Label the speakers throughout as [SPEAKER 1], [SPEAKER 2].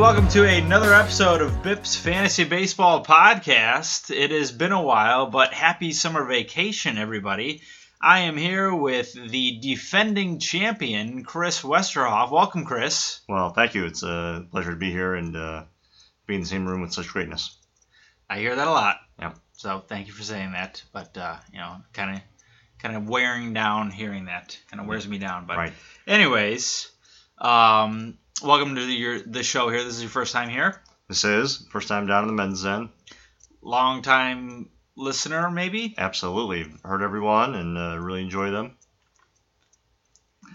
[SPEAKER 1] welcome to another episode of BIP's Fantasy Baseball Podcast. It has been a while, but happy summer vacation, everybody. I am here with the defending champion, Chris Westerhoff. Welcome, Chris.
[SPEAKER 2] Well, thank you. It's a pleasure to be here and uh, be in the same room with such greatness.
[SPEAKER 1] I hear that a lot.
[SPEAKER 2] Yep.
[SPEAKER 1] So thank you for saying that. But uh, you know, kind of, kind of wearing down hearing that. Kind of wears me down. But
[SPEAKER 2] Right.
[SPEAKER 1] anyways, um, welcome to the, your the show here. This is your first time here.
[SPEAKER 2] This is first time down in the men's zen.
[SPEAKER 1] Long time listener, maybe.
[SPEAKER 2] Absolutely heard everyone and uh, really enjoy them.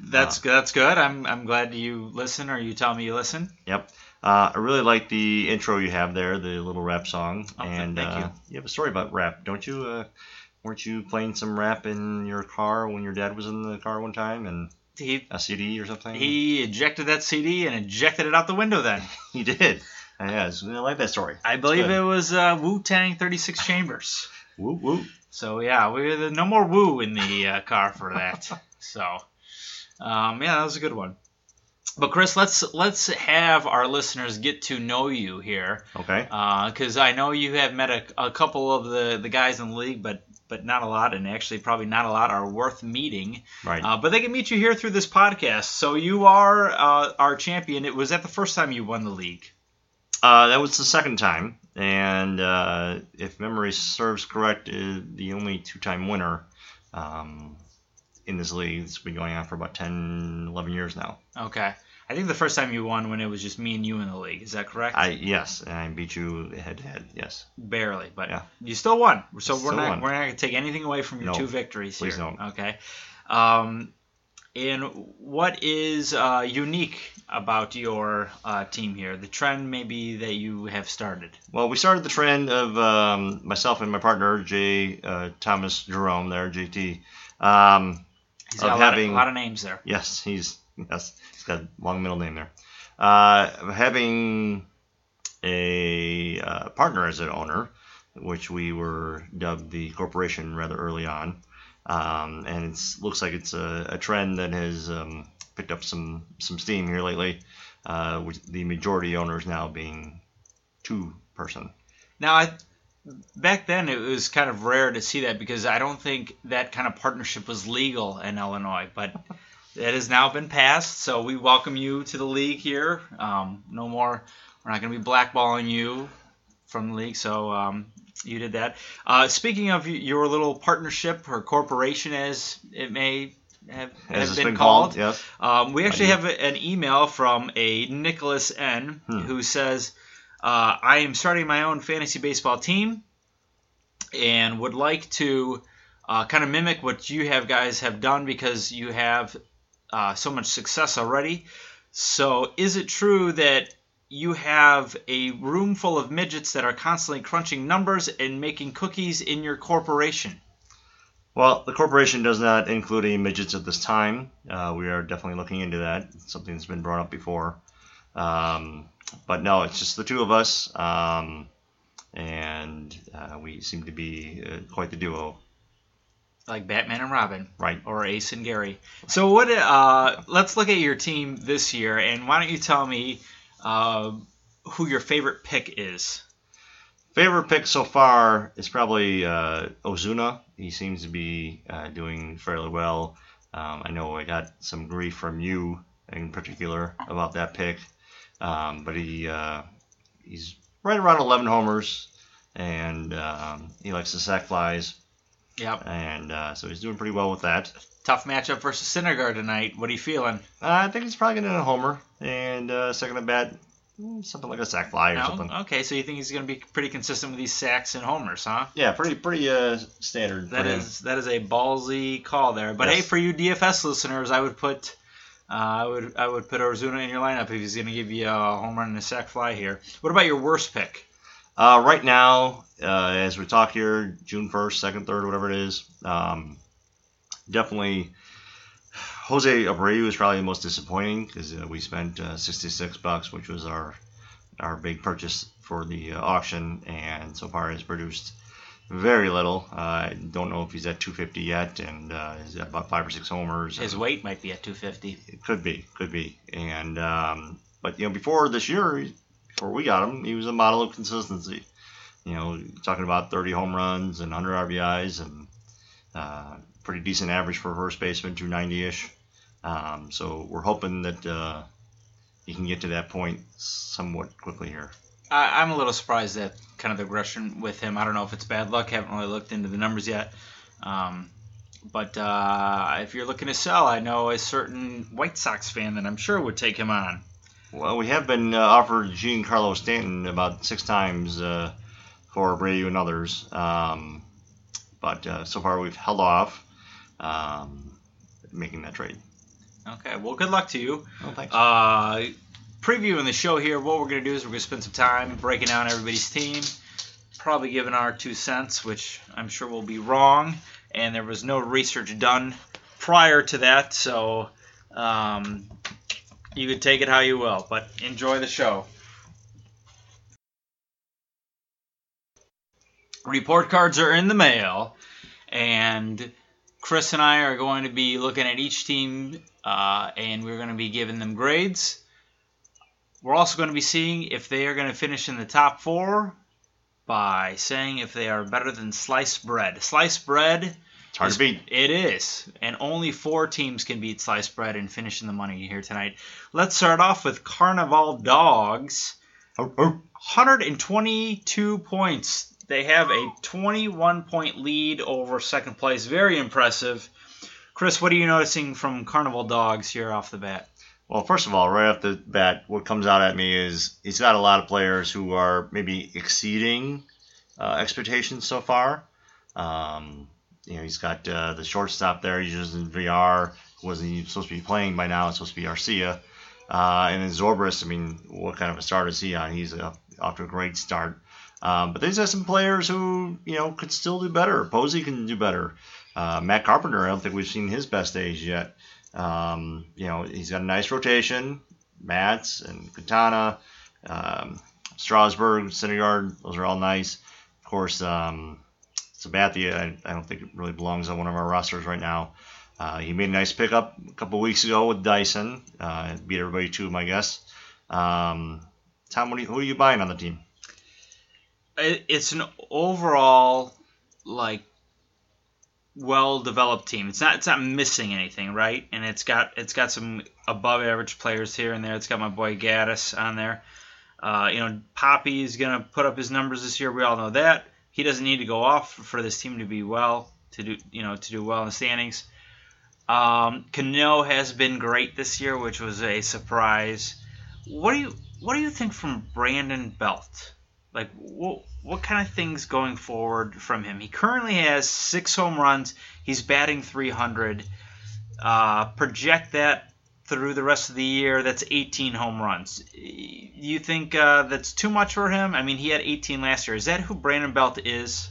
[SPEAKER 1] That's that's good. I'm I'm glad you listen or you tell me you listen.
[SPEAKER 2] Uh, I really like the intro you have there, the little rap song.
[SPEAKER 1] Oh, th-
[SPEAKER 2] and
[SPEAKER 1] thank
[SPEAKER 2] uh,
[SPEAKER 1] you.
[SPEAKER 2] you have a story about rap, don't you? Uh, weren't you playing some rap in your car when your dad was in the car one time and
[SPEAKER 1] He
[SPEAKER 2] a CD or something?
[SPEAKER 1] he ejected that CD and ejected it out the window. Then
[SPEAKER 2] he did. Yeah, it's- I like that story.
[SPEAKER 1] I believe
[SPEAKER 2] good.
[SPEAKER 1] it was uh, Wu Tang 36 Chambers.
[SPEAKER 2] Whoop whoop.
[SPEAKER 1] So yeah, we the- no more woo in the uh, car for that. So um, yeah, that was a good one. But Chris, let's let's have our listeners get to know you here,
[SPEAKER 2] Okay.
[SPEAKER 1] because I know you have met a, a couple of the, the guys in the league, but but not a lot, and actually probably not a lot are worth meeting.
[SPEAKER 2] Right.
[SPEAKER 1] Uh, but they can meet you here through this podcast. So you are uh, our champion. It was that the first time you won the league.
[SPEAKER 2] Uh, that was the second time, and uh, if memory serves correct, uh, the only two-time winner um, in this league. It's been going on for about 10, 11 years now.
[SPEAKER 1] Okay. I think the first time you won when it was just me and you in the league. Is that correct?
[SPEAKER 2] I yes, and I beat you head-to-head. Yes,
[SPEAKER 1] Barely, but
[SPEAKER 2] Yeah.
[SPEAKER 1] you still won. So
[SPEAKER 2] Still
[SPEAKER 1] we're not
[SPEAKER 2] won.
[SPEAKER 1] we're not gonna take anything away from your
[SPEAKER 2] No,
[SPEAKER 1] two victories
[SPEAKER 2] please
[SPEAKER 1] here.
[SPEAKER 2] don't.
[SPEAKER 1] Okay. Um, and what is uh, unique about your uh, team here? The trend maybe that you have started.
[SPEAKER 2] Well, we started the trend of um, myself and my partner Jay uh, Thomas Jerome there, JT. Um,
[SPEAKER 1] He's got a
[SPEAKER 2] Of
[SPEAKER 1] lot, of,
[SPEAKER 2] having-
[SPEAKER 1] a lot of names there.
[SPEAKER 2] Yes, he's yes, he's got a long middle name there. Uh, having a uh, partner as an owner, which we were dubbed the corporation rather early on, um, and it looks like it's a, a trend that has um, picked up some some steam here lately, uh, with the majority owners now being two person.
[SPEAKER 1] Now, I, back then it was kind of rare to see that because I don't think that kind of partnership was legal in Illinois, but it has now been passed. So we welcome you to the league here. Um, no more, we're not going to be blackballing you from the league. So um, you did that. Uh, speaking of y- your little partnership or corporation, as it may have,
[SPEAKER 2] As
[SPEAKER 1] have
[SPEAKER 2] it's
[SPEAKER 1] been,
[SPEAKER 2] been,
[SPEAKER 1] called,
[SPEAKER 2] called, yes.
[SPEAKER 1] um, we actually
[SPEAKER 2] do.
[SPEAKER 1] have a, an email from a Nicholas N.
[SPEAKER 2] Hmm.
[SPEAKER 1] who says, uh, "I am starting my own fantasy baseball team, and would like to uh, kind of mimic what you have guys have done because you have uh, so much success already. So, is it true that you have a room full of midgets that are constantly crunching numbers and making cookies in your corporation?"
[SPEAKER 2] Well, the corporation does not include any midgets at this time. Uh, we are definitely looking into that. It's something that's been brought up before. Um, but no, it's just the two of us, um, and uh, we seem to be uh, quite the duo,
[SPEAKER 1] Like Batman and Robin.
[SPEAKER 2] right?
[SPEAKER 1] or Ace and Gary. So what? Uh, let's look at your team this year, and why don't you tell me uh, who your favorite pick is?
[SPEAKER 2] Favorite pick so far is probably uh, Ozuna. He seems to be uh, doing fairly well. Um, I know I got some grief from you in particular about that pick, um, but he uh, he's right around 11 homers, and um, he likes to sack flies,
[SPEAKER 1] Yep.
[SPEAKER 2] and uh, so he's doing pretty well with that.
[SPEAKER 1] Tough matchup versus Syndergaard tonight. What are you feeling?
[SPEAKER 2] Uh, I think he's probably going to homer and uh, second at bat, mm, something like a sack fly or
[SPEAKER 1] No?
[SPEAKER 2] something.
[SPEAKER 1] Okay, so you think he's going to be pretty consistent with these sacks and homers, huh?
[SPEAKER 2] Yeah, pretty pretty uh, standard.
[SPEAKER 1] That
[SPEAKER 2] for him.
[SPEAKER 1] is that is a ballsy call there. But
[SPEAKER 2] Yes.
[SPEAKER 1] hey, for you DFS listeners, I would put uh, I would I would put Ozuna in your lineup if he's going to give you a home run and a sack fly here. What about your worst pick?
[SPEAKER 2] Uh, right now, uh, as we talk here, June 1st, 2nd, 3rd, whatever it is, um, definitely Jose Abreu is probably the most disappointing because uh, we spent uh, 66 bucks, which was our our big purchase for the uh, auction, and so far has produced very little. Uh, I don't know if he's at 250 yet, and uh, he's got about five or six homers.
[SPEAKER 1] His
[SPEAKER 2] and-
[SPEAKER 1] weight might be at 250.
[SPEAKER 2] it could be, could be, and um, but you know before this year, before we got him, he was a model of consistency. You know, talking about 30 home runs and 100 RBIs and uh, pretty decent average for a first baseman, 290 ish. Um, so we're hoping that uh, he can get to that point somewhat quickly here.
[SPEAKER 1] I, I'm a little surprised at kind of the aggression with him. I don't know if it's bad luck. Haven't really looked into the numbers yet. Um, but uh, if you're looking to sell, I know a certain White Sox fan that I'm sure would take him on.
[SPEAKER 2] Well, we have been uh, offered Giancarlo Stanton about six times uh, for Abreu and others, um, but uh, so far we've held off um, making that trade.
[SPEAKER 1] Okay, well, good luck to you.
[SPEAKER 2] Oh, thanks.
[SPEAKER 1] Uh, previewing the show here, what we're going to do is we're going to spend some time breaking down everybody's team, probably giving our two cents, which I'm sure will be wrong. And there was no research done prior to that, so um, you can take it how you will. But enjoy the show. Report cards are in the mail, and Chris and I are going to be looking at each team, uh, and we're going to be giving them grades. We're also going to be seeing if they are going to finish in the top four by saying if they are better than sliced bread. Sliced bread,
[SPEAKER 2] It's hard to beat.
[SPEAKER 1] it is, and only four teams can beat sliced bread and finish in the money here tonight. Let's start off with Carnival Dogs.
[SPEAKER 2] Arr, arr.
[SPEAKER 1] 122 points. They have a 21 point lead over second place. Very impressive. Chris, what are you noticing from Carnival Dogs here off the bat?
[SPEAKER 2] Well, first of all, right off the bat, what comes out at me is he's got a lot of players who are maybe exceeding uh, expectations so far. Um, you know, he's got uh, the shortstop there. He's just in VR. Wasn't even supposed to be playing by now. It's supposed to be Arcia. Uh, and then Zorbris, I mean, what kind of a start is he on? He's uh off to a great start. Um, but there's some players who, you know, could still do better. Posey can do better. Uh, Matt Carpenter, I don't think we've seen his best days yet. Um, you know, he's got a nice rotation. Mats and Katana, um, Strasburg, Syndergaard, those are all nice. Of course, um, Sabathia, I, I don't think it really belongs on one of our rosters right now. Uh, he made a nice pickup a couple weeks ago with Dyson. Uh, beat everybody to him, I guess. Um, Tom, what are you, who are you buying on the team?
[SPEAKER 1] It- It's an overall, like, well developed team. It's not it's not missing anything, right? And it's got it's got some above average players here and there. It's got my boy Gaddis on there. Uh, you know, Poppy is gonna put up his numbers this year. We all know that. He doesn't need to go off for this team to be well to do you know to do well in the standings. Um, Cano has been great this year, which was a surprise. What do you what do you think from Brandon Belt? Like what what kind of things going forward from him? He currently has six home runs. He's batting 300. Uh, project that through the rest of the year. That's 18 home runs. Y- You think uh, that's too much for him? I mean, he had 18 last year. Is that who Brandon Belt is?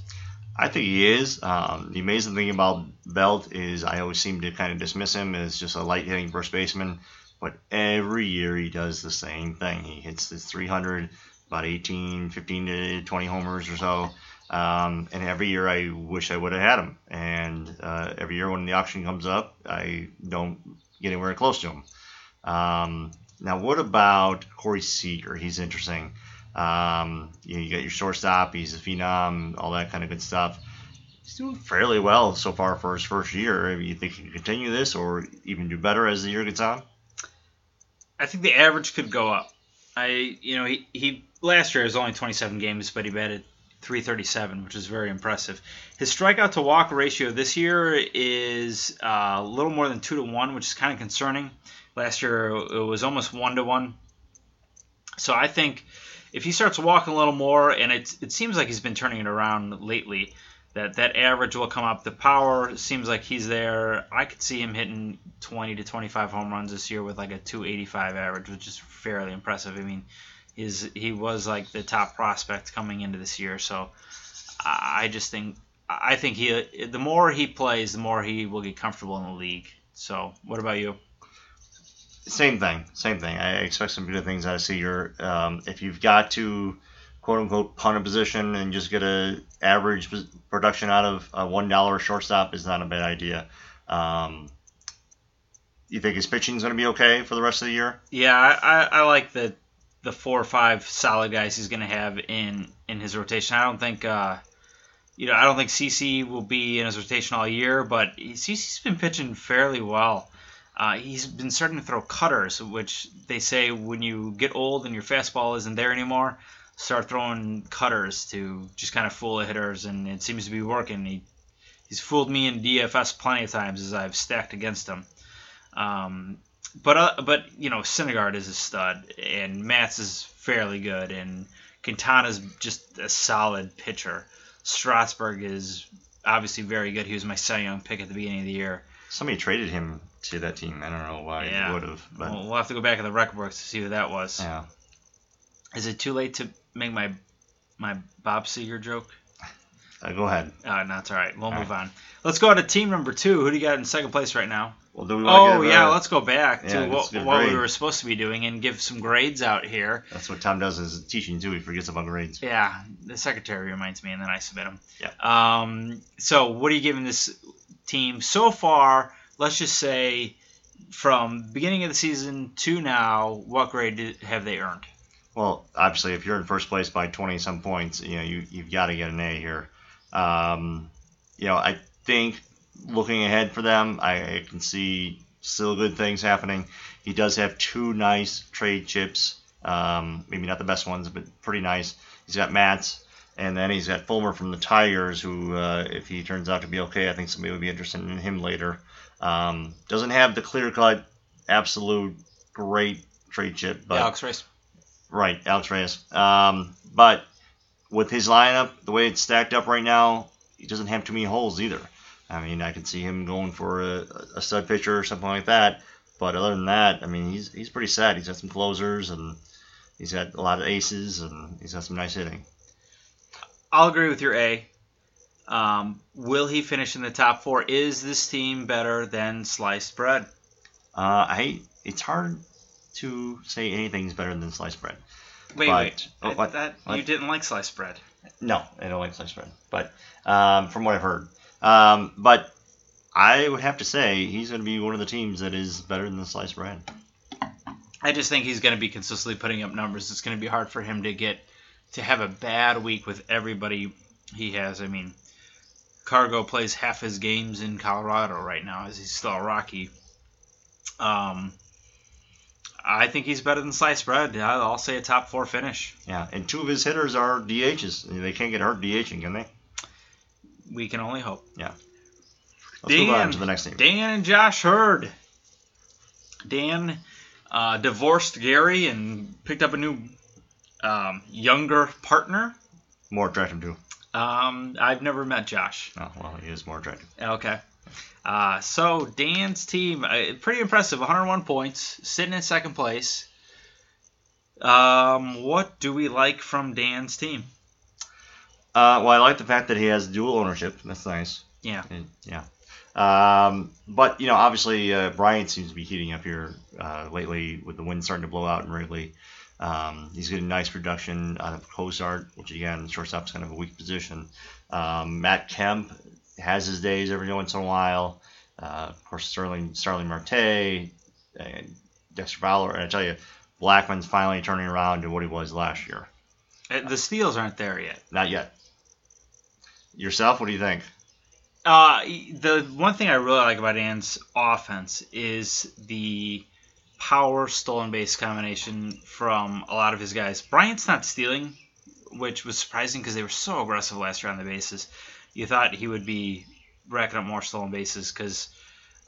[SPEAKER 2] I think he is. Um, the amazing thing about Belt is I always seem to kind of dismiss him as just a light hitting first baseman, but every year he does the same thing. He hits his 300, about 18, 15 to 20 homers or so. Um, and every year I wish I would have had him. And uh, every year when the auction comes up, I don't get anywhere close to him. Um, now, what about Corey Seager? He's interesting. Um, you, know, you got your shortstop. He's a phenom, all that kind of good stuff. He's doing fairly well so far for his first year. I mean, You think he can continue this or even do better as the year gets on?
[SPEAKER 1] I think the average could go up. I you know he, he last year it was only 27 games, but he batted 337, which is very impressive. His strikeout to walk ratio this year is uh, a little more than two to one, which is kind of concerning. Last year it was almost one to one. So I think if he starts walking a little more, and it it seems like he's been turning it around lately. That, that average will come up. The power seems like he's there. I could see him hitting 20 to 25 home runs this year with like a 285 average, which is fairly impressive. I mean, his he was like the top prospect coming into this year, so I I just think I think he the more he plays, the more he will get comfortable in the league. So, what about you?
[SPEAKER 2] Same thing, same thing. I expect some good things out of Seager. Um, if you've got to quote unquote punt a position and just get a average pos- production out of a one dollar shortstop is not a bad idea. Um, you think his pitching's going to be okay for the rest of the year?
[SPEAKER 1] Yeah, I, I, I like the the four or five solid guys he's going to have in in his rotation. I don't think uh, you know I don't think CC will be in his rotation all year, but CC's been pitching fairly well. Uh, he's been starting to throw cutters, which they say when you get old and your fastball isn't there anymore, start throwing cutters to just kind of fool the hitters, and it seems to be working. He he's fooled me in DFS plenty of times as I've stacked against him. Um, but uh, but you know, Syndergaard is a stud, and Mats is fairly good, and Quintana's just a solid pitcher. Strasburg is obviously very good. He was my Cy Young pick at the beginning of the year.
[SPEAKER 2] Somebody traded him to that team. I don't know why
[SPEAKER 1] Yeah.
[SPEAKER 2] he would have, but
[SPEAKER 1] We'll, we'll have to go back in the record books to see who that was.
[SPEAKER 2] yeah.
[SPEAKER 1] Is it too late to make my my Bob Seeger joke?
[SPEAKER 2] Uh, go ahead.
[SPEAKER 1] Uh, no, it's all right. We'll
[SPEAKER 2] All
[SPEAKER 1] move on. Let's go on to team number two. Who do you got in second place right now?
[SPEAKER 2] Well, do we want
[SPEAKER 1] Oh,
[SPEAKER 2] give,
[SPEAKER 1] yeah.
[SPEAKER 2] uh,
[SPEAKER 1] Let's go back to
[SPEAKER 2] yeah, let's
[SPEAKER 1] what,
[SPEAKER 2] give a
[SPEAKER 1] what we
[SPEAKER 2] grade.
[SPEAKER 1] were supposed to be doing and give some grades out here.
[SPEAKER 2] That's what Tom does is teaching too. He forgets about grades.
[SPEAKER 1] Yeah, the secretary reminds me, and then I submit them.
[SPEAKER 2] Yeah.
[SPEAKER 1] Um, so, what are you giving this team so far? Let's just say from beginning of the season to now, what grade did- have they earned?
[SPEAKER 2] Well, obviously, if you're in first place by 20 some points, you know you you've got to get an A here. Um, you know, I think looking ahead for them, I, I can see still good things happening. He does have two nice trade chips. Um, maybe not the best ones, but pretty nice. He's got Mats, and then he's got Fulmer from the Tigers, who, uh, if he turns out to be okay, I think somebody would be interested in him later. Um, doesn't have the clear cut, absolute great trade chip, but.
[SPEAKER 1] Alex Rice.
[SPEAKER 2] Right, Alex Reyes. Um, but with his lineup, the way it's stacked up right now, he doesn't have too many holes either. I mean, I could see him going for a, a stud pitcher or something like that. But other than that, I mean, he's he's pretty set. He's got some closers and he's got a lot of aces and he's got some nice hitting.
[SPEAKER 1] I'll agree with your A. Um, will he finish in the top four? Is this team better than sliced bread?
[SPEAKER 2] Uh, I it's hard to say anything's better than sliced bread.
[SPEAKER 1] Wait,
[SPEAKER 2] but,
[SPEAKER 1] wait.
[SPEAKER 2] Oh,
[SPEAKER 1] I-
[SPEAKER 2] what?
[SPEAKER 1] that
[SPEAKER 2] What?
[SPEAKER 1] you didn't like sliced bread.
[SPEAKER 2] No, I don't like sliced bread, but um, from what I've heard. Um, but I would have to say he's going to be one of the teams that is better than the sliced bread.
[SPEAKER 1] I just think he's going to be consistently putting up numbers. It's going to be hard for him to get to have a bad week with everybody he has. I mean, Cargo plays half his games in Colorado right now as he's still a Rocky. Um, I think he's better than sliced bread. I'll I'll say a top four finish.
[SPEAKER 2] Yeah, and two of his hitters are DHs. They can't get hurt DHing, can they?
[SPEAKER 1] We can only hope.
[SPEAKER 2] Let's move on
[SPEAKER 1] Dan.
[SPEAKER 2] to the next team.
[SPEAKER 1] Dan and Josh Hurd. Dan uh, divorced Gary and picked up a new um, younger partner.
[SPEAKER 2] More attractive too.
[SPEAKER 1] Um, I've never met Josh.
[SPEAKER 2] Oh well, he is more attractive.
[SPEAKER 1] Okay. Uh, so Dan's team, uh, pretty impressive, 101 points, sitting in second place. Um, what do we like from Dan's team?
[SPEAKER 2] Uh, well, I like the fact that he has dual ownership. That's nice.
[SPEAKER 1] Yeah.
[SPEAKER 2] And- yeah. Um, but you know, obviously uh, Bryant seems to be heating up here uh, lately with the wind starting to blow out in Wrigley. Um, he's getting nice reduction out of Cozart, which again, shortstop's kind of a weak position. Um, Matt Kemp has his days every once in a while. Uh, of course, Sterling Starling Marte, and Dexter Fowler, and I tell you, Blackman's finally turning around to what he was last year.
[SPEAKER 1] Uh, The steals aren't there yet.
[SPEAKER 2] Not yet. Yourself, what do you think?
[SPEAKER 1] Uh, the one thing I really like about Ann's offense is the power stolen base combination from a lot of his guys. Bryant's not stealing, which was surprising because they were so aggressive last year on the bases. You thought he would be racking up more stolen bases because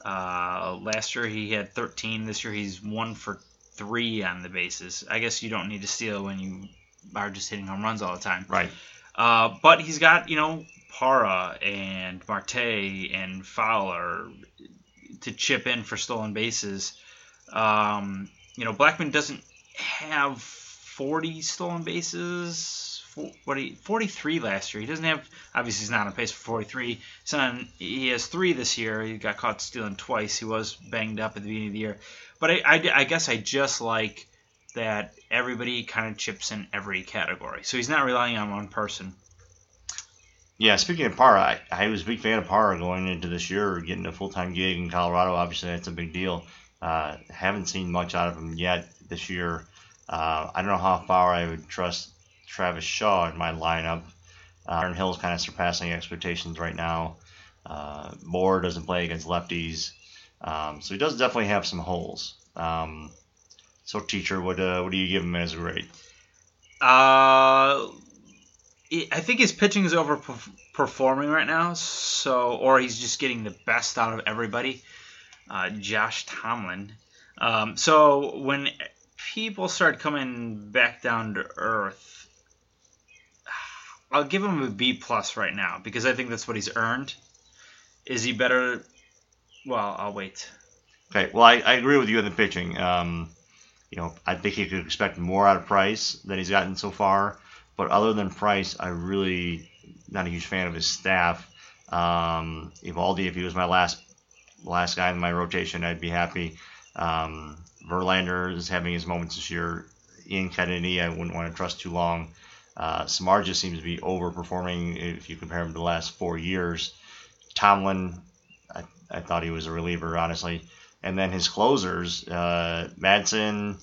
[SPEAKER 1] uh, last year he had 13. This year he's one for three on the bases. I guess you don't need to steal when you are just hitting home runs all the time.
[SPEAKER 2] Right.
[SPEAKER 1] Uh, but he's got, you know, Para and Marte and Fowler to chip in for stolen bases. Um, you know, Blackman doesn't have 40 stolen bases. Four- What he, 43 last year. He doesn't have. Obviously, he's not on pace for 43. He's on, he has three this year. He got caught stealing twice. He was banged up at the beginning of the year. But I, I, I guess I just like that everybody kind of chips in every category. So he's not relying on one person.
[SPEAKER 2] Yeah, speaking of Parra, I, I was a big fan of Parra going into this year, getting a full time gig in Colorado. Obviously, that's a big deal. Uh, haven't seen much out of him yet this year. Uh, I don't know how far I would trust Travis Shaw in my lineup. Uh, Aaron Hill's kind of surpassing expectations right now. Uh, Moore doesn't play against lefties, um, so he does definitely have some holes. Um, so, teacher, what uh, what do you give him as a grade?
[SPEAKER 1] Uh, it- I think his pitching is overperforming right now, so or he's just getting the best out of everybody. Uh, Josh Tomlin. Um, so when people start coming back down to earth, I'll give him a B plus right now because I think that's what he's earned. Is he better? Well, I'll wait.
[SPEAKER 2] Okay, well, I, I agree with you on the pitching. Um, you know, I think you could expect more out of Price than he's gotten so far. But other than Price, I really not a huge fan of his staff. Um, Evaldi, if he was my last last guy in my rotation, I'd be happy. Um, Verlander is having his moments this year. Ian Kennedy, I wouldn't want to trust too long. Uh, Samar just seems to be overperforming if you compare him to the last four years. Tomlin, I, I thought he was a reliever, honestly and then his closers, uh, Madsen,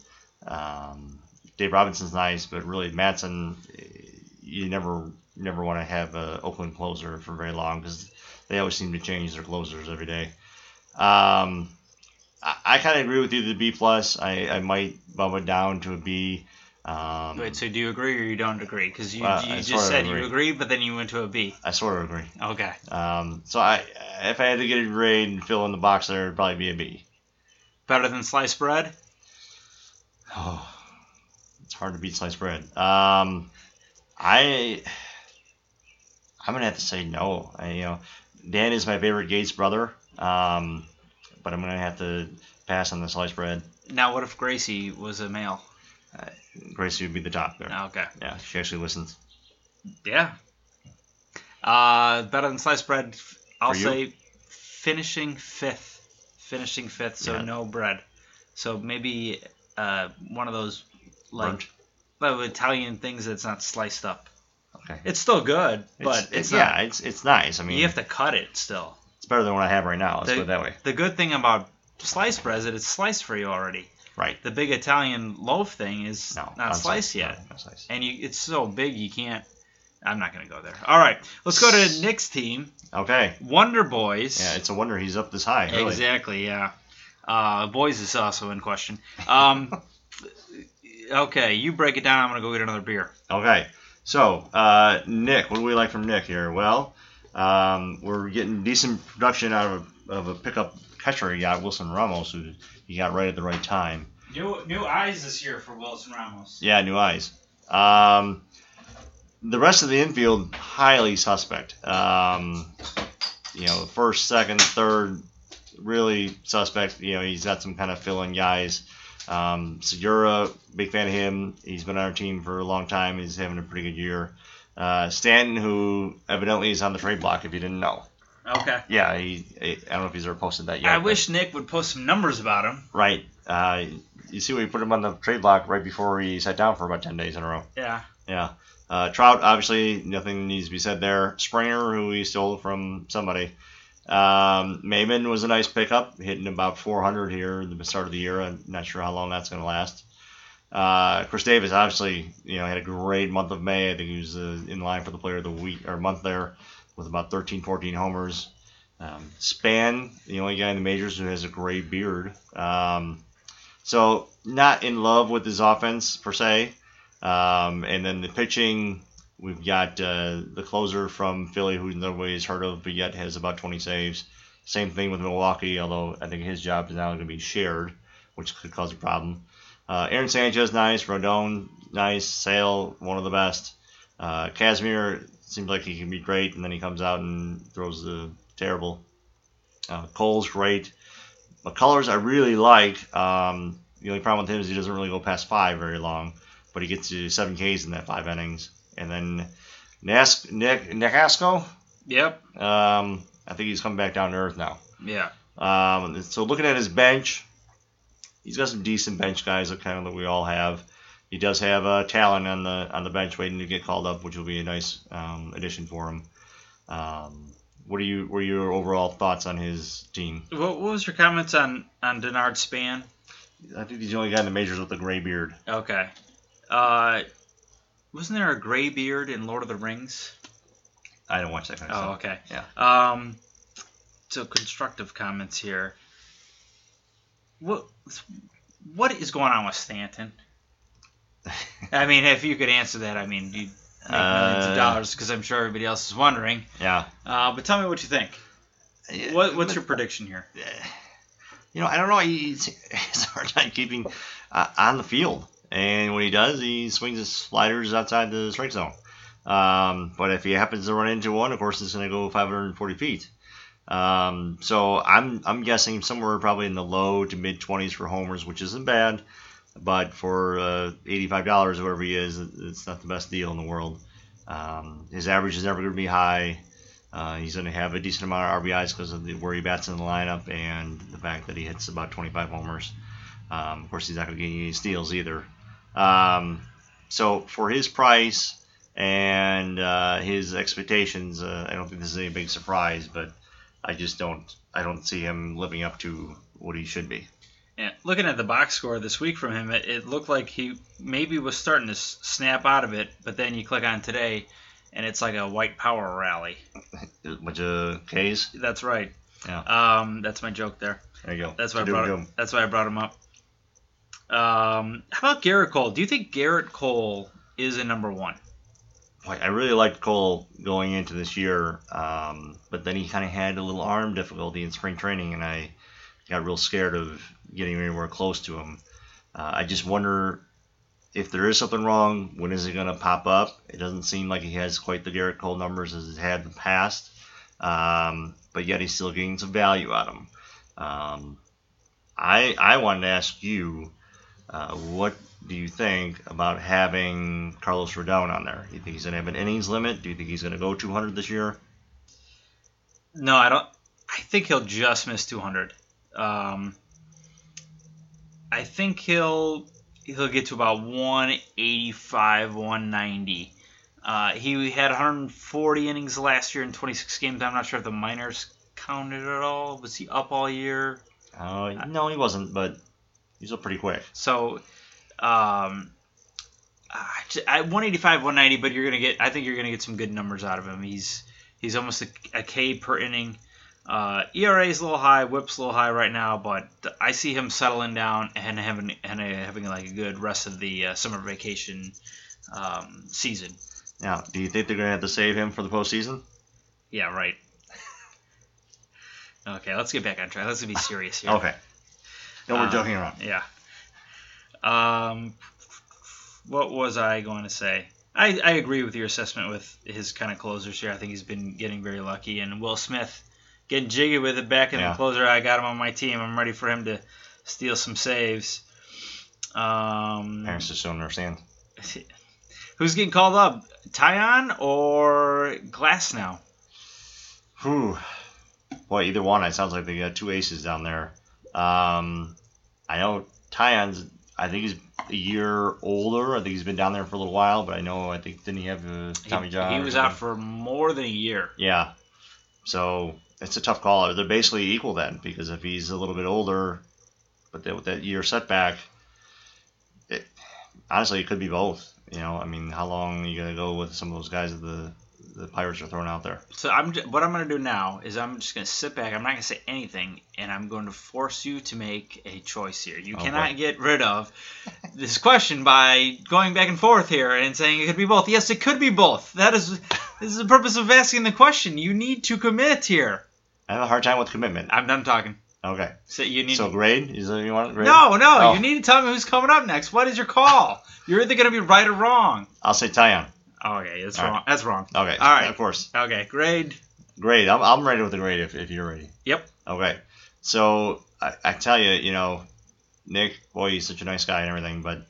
[SPEAKER 2] um, Dave Robinson's nice, but really Madsen, eh, you never never want to have a Oakland closer for very long because they always seem to change their closers every day. Um, I, I kind of agree with you the B plus. I, I might bump it down to a B. Um,
[SPEAKER 1] Wait, so do you agree or you don't agree? Because you,
[SPEAKER 2] Well, Uh, I
[SPEAKER 1] you
[SPEAKER 2] sort of
[SPEAKER 1] just said
[SPEAKER 2] agree.
[SPEAKER 1] you agree, but then you went to a B.
[SPEAKER 2] I sort of agree.
[SPEAKER 1] Okay.
[SPEAKER 2] Um, so I if I had to get a grade and fill in the box, there would probably be a B.
[SPEAKER 1] Better than sliced bread?
[SPEAKER 2] Oh, it's hard to beat sliced bread. Um, I I'm gonna have to say no. I, you know, Dan is my favorite Gates brother. Um, but I'm gonna have to pass on the sliced bread.
[SPEAKER 1] Now, what if Gracie was a male?
[SPEAKER 2] Gracie would be the top there.
[SPEAKER 1] Okay.
[SPEAKER 2] Yeah, she actually listens.
[SPEAKER 1] Yeah. Uh, better than sliced bread. I'll
[SPEAKER 2] For you?
[SPEAKER 1] say finishing fifth. Finishing fifth, so
[SPEAKER 2] Yeah.
[SPEAKER 1] no bread. So maybe uh, one of those like
[SPEAKER 2] Burnt.
[SPEAKER 1] well, Italian things that's not sliced up.
[SPEAKER 2] Okay.
[SPEAKER 1] It's still good, but it's,
[SPEAKER 2] it-
[SPEAKER 1] not.
[SPEAKER 2] yeah, it's it's nice. I mean,
[SPEAKER 1] you have to cut it still.
[SPEAKER 2] it's better than what I have right now. Let's
[SPEAKER 1] The-
[SPEAKER 2] put it that way.
[SPEAKER 1] The good thing about sliced bread is that it's sliced for you already.
[SPEAKER 2] Right.
[SPEAKER 1] The big Italian loaf thing is
[SPEAKER 2] No,
[SPEAKER 1] not sliced yet.
[SPEAKER 2] No, not sliced.
[SPEAKER 1] and you, it's so big you can't. I'm not gonna go there. All right, let's go to Nick's team,
[SPEAKER 2] Okay.
[SPEAKER 1] Wonder Boys.
[SPEAKER 2] Yeah, it's a wonder he's up this high. Really.
[SPEAKER 1] exactly. Yeah, uh, boys is also in question. Um, okay, you break it down. I'm gonna go get another beer.
[SPEAKER 2] Okay. So, uh, Nick, what do we like from Nick here? Well, um, we're getting decent production out of a, of a pickup catcher he got, Wilson Ramos, who he got right at the right time.
[SPEAKER 1] New new eyes this year for Wilson Ramos.
[SPEAKER 2] Yeah, new eyes. Um, the rest of the infield, highly suspect. Um, you know, first, second, third, really suspect. You know, he's got some kind of fill in guys. Um, Segura, big fan of him. He's been on our team for a long time. He's having a pretty good year. Uh, Stanton, who evidently is on the trade block, if you didn't know.
[SPEAKER 1] Okay.
[SPEAKER 2] Yeah, he, I don't know if he's ever posted that yet.
[SPEAKER 1] I
[SPEAKER 2] but-
[SPEAKER 1] wish Nick would post some numbers about him.
[SPEAKER 2] Right. Uh, you see, we put him on the trade block right before he sat down for about 10 days in a row.
[SPEAKER 1] Yeah.
[SPEAKER 2] Yeah. Uh, Trout, obviously, nothing needs to be said there. Springer, who he stole from somebody. Um, Maven was a nice pickup, hitting about 400 here at the start of the year. I'm not sure how long that's going to last. Uh, Chris Davis, obviously, you know, had a great month of May. I think he was uh, in line for the player of the week or month there with about 13, 14 homers. Um, Span, the only guy in the majors who has a gray beard. Um, so, not in love with his offense per se. Um, and then the pitching, we've got uh, the closer from Philly, who nobody's heard of, but yet has about 20 saves. Same thing with Milwaukee, although I think his job is now going to be shared, which could cause a problem. Uh, Aaron Sanchez, nice. Rodon, nice. Sale, one of the best. Uh, Casimir seems like he can be great, and then he comes out and throws the terrible. Uh, Cole's great. McCullers, I really like. Um, the only problem with him is he doesn't really go past five very long but he gets to seven Ks in that five innings. And then Nas- Nick Nacasco,
[SPEAKER 1] Yep.
[SPEAKER 2] um, I think he's coming back down to earth now.
[SPEAKER 1] Yeah.
[SPEAKER 2] Um, so looking at his bench, he's got some decent bench guys that kind of that we all have. He does have uh, Talon on the on the bench waiting to get called up, which will be a nice um, addition for him. Um, what are you? What are your overall thoughts on his team?
[SPEAKER 1] What, what was your comments on on Denard Span?
[SPEAKER 2] I think he's the only guy in the majors with a gray beard.
[SPEAKER 1] Okay. Uh, wasn't there a gray beard in Lord of the Rings?
[SPEAKER 2] I don't watch that kind of
[SPEAKER 1] Oh,
[SPEAKER 2] stuff.
[SPEAKER 1] okay.
[SPEAKER 2] Yeah.
[SPEAKER 1] Um, so constructive comments here. What what is going on with Stanton? I mean, if you could answer that, I mean, you'd make millions
[SPEAKER 2] Uh,
[SPEAKER 1] of dollars because I'm sure everybody else is wondering.
[SPEAKER 2] Yeah.
[SPEAKER 1] Uh, but tell me what you think. What, what's your prediction here?
[SPEAKER 2] You know, I don't know. He- He's, he's a hard time keeping uh, on the field, and when he does, he swings his sliders outside the strike zone. Um, but if he happens to run into one, of course, it's going to go 540 feet. Um, so I'm I'm guessing somewhere probably in the low to mid 20s for homers, which isn't bad, but for uh, 85 dollars, whatever he is, it- it's not the best deal in the world. Um, his average is never going to be high. Uh, he's going to have a decent amount of RBIs because of the, where he bats in the lineup and the fact that he hits about 25 homers. Um, of course, he's not going to get any steals either. Um, so for his price and uh, his expectations, uh, I don't think this is any big surprise. But I just don't, I don't see him living up to what he should be.
[SPEAKER 1] Yeah, looking at the box score this week from him, it, it looked like he maybe was starting to s- snap out of it, but then you click on today, and it's like a white power rally.
[SPEAKER 2] Bunch of K's.
[SPEAKER 1] That's right.
[SPEAKER 2] Yeah.
[SPEAKER 1] Um, that's my joke there.
[SPEAKER 2] There you go.
[SPEAKER 1] That's why I
[SPEAKER 2] Kadoom,
[SPEAKER 1] brought
[SPEAKER 2] kadoom.
[SPEAKER 1] him. That's why I brought him up. Um, how about Garrett Cole? Do you think Garrett Cole is a number one?
[SPEAKER 2] Boy, I really liked Cole going into this year, um, but then he kind of had a little arm difficulty in spring training, and I got real scared of getting anywhere close to him. Uh, I just wonder if there is something wrong. When is it going to pop up? It doesn't seem like he has quite the Garrett Cole numbers as he's had in the past, um, but yet he's still getting some value out of him. Um, I I wanted to ask you, uh, what do you think about having Carlos Rodon on there? Do you think he's going to have an innings limit? Do you think he's going to go 200 this year?
[SPEAKER 1] No, I don't. I think he'll just miss 200. Um, I think he'll he'll get to about 185, 190. Uh, he had 140 innings last year in 26 games. I'm not sure if the minors counted at all. Was he up all year?
[SPEAKER 2] Uh, no, he wasn't, but he's up pretty quick.
[SPEAKER 1] So, um, I j- I- 185, 190, but you're gonna get. I think you're gonna get some good numbers out of him. He's he's almost a, a K per inning. Uh, ERA's a little high, WHIP's a little high right now, but I see him settling down and having and uh, having like a good rest of the uh, summer vacation um, season.
[SPEAKER 2] Now, do you think they're going to have to save him for the postseason?
[SPEAKER 1] Yeah, right. okay, let's get back on track. Let's be serious here.
[SPEAKER 2] Okay. No, we're
[SPEAKER 1] Uh,
[SPEAKER 2] joking around.
[SPEAKER 1] Yeah. Um, what was I going to say? I, I agree with your assessment with his kind of closers here. I think he's been getting very lucky, and Will Smith getting jiggy with it back in
[SPEAKER 2] Yeah.
[SPEAKER 1] the closer. I got him on my team. I'm ready for him to steal some saves. Um,
[SPEAKER 2] Parents just don't understand.
[SPEAKER 1] who's getting called up? Tyon or Glass now?
[SPEAKER 2] Whew. Boy, either one. It sounds like they got two aces down there. Um, I know Tyon's. I think he's a year older. I think he's been down there for a little while, but I know. I think didn't he have uh, Tommy
[SPEAKER 1] He-
[SPEAKER 2] John?
[SPEAKER 1] He
[SPEAKER 2] or
[SPEAKER 1] was
[SPEAKER 2] something?
[SPEAKER 1] out for more than a year.
[SPEAKER 2] Yeah. So it's a tough call. They're basically equal then, because if he's a little bit older, but that with that year setback, it, honestly it could be both. You know, I mean, how long are you gonna go with some of those guys that the the Pirates are throwing out there?
[SPEAKER 1] So I'm ju- what I'm gonna do now is I'm just gonna sit back. I'm not gonna say anything, and I'm going to force you to make a choice here. You
[SPEAKER 2] Oh,
[SPEAKER 1] cannot
[SPEAKER 2] boy.
[SPEAKER 1] get rid of this question by going back and forth here and saying it could be both. Yes, it could be both. That is this is the purpose of asking the question. You need to commit here.
[SPEAKER 2] I have a hard time with commitment.
[SPEAKER 1] I'm done talking.
[SPEAKER 2] Okay.
[SPEAKER 1] So you need
[SPEAKER 2] So grade is that what you want? Grade?
[SPEAKER 1] no, no.
[SPEAKER 2] Oh.
[SPEAKER 1] You need to tell me who's coming up next. What is your call? You're either gonna be right or wrong.
[SPEAKER 2] I'll say Tyon.
[SPEAKER 1] Okay, that's
[SPEAKER 2] All right.
[SPEAKER 1] wrong. That's wrong.
[SPEAKER 2] Okay.
[SPEAKER 1] All right.
[SPEAKER 2] Of course.
[SPEAKER 1] Okay, grade.
[SPEAKER 2] Grade. I'm, I'm ready with the grade if, if you're ready.
[SPEAKER 1] Yep.
[SPEAKER 2] Okay. So I, I tell you, you know, Nick, boy, he's such a nice guy and everything, but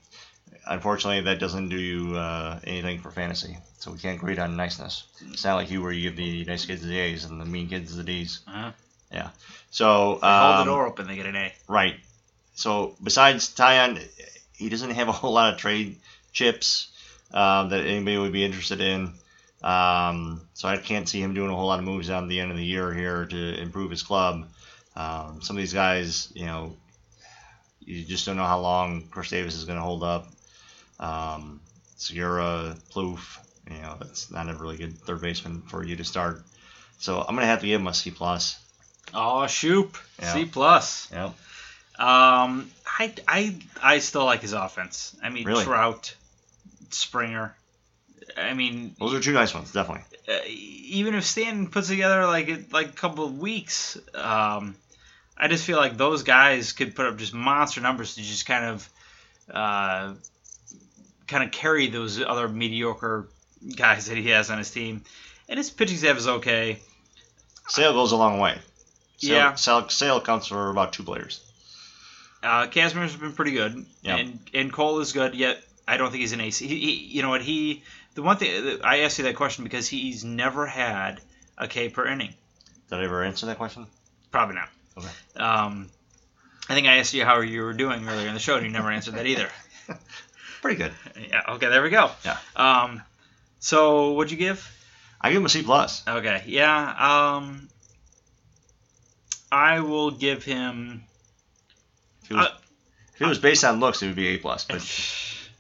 [SPEAKER 2] unfortunately, that doesn't do you uh, anything for fantasy. So we can't grade on niceness. It's not like you where you give the nice kids the A's and the mean kids the D's.
[SPEAKER 1] Uh-huh.
[SPEAKER 2] So
[SPEAKER 1] Hold the
[SPEAKER 2] um,
[SPEAKER 1] door open. They get an A.
[SPEAKER 2] Right. So besides Tyon, he doesn't have a whole lot of trade chips um, that anybody would be interested in. Um, so I can't see him doing a whole lot of moves on the end of the year here to improve his club. Um, some of these guys, you know, you just don't know how long Chris Davis is going to hold up. Um, Segura, Plouffe, you know, that's not a really good third baseman for you to start. So I'm going to have to give him a C plus.
[SPEAKER 1] Oh, Shoop.
[SPEAKER 2] Yeah.
[SPEAKER 1] C plus.
[SPEAKER 2] Yep.
[SPEAKER 1] Um, I, I, I still like his offense. I mean,
[SPEAKER 2] Really?
[SPEAKER 1] Trout, Springer. I mean,
[SPEAKER 2] Those are two nice ones, definitely.
[SPEAKER 1] uh, even if Stanton puts together like a- like a couple of weeks, um, I just feel like those guys could put up just monster numbers to just kind of uh, kind of carry those other mediocre guys that he has on his team. And his pitching staff is okay.
[SPEAKER 2] Sale goes a long way. Sale,
[SPEAKER 1] Yeah.
[SPEAKER 2] Sale, Sale counts for about two players.
[SPEAKER 1] Uh, Kazmir's been pretty good,
[SPEAKER 2] Yeah.
[SPEAKER 1] and and Cole is good. Yet I don't think he's an ace. He, he, you know what he the one thing I asked you that question because he's never had a K per inning.
[SPEAKER 2] Did I ever answer that question?
[SPEAKER 1] Probably not.
[SPEAKER 2] Okay.
[SPEAKER 1] Um, I think I asked you how you were doing earlier in the show, and you never answered that either.
[SPEAKER 2] Pretty good.
[SPEAKER 1] Yeah. Okay. There we go.
[SPEAKER 2] Yeah.
[SPEAKER 1] Um, so what'd you give?
[SPEAKER 2] I give him a C plus.
[SPEAKER 1] Okay. Yeah. Um, I will give him.
[SPEAKER 2] If it was,
[SPEAKER 1] Uh,
[SPEAKER 2] if it was based on looks, it would be A plus. But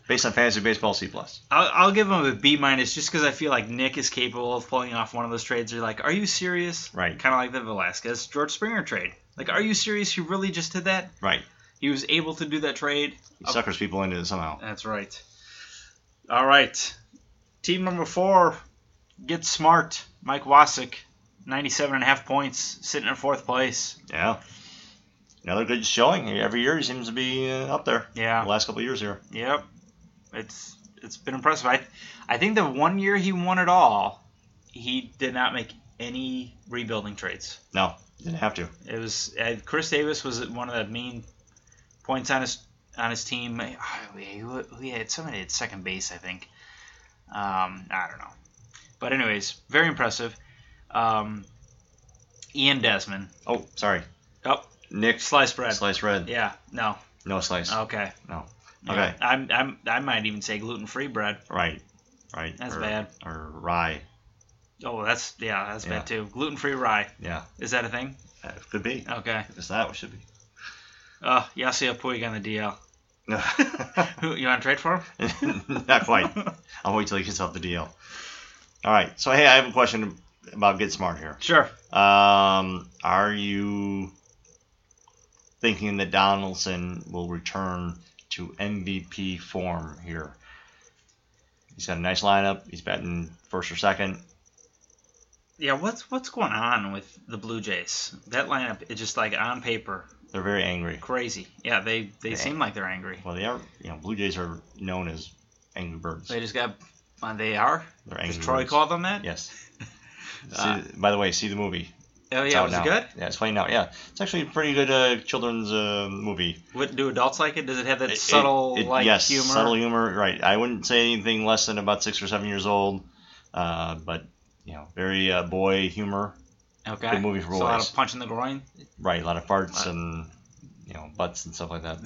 [SPEAKER 2] based on fantasy baseball, C plus.
[SPEAKER 1] I'll, I'll give him a B minus just because I feel like Nick is capable of pulling off one of those trades. You're like, are you serious?
[SPEAKER 2] Right.
[SPEAKER 1] Kind of like the Velasquez George Springer trade. Like, are you serious? You really just did that?
[SPEAKER 2] Right.
[SPEAKER 1] He was able to do that trade.
[SPEAKER 2] He suckers people into it somehow.
[SPEAKER 1] That's right. All right. Team number four, get smart. Mike Wasick, 97 and a half points, sitting in fourth place.
[SPEAKER 2] Yeah. Another good showing. Every year he seems to be uh, up there.
[SPEAKER 1] Yeah.
[SPEAKER 2] The last couple of years here.
[SPEAKER 1] Yep. It's it's been impressive. I I think the one year he won it all, he did not make any rebuilding trades.
[SPEAKER 2] No, didn't have to.
[SPEAKER 1] It was uh, Chris Davis was one of the main points on his on his team. Ah, We, we had somebody at second base, I think. Um, I don't know, but anyways, very impressive. Um, Ian Desmond,
[SPEAKER 2] Oh, sorry.
[SPEAKER 1] oh,
[SPEAKER 2] Nick
[SPEAKER 1] slice bread.
[SPEAKER 2] Slice Red.
[SPEAKER 1] Yeah, no,
[SPEAKER 2] No slice.
[SPEAKER 1] okay,
[SPEAKER 2] No.
[SPEAKER 1] Yeah.
[SPEAKER 2] Okay.
[SPEAKER 1] I'm, I'm I might even say gluten free bread.
[SPEAKER 2] Right. Right.
[SPEAKER 1] That's
[SPEAKER 2] or,
[SPEAKER 1] bad.
[SPEAKER 2] Or rye.
[SPEAKER 1] Oh, that's yeah, that's
[SPEAKER 2] Yeah.
[SPEAKER 1] bad too. Gluten free rye
[SPEAKER 2] Yeah.
[SPEAKER 1] is that a thing?
[SPEAKER 2] Uh, could be.
[SPEAKER 1] Okay.
[SPEAKER 2] If it's that, it should be.
[SPEAKER 1] Uh, Yasiel Puig on the DL.
[SPEAKER 2] No.
[SPEAKER 1] Who you want to trade for? him?
[SPEAKER 2] Not quite. I'll wait till he gets off the DL. All right. So hey, I have a question about Get Smart here.
[SPEAKER 1] Sure.
[SPEAKER 2] Um, are you thinking that Donaldson will return to MVP form here? He's got a nice lineup. He's batting first or second.
[SPEAKER 1] Yeah, what's what's going on with the Blue Jays? That lineup is just like on paper
[SPEAKER 2] They're very angry.
[SPEAKER 1] crazy. Yeah, they they
[SPEAKER 2] Yeah.
[SPEAKER 1] seem like they're angry.
[SPEAKER 2] Well, they are. You know, Blue Jays are known as angry birds.
[SPEAKER 1] They just got uh, they are.
[SPEAKER 2] They're angry
[SPEAKER 1] Does Troy
[SPEAKER 2] birds.
[SPEAKER 1] call them that?
[SPEAKER 2] Yes. See-
[SPEAKER 1] Uh,
[SPEAKER 2] by the way, see the movie.
[SPEAKER 1] Oh
[SPEAKER 2] It's
[SPEAKER 1] yeah,
[SPEAKER 2] out
[SPEAKER 1] was
[SPEAKER 2] now.
[SPEAKER 1] it good?
[SPEAKER 2] Yeah, it's playing out. Yeah, it's actually a pretty good uh, children's uh, movie.
[SPEAKER 1] What do adults like it? Does it have that
[SPEAKER 2] It- it-
[SPEAKER 1] subtle
[SPEAKER 2] it-
[SPEAKER 1] like
[SPEAKER 2] yes,
[SPEAKER 1] humor?
[SPEAKER 2] subtle humor. Right. I wouldn't say anything less than about six or seven years old, uh, but you know, very uh, boy humor.
[SPEAKER 1] okay.
[SPEAKER 2] Good movie for
[SPEAKER 1] So a lot
[SPEAKER 2] boys.
[SPEAKER 1] of punch in the groin.
[SPEAKER 2] Right. A lot of farts
[SPEAKER 1] Lot-
[SPEAKER 2] and you know butts and stuff like that.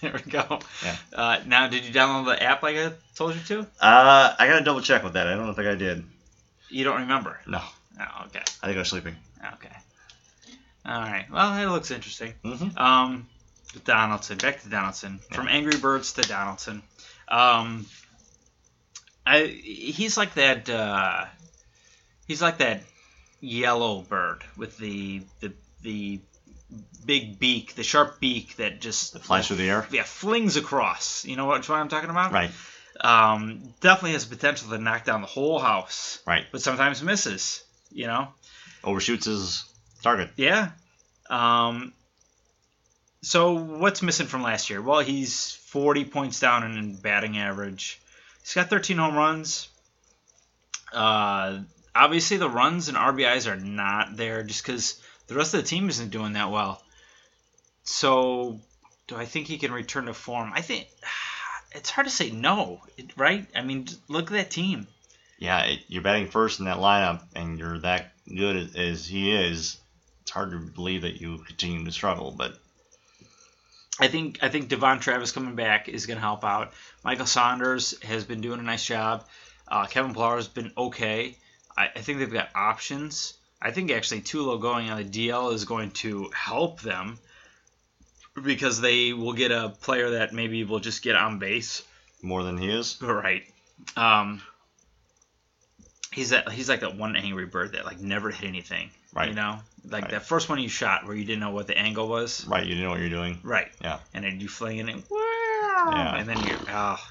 [SPEAKER 1] there we go.
[SPEAKER 2] Yeah.
[SPEAKER 1] Uh, now, did you download the app like I told you to?
[SPEAKER 2] Uh, I gotta double check with that. I don't think I did.
[SPEAKER 1] You don't remember?
[SPEAKER 2] No,
[SPEAKER 1] Oh, okay.
[SPEAKER 2] I think I was sleeping.
[SPEAKER 1] Okay. All right. Well, it looks interesting.
[SPEAKER 2] Mm-hmm.
[SPEAKER 1] Um, Donaldson. Back to Donaldson. From Angry Birds to Donaldson. Um, I he's like that. Uh, he's like that yellow bird with the the the big beak, the sharp beak that just
[SPEAKER 2] It flies through the air.
[SPEAKER 1] yeah flings across. You know what, what I'm talking about?
[SPEAKER 2] Right.
[SPEAKER 1] Um, definitely has potential to knock down the whole house,
[SPEAKER 2] Right.
[SPEAKER 1] but sometimes misses. You know.
[SPEAKER 2] Overshoots his target.
[SPEAKER 1] Yeah. Um, so what's missing from last year? Well, he's 40 points down in- in batting average. He's got 13 home runs. Uh, obviously, the runs and RBIs are not there just because the rest of the team isn't doing that well. So, do I think he can return to form? I think it's hard to say no, right? I mean, look at that team.
[SPEAKER 2] yeah, it- you're batting first in that lineup, and you're that good as- as he is. It's hard to believe that you continue to struggle, but
[SPEAKER 1] I think I think Devon Travis coming back is going to help out. Michael Saunders has been doing a nice job. Uh, Kevin Pillar has been okay. I, I think they've got options. I think actually Tulo going on the DL is going to help them. because they will get a player that maybe will just get on base.
[SPEAKER 2] more than he is.
[SPEAKER 1] Right. Um, he's that he's like that one angry bird that like never hit anything.
[SPEAKER 2] Right.
[SPEAKER 1] You know, like
[SPEAKER 2] Right.
[SPEAKER 1] that first one you shot where you didn't know what the angle was.
[SPEAKER 2] Right, you didn't know what you're doing.
[SPEAKER 1] Right.
[SPEAKER 2] Yeah.
[SPEAKER 1] And then you fling it and
[SPEAKER 2] Yeah.
[SPEAKER 1] and then you're ah,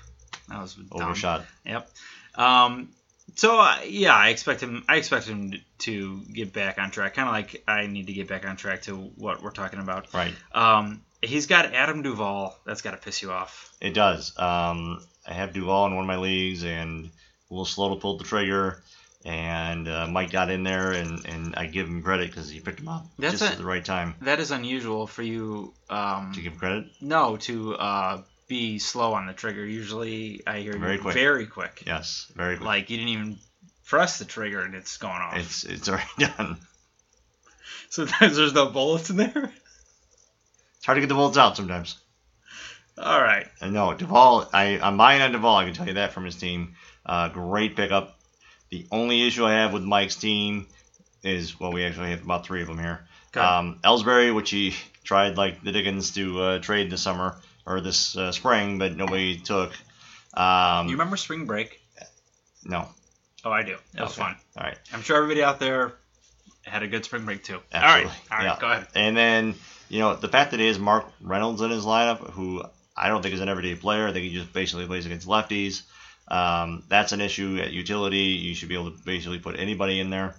[SPEAKER 1] that was dumb.
[SPEAKER 2] Overshot.
[SPEAKER 1] Yep. Um. So uh, yeah, I expect him. I expect him to get back on track. Kind of like I need to get back on track to what we're talking about.
[SPEAKER 2] Right.
[SPEAKER 1] Um. He's got Adam Duvall. That's got to piss you off.
[SPEAKER 2] It does. Um, I have Duval in one of my leagues, and a little slow to pull the trigger. And uh, Mike got in there, and, and I give him credit because he picked him up
[SPEAKER 1] That's
[SPEAKER 2] just
[SPEAKER 1] a-
[SPEAKER 2] at the right time.
[SPEAKER 1] That is unusual for you. Um.
[SPEAKER 2] To give him credit,
[SPEAKER 1] No, to uh, be slow on the trigger. Usually, I hear
[SPEAKER 2] Very
[SPEAKER 1] you
[SPEAKER 2] quick.
[SPEAKER 1] very quick.
[SPEAKER 2] yes, very. Quick.
[SPEAKER 1] Like you didn't even press the trigger and it's going off.
[SPEAKER 2] It's it's already done.
[SPEAKER 1] Sometimes there's no bullets in there.
[SPEAKER 2] It's hard to get the bullets out sometimes.
[SPEAKER 1] All right.
[SPEAKER 2] And no, Duvall. I I'm buying on Duvall. I can tell you that from his team. Uh, great pickup. The only issue I have with Mike's team is well, we actually have about three of them here. Um, Ellsbury, which he tried like the Dickens to uh, trade this summer or this uh, spring, but nobody took. Um,
[SPEAKER 1] you remember spring break?
[SPEAKER 2] no.
[SPEAKER 1] Oh,
[SPEAKER 2] All
[SPEAKER 1] I do. That was
[SPEAKER 2] Okay.
[SPEAKER 1] fun.
[SPEAKER 2] right.
[SPEAKER 1] I'm sure everybody out there had a good spring break too. All
[SPEAKER 2] Absolutely.
[SPEAKER 1] right. All right.
[SPEAKER 2] Yeah.
[SPEAKER 1] Go ahead.
[SPEAKER 2] And then, you know, the fact that he has Mark Reynolds in his lineup, who I don't think is an everyday player. I think he just basically plays against lefties. Um, that's an issue at utility. You should be able to basically put anybody in there.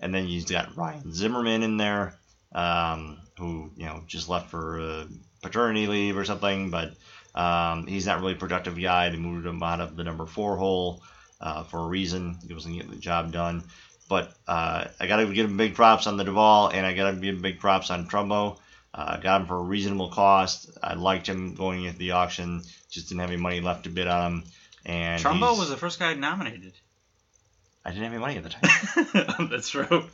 [SPEAKER 2] And then you've got Ryan Zimmerman in there, um, who, you know, just left for uh, paternity leave or something, but um, he's not really a productive guy. They moved him out of the number four hole uh, for a reason. He wasn't getting the job done. But uh, I got to give him big props on the Duvall, and I got to give him big props on Trumbo. Uh, got him for a reasonable cost. I liked him going into the auction. Just didn't have any money left to bid on him. And
[SPEAKER 1] Trumbo
[SPEAKER 2] he's-
[SPEAKER 1] was the first guy nominated.
[SPEAKER 2] I didn't have any money at the time.
[SPEAKER 1] That's true.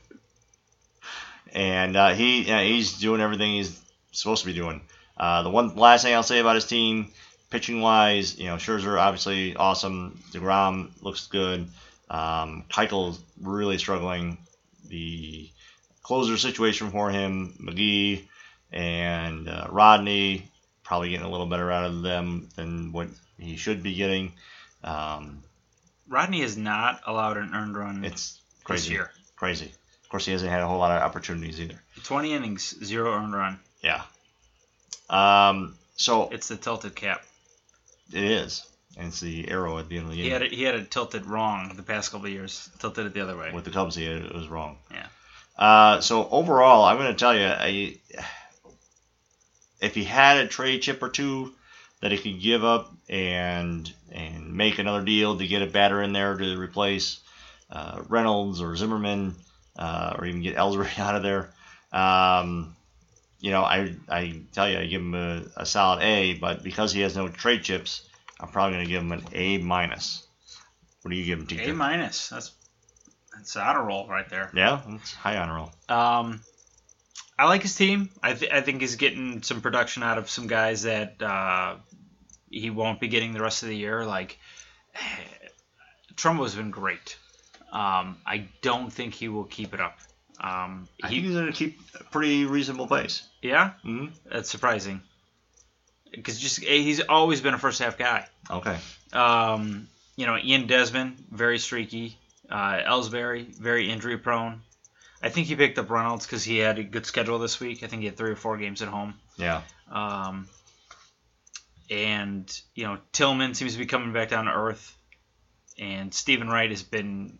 [SPEAKER 2] and uh, he you know, he's doing everything he's supposed to be doing. Uh, the one last thing I'll say about his team, pitching wise, you know Scherzer obviously awesome. Degrom looks good. Um, Keuchel's really struggling. The closer situation for him, McGee and uh, Rodney, probably getting a little better out of them than what he should be getting. Um,
[SPEAKER 1] Rodney has not allowed an earned run
[SPEAKER 2] it's
[SPEAKER 1] this
[SPEAKER 2] crazy,
[SPEAKER 1] year.
[SPEAKER 2] crazy. Of course, he hasn't had a whole lot of opportunities either.
[SPEAKER 1] 20 innings, zero earned run.
[SPEAKER 2] Yeah. Um, so
[SPEAKER 1] It's the tilted cap.
[SPEAKER 2] it is. And it's the arrow at the end of the
[SPEAKER 1] He
[SPEAKER 2] game.
[SPEAKER 1] had it, he had it tilted wrong the past couple of years. Tilted it the other way.
[SPEAKER 2] With the Cubs, he had, it was wrong.
[SPEAKER 1] Yeah.
[SPEAKER 2] Uh, so overall, I'm going to tell you, I, if he had a trade chip or two that he could give up and and make another deal to get a batter in there to replace uh, Reynolds or Zimmerman uh, or even get Ellsbury out of there, um, you know, I I tell you, I give him a, a solid A, but because he has no trade chips, I'm probably going to give him an A minus. What do you give him, TJ?
[SPEAKER 1] A minus. That's that's honor roll right there.
[SPEAKER 2] Yeah, it's high honor roll.
[SPEAKER 1] Um, I like his team. I th- I think he's getting some production out of some guys that uh, he won't be getting the rest of the year. Like Trumbo's been great. Um, I don't think he will keep it up. Um,
[SPEAKER 2] I think
[SPEAKER 1] he,
[SPEAKER 2] he's going to keep a pretty reasonable pace.
[SPEAKER 1] yeah,
[SPEAKER 2] hmm
[SPEAKER 1] that's surprising. Because just eh, he's always been a first half guy.
[SPEAKER 2] Okay.
[SPEAKER 1] Um, you know, Ian Desmond, very streaky. Uh, Ellsbury, very injury prone. I think he picked up Reynolds because he had a good schedule this week. I think he had three or four games at home.
[SPEAKER 2] Yeah.
[SPEAKER 1] Um, and, you know, Tillman seems to be coming back down to earth. And Stephen Wright has been,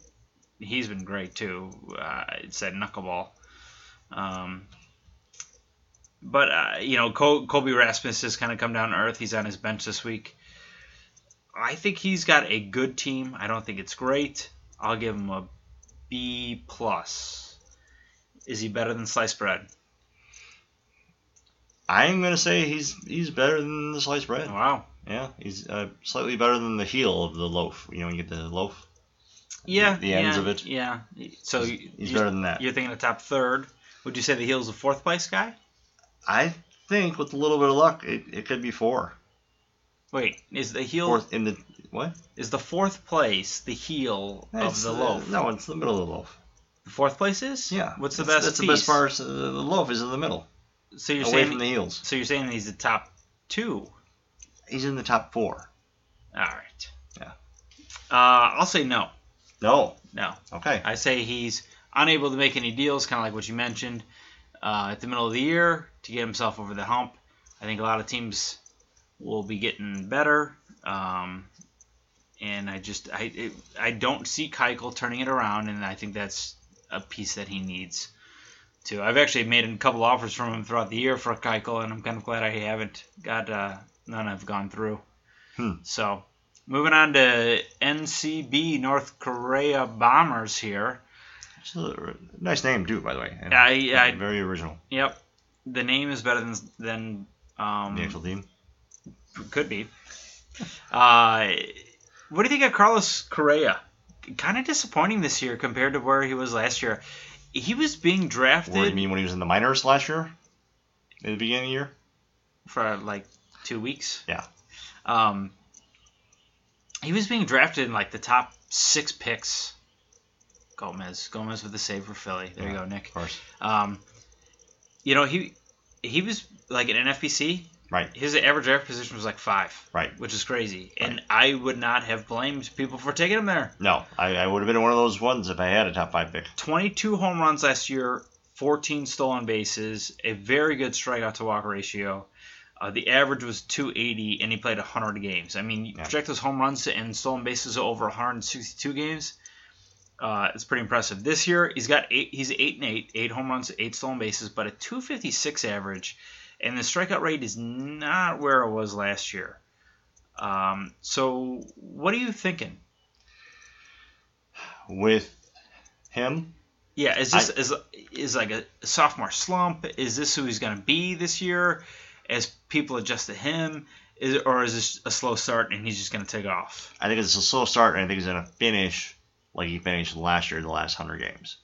[SPEAKER 1] he's been great too. Uh, it's that knuckleball. Um, but, uh, you know, Col- Colby Rasmus has kind of come down to earth. He's on his bench this week. I think he's got a good team. I don't think it's great. I'll give him a B plus. Is he better than sliced bread?
[SPEAKER 2] I'm going to say he's he's better than the sliced bread.
[SPEAKER 1] Wow.
[SPEAKER 2] Yeah, he's uh, slightly better than the heel of the loaf. You know, you get the loaf.
[SPEAKER 1] Yeah.
[SPEAKER 2] The ends
[SPEAKER 1] yeah,
[SPEAKER 2] of it.
[SPEAKER 1] Yeah. So
[SPEAKER 2] He's, he's
[SPEAKER 1] you,
[SPEAKER 2] better than that.
[SPEAKER 1] are thinking the top third. Would you say the heel's the fourth place guy?
[SPEAKER 2] I think with a little bit of luck, it, it could be four.
[SPEAKER 1] Wait, is the heel
[SPEAKER 2] Fourth in the what?
[SPEAKER 1] is the fourth place the heel
[SPEAKER 2] It's,
[SPEAKER 1] of the
[SPEAKER 2] uh,
[SPEAKER 1] loaf?
[SPEAKER 2] no, it's the middle of the loaf.
[SPEAKER 1] The fourth place is?
[SPEAKER 2] Yeah.
[SPEAKER 1] What's the
[SPEAKER 2] That's-
[SPEAKER 1] best
[SPEAKER 2] That's
[SPEAKER 1] piece?
[SPEAKER 2] the best part. is, uh, The loaf is in the middle.
[SPEAKER 1] So you're
[SPEAKER 2] away
[SPEAKER 1] saying
[SPEAKER 2] from the heels.
[SPEAKER 1] so you're saying he's the top two.
[SPEAKER 2] He's in the top four.
[SPEAKER 1] All right.
[SPEAKER 2] Yeah.
[SPEAKER 1] Uh, I'll say no.
[SPEAKER 2] No.
[SPEAKER 1] No.
[SPEAKER 2] Okay.
[SPEAKER 1] I say he's unable to make any deals, kind of like what you mentioned uh, at the middle of the year to get himself over the hump. I think a lot of teams will be getting better, um, and I just I it, I don't see Keuchel turning it around, and I think that's a piece that he needs. To I've actually made a couple offers from him throughout the year for Keuchel, and I'm kind of glad I haven't got uh, none. I've gone through.
[SPEAKER 2] Hmm.
[SPEAKER 1] So moving on to NCB North Korea Bombers here.
[SPEAKER 2] It's a nice name too, by the way. And
[SPEAKER 1] Yeah, I- I-
[SPEAKER 2] very original.
[SPEAKER 1] Yep. The name is better than than um
[SPEAKER 2] The actual team.
[SPEAKER 1] could be. Uh, what do you think of Carlos Correa? Kind of disappointing this year compared to where he was last year. He was being
[SPEAKER 2] What do you
[SPEAKER 1] drafted
[SPEAKER 2] mean when he was in the minors last year? In the beginning of the year?
[SPEAKER 1] for like two weeks.
[SPEAKER 2] Yeah.
[SPEAKER 1] Um, he was being drafted in like the top six picks. Gomez, Gomez with the save for Philly. There you
[SPEAKER 2] Yeah.
[SPEAKER 1] go, Nick.
[SPEAKER 2] Of course.
[SPEAKER 1] Um, you know he he was like in an FBC.
[SPEAKER 2] Right.
[SPEAKER 1] His average draft position was like five.
[SPEAKER 2] Right.
[SPEAKER 1] which is crazy. And I would not have blamed people for taking him there.
[SPEAKER 2] No, I, I would have been one of those ones if I had a top five pick.
[SPEAKER 1] 22 home runs last year, 14 stolen bases, a very good strikeout to walk ratio. Uh, the average was 280, and he played 100 games. I mean, you
[SPEAKER 2] Yeah.
[SPEAKER 1] project those home runs and stolen bases over 162 games. Uh, it's pretty impressive. This year, he's got eight. He's eight and eight, eight home runs, eight stolen bases, but a 256 average, and the strikeout rate is not where it was last year. Um, so, what are you thinking?
[SPEAKER 2] With him,
[SPEAKER 1] Yeah, is this is is like a sophomore slump? Is this who he's going to be this year? As people adjust to him, is or is this a slow start and he's just going to take off?
[SPEAKER 2] I think it's a slow start, and I think he's going to finish like he finished last year in the last 100 games.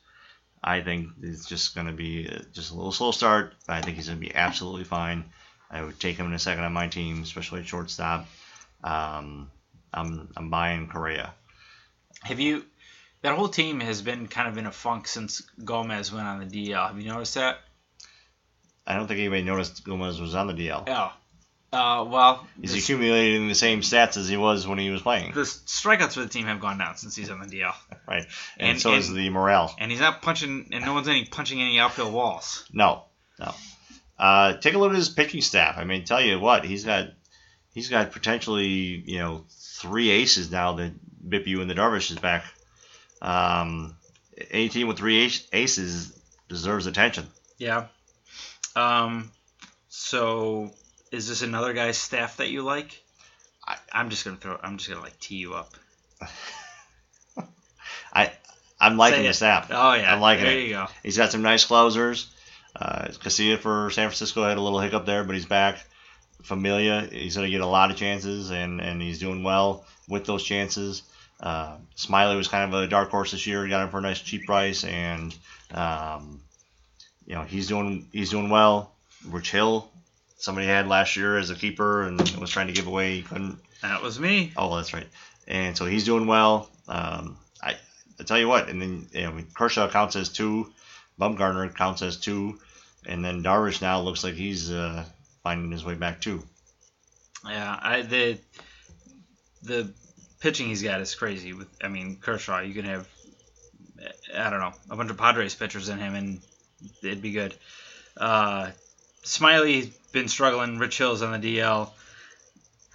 [SPEAKER 2] I think it's just going to be uh, just a little slow start, but I think he's going to be absolutely fine. I would take him in a second on my team, especially at shortstop. Um, I'm, I'm buying Correa.
[SPEAKER 1] Have you? That whole team has been kind of in a funk since Gomez went on the DL. Have you noticed that?
[SPEAKER 2] I don't think anybody noticed Gomez was on the DL.
[SPEAKER 1] Oh, uh, well,
[SPEAKER 2] He's
[SPEAKER 1] the-
[SPEAKER 2] accumulating the same stats as he was when he was playing,
[SPEAKER 1] the strikeouts for the team have gone down since he's on the DL,
[SPEAKER 2] right? And,
[SPEAKER 1] and-
[SPEAKER 2] so is
[SPEAKER 1] and-
[SPEAKER 2] the morale.
[SPEAKER 1] and he's not punching, and no one's any punching any outfield walls.
[SPEAKER 2] No, no. Uh, take a look at his pitching staff. I mean, tell you what, he's got he's got potentially you know three aces now that Bipu and the Darvish is back. Um, any team with three ace- aces deserves attention.
[SPEAKER 1] Yeah. Um. So, is this another guy's staff that you like? I, I'm just gonna throw. I'm just gonna like tee you up.
[SPEAKER 2] I'm liking
[SPEAKER 1] Say it.
[SPEAKER 2] this app.
[SPEAKER 1] Oh yeah,
[SPEAKER 2] I'm liking
[SPEAKER 1] there
[SPEAKER 2] it.
[SPEAKER 1] you go.
[SPEAKER 2] He's got some nice closers. Uh, Casilla for San Francisco had a little hiccup there, but he's back. Familia, he's going to get a lot of chances, and, and he's doing well with those chances. Uh, Smiley was kind of a dark horse this year. Got him for a nice cheap price, and um, you know he's doing he's doing well. Rich Hill, somebody had last year as a keeper and was trying to give away, he couldn't.
[SPEAKER 1] That was me.
[SPEAKER 2] Oh, that's right. And so he's doing well. Um, I, I tell you what, and then you know, Kershaw counts as two, Bumgarner counts as two, and then Darvish now looks like he's uh, finding his way back too.
[SPEAKER 1] Yeah. I the the pitching he's got is crazy. With I mean Kershaw, you can have I don't know a bunch of Padres pitchers in him, and it'd be good. Uh, Smiley's been struggling. Rich Hill's on the DL.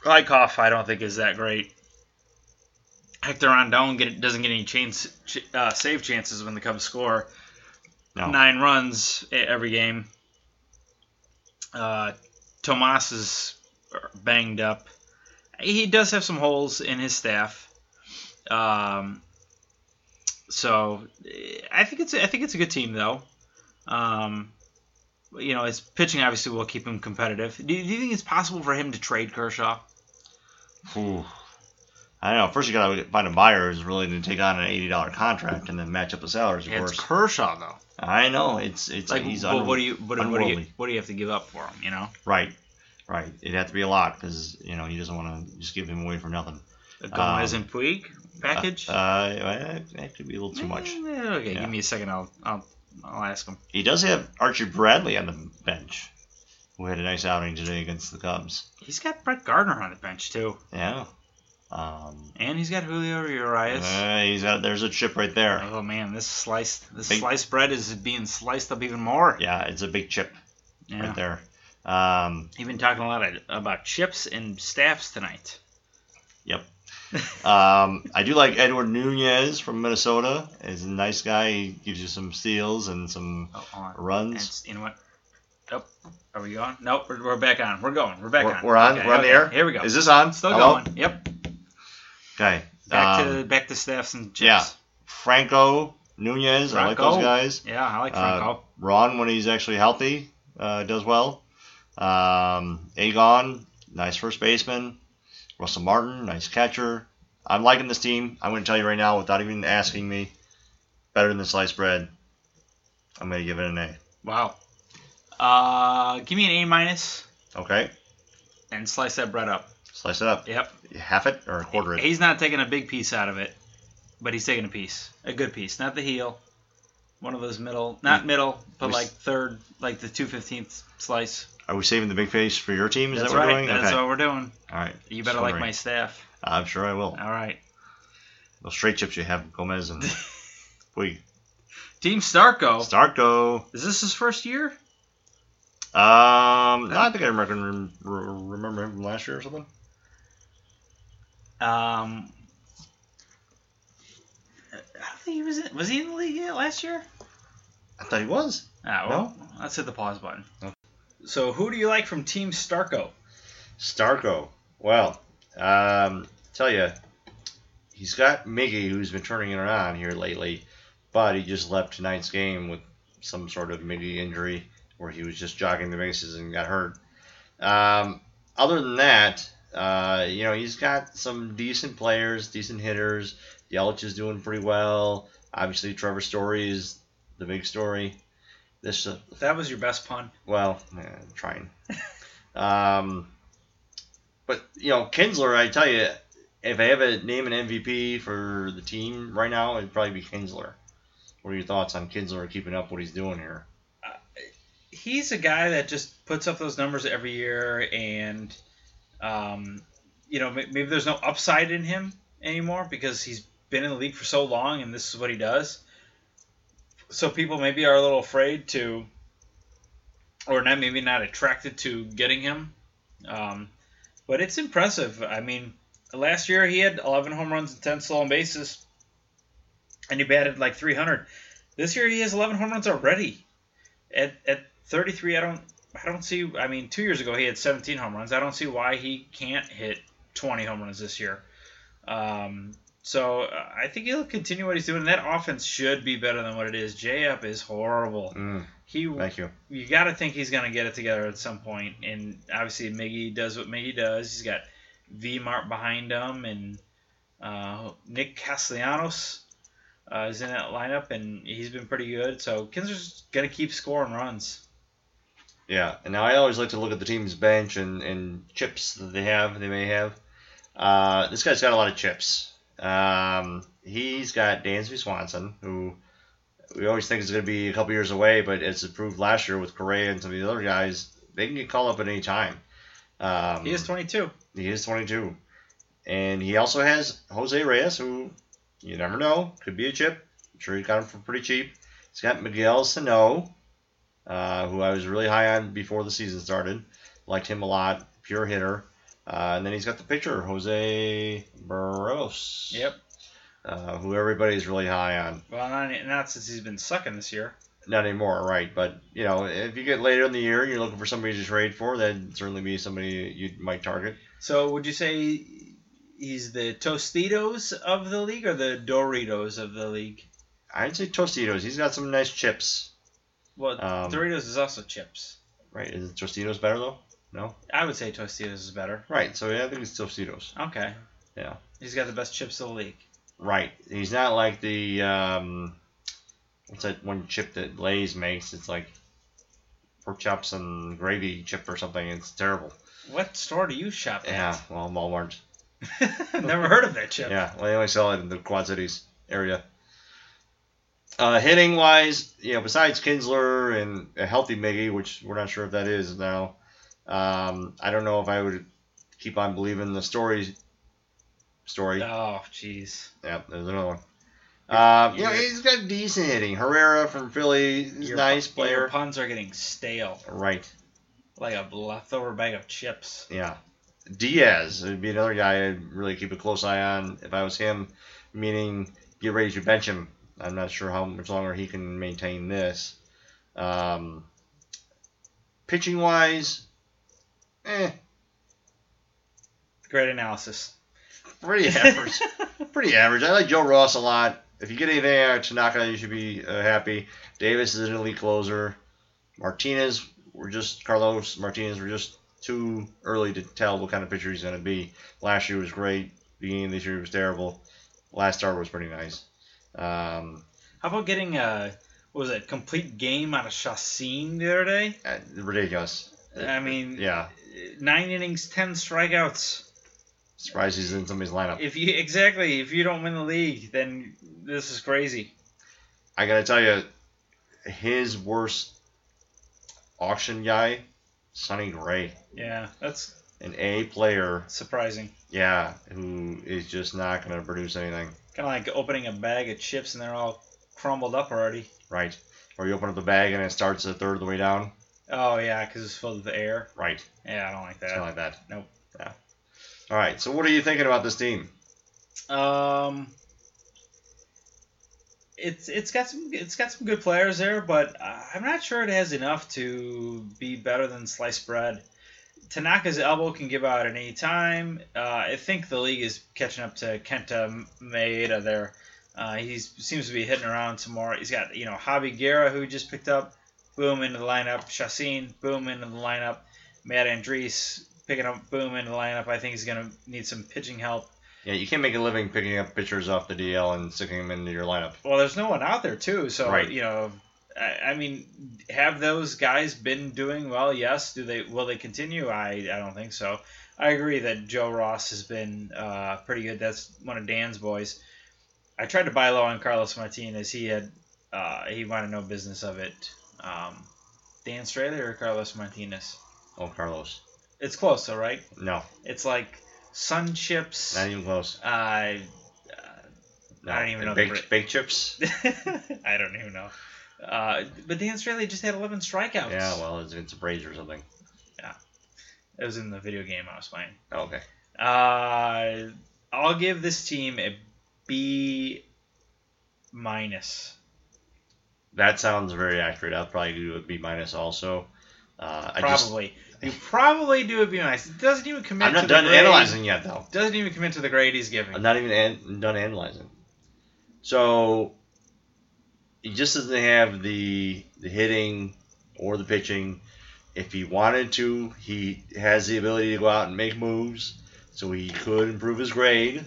[SPEAKER 1] Glykoff, I don't think is that great. Hector Rondon get, doesn't get any chance, ch- uh, save chances when the Cubs score.
[SPEAKER 2] No.
[SPEAKER 1] Nine runs e- every game. Uh, Tomas is banged up. He does have some holes in his staff. Um, so eh, I think it's I think it's a good team though. Um, you know, his pitching obviously will keep him competitive. Do, do you think it's possible for him to trade Kershaw?
[SPEAKER 2] Ooh. I don't know. First, you gotta find a buyer who's willing to take on an eighty dollar contract and then match up the salaries, of
[SPEAKER 1] Yeah, it's
[SPEAKER 2] course.
[SPEAKER 1] Kershaw though.
[SPEAKER 2] I know it's it's
[SPEAKER 1] Like,
[SPEAKER 2] he's
[SPEAKER 1] well,
[SPEAKER 2] under-
[SPEAKER 1] what do you what, what do you
[SPEAKER 2] unworldly.
[SPEAKER 1] what do you have to give up for him? You know,
[SPEAKER 2] right, right. It'd have to be a lot because you know he doesn't want to just give him away for nothing.
[SPEAKER 1] a Gomez
[SPEAKER 2] Um,
[SPEAKER 1] and Puig package.
[SPEAKER 2] Uh, uh, that could be a little too much.
[SPEAKER 1] Eh, Okay,
[SPEAKER 2] Yeah.
[SPEAKER 1] give me a second. I'll I'll, I'll ask him.
[SPEAKER 2] He does have Archie Bradley on the bench. who had a nice outing today against the Cubs.
[SPEAKER 1] He's got Brett Gardner on the bench too,
[SPEAKER 2] Yeah. Um,
[SPEAKER 1] and he's got Julio Urias.
[SPEAKER 2] uh, he's out, there's a chip right there.
[SPEAKER 1] oh man, this sliced this
[SPEAKER 2] Big-
[SPEAKER 1] sliced bread is being sliced up even more.
[SPEAKER 2] Yeah, it's a big chip
[SPEAKER 1] Yeah.
[SPEAKER 2] right there. Um,
[SPEAKER 1] You've been talking a lot of, about chips and staffs tonight.
[SPEAKER 2] yep. um, I do like Edward Nunez from Minnesota. He's a nice guy. He gives you some steals and some
[SPEAKER 1] Oh, hold on.
[SPEAKER 2] runs.
[SPEAKER 1] That's, you know what? Nope. Are we going? Nope. We're, we're back on. We're going. We're back
[SPEAKER 2] we're,
[SPEAKER 1] on.
[SPEAKER 2] we're on.
[SPEAKER 1] Okay,
[SPEAKER 2] we're on the
[SPEAKER 1] okay.
[SPEAKER 2] air.
[SPEAKER 1] Here we go.
[SPEAKER 2] Is this on?
[SPEAKER 1] Still
[SPEAKER 2] Hello?
[SPEAKER 1] going. Yep.
[SPEAKER 2] Okay.
[SPEAKER 1] Back
[SPEAKER 2] Um,
[SPEAKER 1] to back to staffs and chips.
[SPEAKER 2] yeah. Franco Nunez. I like those
[SPEAKER 1] Franco.
[SPEAKER 2] guys.
[SPEAKER 1] Yeah, I like
[SPEAKER 2] Uh,
[SPEAKER 1] Franco.
[SPEAKER 2] Ron, when he's actually healthy, uh, does well. Um, Agon, nice first baseman. Russell Martin, nice catcher. I'm liking this team. I'm going to tell you right now, without even asking me, better than the sliced bread. I'm going to give it an A.
[SPEAKER 1] wow. Uh, give me an A minus
[SPEAKER 2] Okay,
[SPEAKER 1] and slice that bread up.
[SPEAKER 2] slice it up,
[SPEAKER 1] Yep.
[SPEAKER 2] half it or a quarter it.
[SPEAKER 1] He's not taking a big piece out of it, but he's taking a piece, a good piece, not the heel, one of those middle,
[SPEAKER 2] Mm.
[SPEAKER 1] not middle, but
[SPEAKER 2] we-
[SPEAKER 1] like third, like the two fifteenth slice.
[SPEAKER 2] Are we saving the big face for your team? Is
[SPEAKER 1] That's
[SPEAKER 2] that what
[SPEAKER 1] right.
[SPEAKER 2] we're doing?
[SPEAKER 1] That's
[SPEAKER 2] okay.
[SPEAKER 1] what we're doing.
[SPEAKER 2] All right.
[SPEAKER 1] You better
[SPEAKER 2] Just
[SPEAKER 1] like my
[SPEAKER 2] wondering.
[SPEAKER 1] staff.
[SPEAKER 2] I'm sure I will.
[SPEAKER 1] All right.
[SPEAKER 2] Those straight chips you have, Gomez and we
[SPEAKER 1] Team Starco.
[SPEAKER 2] Starko.
[SPEAKER 1] Is this his first year?
[SPEAKER 2] Um, no, I think I remember, remember him from last year or something.
[SPEAKER 1] Um, I don't think he was. In, was he in the league yet last year?
[SPEAKER 2] I thought he was.
[SPEAKER 1] Ah, well, let's hit the pause button. So, who do you like from Team Starco?
[SPEAKER 2] Starco. Well, um, tell you, he's got Miggy, who's been turning it around here lately, but he just left tonight's game with some sort of Miggy injury where he was just jogging the bases and got hurt. Um, other than that, uh, you know, he's got some decent players, decent hitters. Yelich is doing pretty well. Obviously, Trevor Story is the big story. This uh,
[SPEAKER 1] That was your best pun.
[SPEAKER 2] well, eh, trying. um, but you know, Kinsler, I tell you, if I have a name an MVP for the team right now, it'd probably be Kinsler. What are your thoughts on Kinsler keeping up what he's doing here?
[SPEAKER 1] he's a guy that just puts up those numbers every year, and um, you know may- maybe there's no upside in him anymore because he's been in the league for so long, and this is what he does. So people maybe are a little afraid to, or not maybe not attracted to getting him, um, but it's impressive. I mean, last year he had 11 home runs and 10 stolen bases, and he batted like 300. This year he has 11 home runs already at, at 33 i don't i don't see i mean two years ago he had 17 home runs i don't see why he can't hit 20 home runs this year um, so uh, i think he'll continue what he's doing that offense should be better than what it is j up is horrible
[SPEAKER 2] Mm,
[SPEAKER 1] he
[SPEAKER 2] thank you.
[SPEAKER 1] you got to think he's going to get it together at some point. And obviously, Miggy does what Miggy does. He's got V Mart behind him, and uh, Nick Castellanos uh, is in that lineup, and he's been pretty good. So Kinsler's going to keep scoring runs.
[SPEAKER 2] Yeah, and now I always like to look at the team's bench and, and chips that they have, they may have. Uh, this guy's got a lot of chips. Um, he's got Dansby Swanson, who we always think is going to be a couple years away, but it's proved last year with Correa and some of the other guys. They can get called up at any time. Um,
[SPEAKER 1] He is 22.
[SPEAKER 2] he is 22. And he also has Jose Reyes, who you never know, could be a chip. I'm sure he got him for pretty cheap. He's got Miguel Sano, uh, who I was really high on before the season started. Liked him a lot, pure hitter. Uh, and then he's got the pitcher, Jose Barros,
[SPEAKER 1] Yep.
[SPEAKER 2] uh, who everybody's really high on.
[SPEAKER 1] Well, not, not since he's been sucking this year.
[SPEAKER 2] Not anymore, right? But you know, if you get later in the year and you're looking for somebody to trade for, that'd certainly be somebody you might target.
[SPEAKER 1] So would you say he's the Tostitos of the league or the Doritos of the league?
[SPEAKER 2] I'd say Tostitos. He's got some nice chips.
[SPEAKER 1] Well,
[SPEAKER 2] Um,
[SPEAKER 1] Doritos is also chips.
[SPEAKER 2] Right? Is Tostitos better though? No.
[SPEAKER 1] I would say Tostitos is better.
[SPEAKER 2] Right. So yeah, I think it's Tostitos.
[SPEAKER 1] Okay.
[SPEAKER 2] Yeah.
[SPEAKER 1] He's got the best chips of the league.
[SPEAKER 2] Right. He's not like the um, what's that one chip that Lay's makes? It's like pork chops and gravy chip or something. It's terrible.
[SPEAKER 1] What store do you shop
[SPEAKER 2] Yeah.
[SPEAKER 1] at?
[SPEAKER 2] Well, Walmart.
[SPEAKER 1] Never heard of that chip.
[SPEAKER 2] Yeah. Well, they only sell it in the Quad Cities area. Uh, hitting wise, you know, besides Kinsler and a healthy Miggy, which we're not sure if that is now, Um, I don't know if I would keep on believing the story. Story.
[SPEAKER 1] Oh, jeez.
[SPEAKER 2] Yeah, there's another one. Um, you know,
[SPEAKER 1] You're-
[SPEAKER 2] he's got decent hitting. Herrera from Philly is a
[SPEAKER 1] Your-
[SPEAKER 2] nice
[SPEAKER 1] Your
[SPEAKER 2] player.
[SPEAKER 1] puns are getting stale,
[SPEAKER 2] Right.
[SPEAKER 1] like a leftover bag of chips.
[SPEAKER 2] Yeah. Diaz would be another guy I'd really keep a close eye on if I was him, meaning get ready to bench him. I'm not sure how much longer he can maintain this. Um, pitching wise, eh,
[SPEAKER 1] Great analysis.
[SPEAKER 2] pretty average. pretty average. I like Joe Ross a lot. If you get anything out of Tanaka, you should be uh, happy. Davis is an elite closer. Martinez, we're just Carlos Martinez. We're just too early to tell what kind of pitcher he's going to be. Last year was great. Beginning of this year was terrible. Last start was pretty nice. Um,
[SPEAKER 1] How about getting a what was it complete game out of Chassin the other day?
[SPEAKER 2] uh, ridiculous.
[SPEAKER 1] I mean,
[SPEAKER 2] Yeah,
[SPEAKER 1] nine innings, ten strikeouts.
[SPEAKER 2] surprised he's in somebody's lineup.
[SPEAKER 1] If you exactly, if you don't win the league, then this is crazy.
[SPEAKER 2] I gotta tell you, his worst auction guy, Sonny Gray,
[SPEAKER 1] Yeah, that's
[SPEAKER 2] an A player.
[SPEAKER 1] surprising.
[SPEAKER 2] Yeah, who is just not going to produce anything,
[SPEAKER 1] Kind of like opening a bag of chips and they're all crumbled up already.
[SPEAKER 2] right? Or you open up the bag and it starts a third of the way down,
[SPEAKER 1] Oh yeah, because it's filled with air.
[SPEAKER 2] right?
[SPEAKER 1] Yeah, I don't like
[SPEAKER 2] Something
[SPEAKER 1] that.
[SPEAKER 2] like that.
[SPEAKER 1] Nope.
[SPEAKER 2] Yeah. All right. So what are you thinking about this team?
[SPEAKER 1] Um, it's it's got some it's got some good players there, but I- I'm not sure it has enough to be better than sliced bread. Tanaka's elbow can give out at any time. Uh, I think the league is catching up to Kenta Maeda there. Uh, he seems to be hitting around some more. He's got you know Javi Guerra who he just picked up, boom into the lineup. Chassin, boom into the lineup. Matt Andrees picking up boom into the lineup. I think he's gonna need some pitching help.
[SPEAKER 2] Yeah, you can't make a living picking up pitchers off the DL and sticking them into your lineup.
[SPEAKER 1] well, there's no one out there too. So
[SPEAKER 2] Right.
[SPEAKER 1] you know, I, I mean, have those guys been doing well? Yes. Do they? Will they continue? I I don't think so. I agree that Joe Ross has been uh, pretty good. That's one of Dan's boys. I tried to buy low on Carlos Martinez. He had uh, he wanted no business of it. Um, Dan Straley or Carlos Martinez?
[SPEAKER 2] Oh, Carlos.
[SPEAKER 1] It's close though, right?
[SPEAKER 2] No,
[SPEAKER 1] It's like sun chips.
[SPEAKER 2] not even close.
[SPEAKER 1] Uh,
[SPEAKER 2] No.
[SPEAKER 1] I don't even
[SPEAKER 2] And
[SPEAKER 1] know the
[SPEAKER 2] baked,
[SPEAKER 1] Brit-
[SPEAKER 2] baked chips.
[SPEAKER 1] I don't even know. Uh, but Dan Straley just had 11 strikeouts.
[SPEAKER 2] Yeah, well, it's, it's a braise or something.
[SPEAKER 1] It was in the video game I was playing.
[SPEAKER 2] Okay.
[SPEAKER 1] Uh, I'll give this team a B minus.
[SPEAKER 2] That sounds very accurate. I'll probably do a B minus also. Uh, I just,
[SPEAKER 1] Probably. You probably do a B minus. It doesn't even commit
[SPEAKER 2] I'm not
[SPEAKER 1] to
[SPEAKER 2] done
[SPEAKER 1] the grade.
[SPEAKER 2] analyzing yet, though.
[SPEAKER 1] Doesn't even commit to the grade he's giving.
[SPEAKER 2] I'm not even an- done analyzing. So he just doesn't have the the hitting or the pitching. If he wanted to, he has the ability to go out and make moves, so he could improve his grade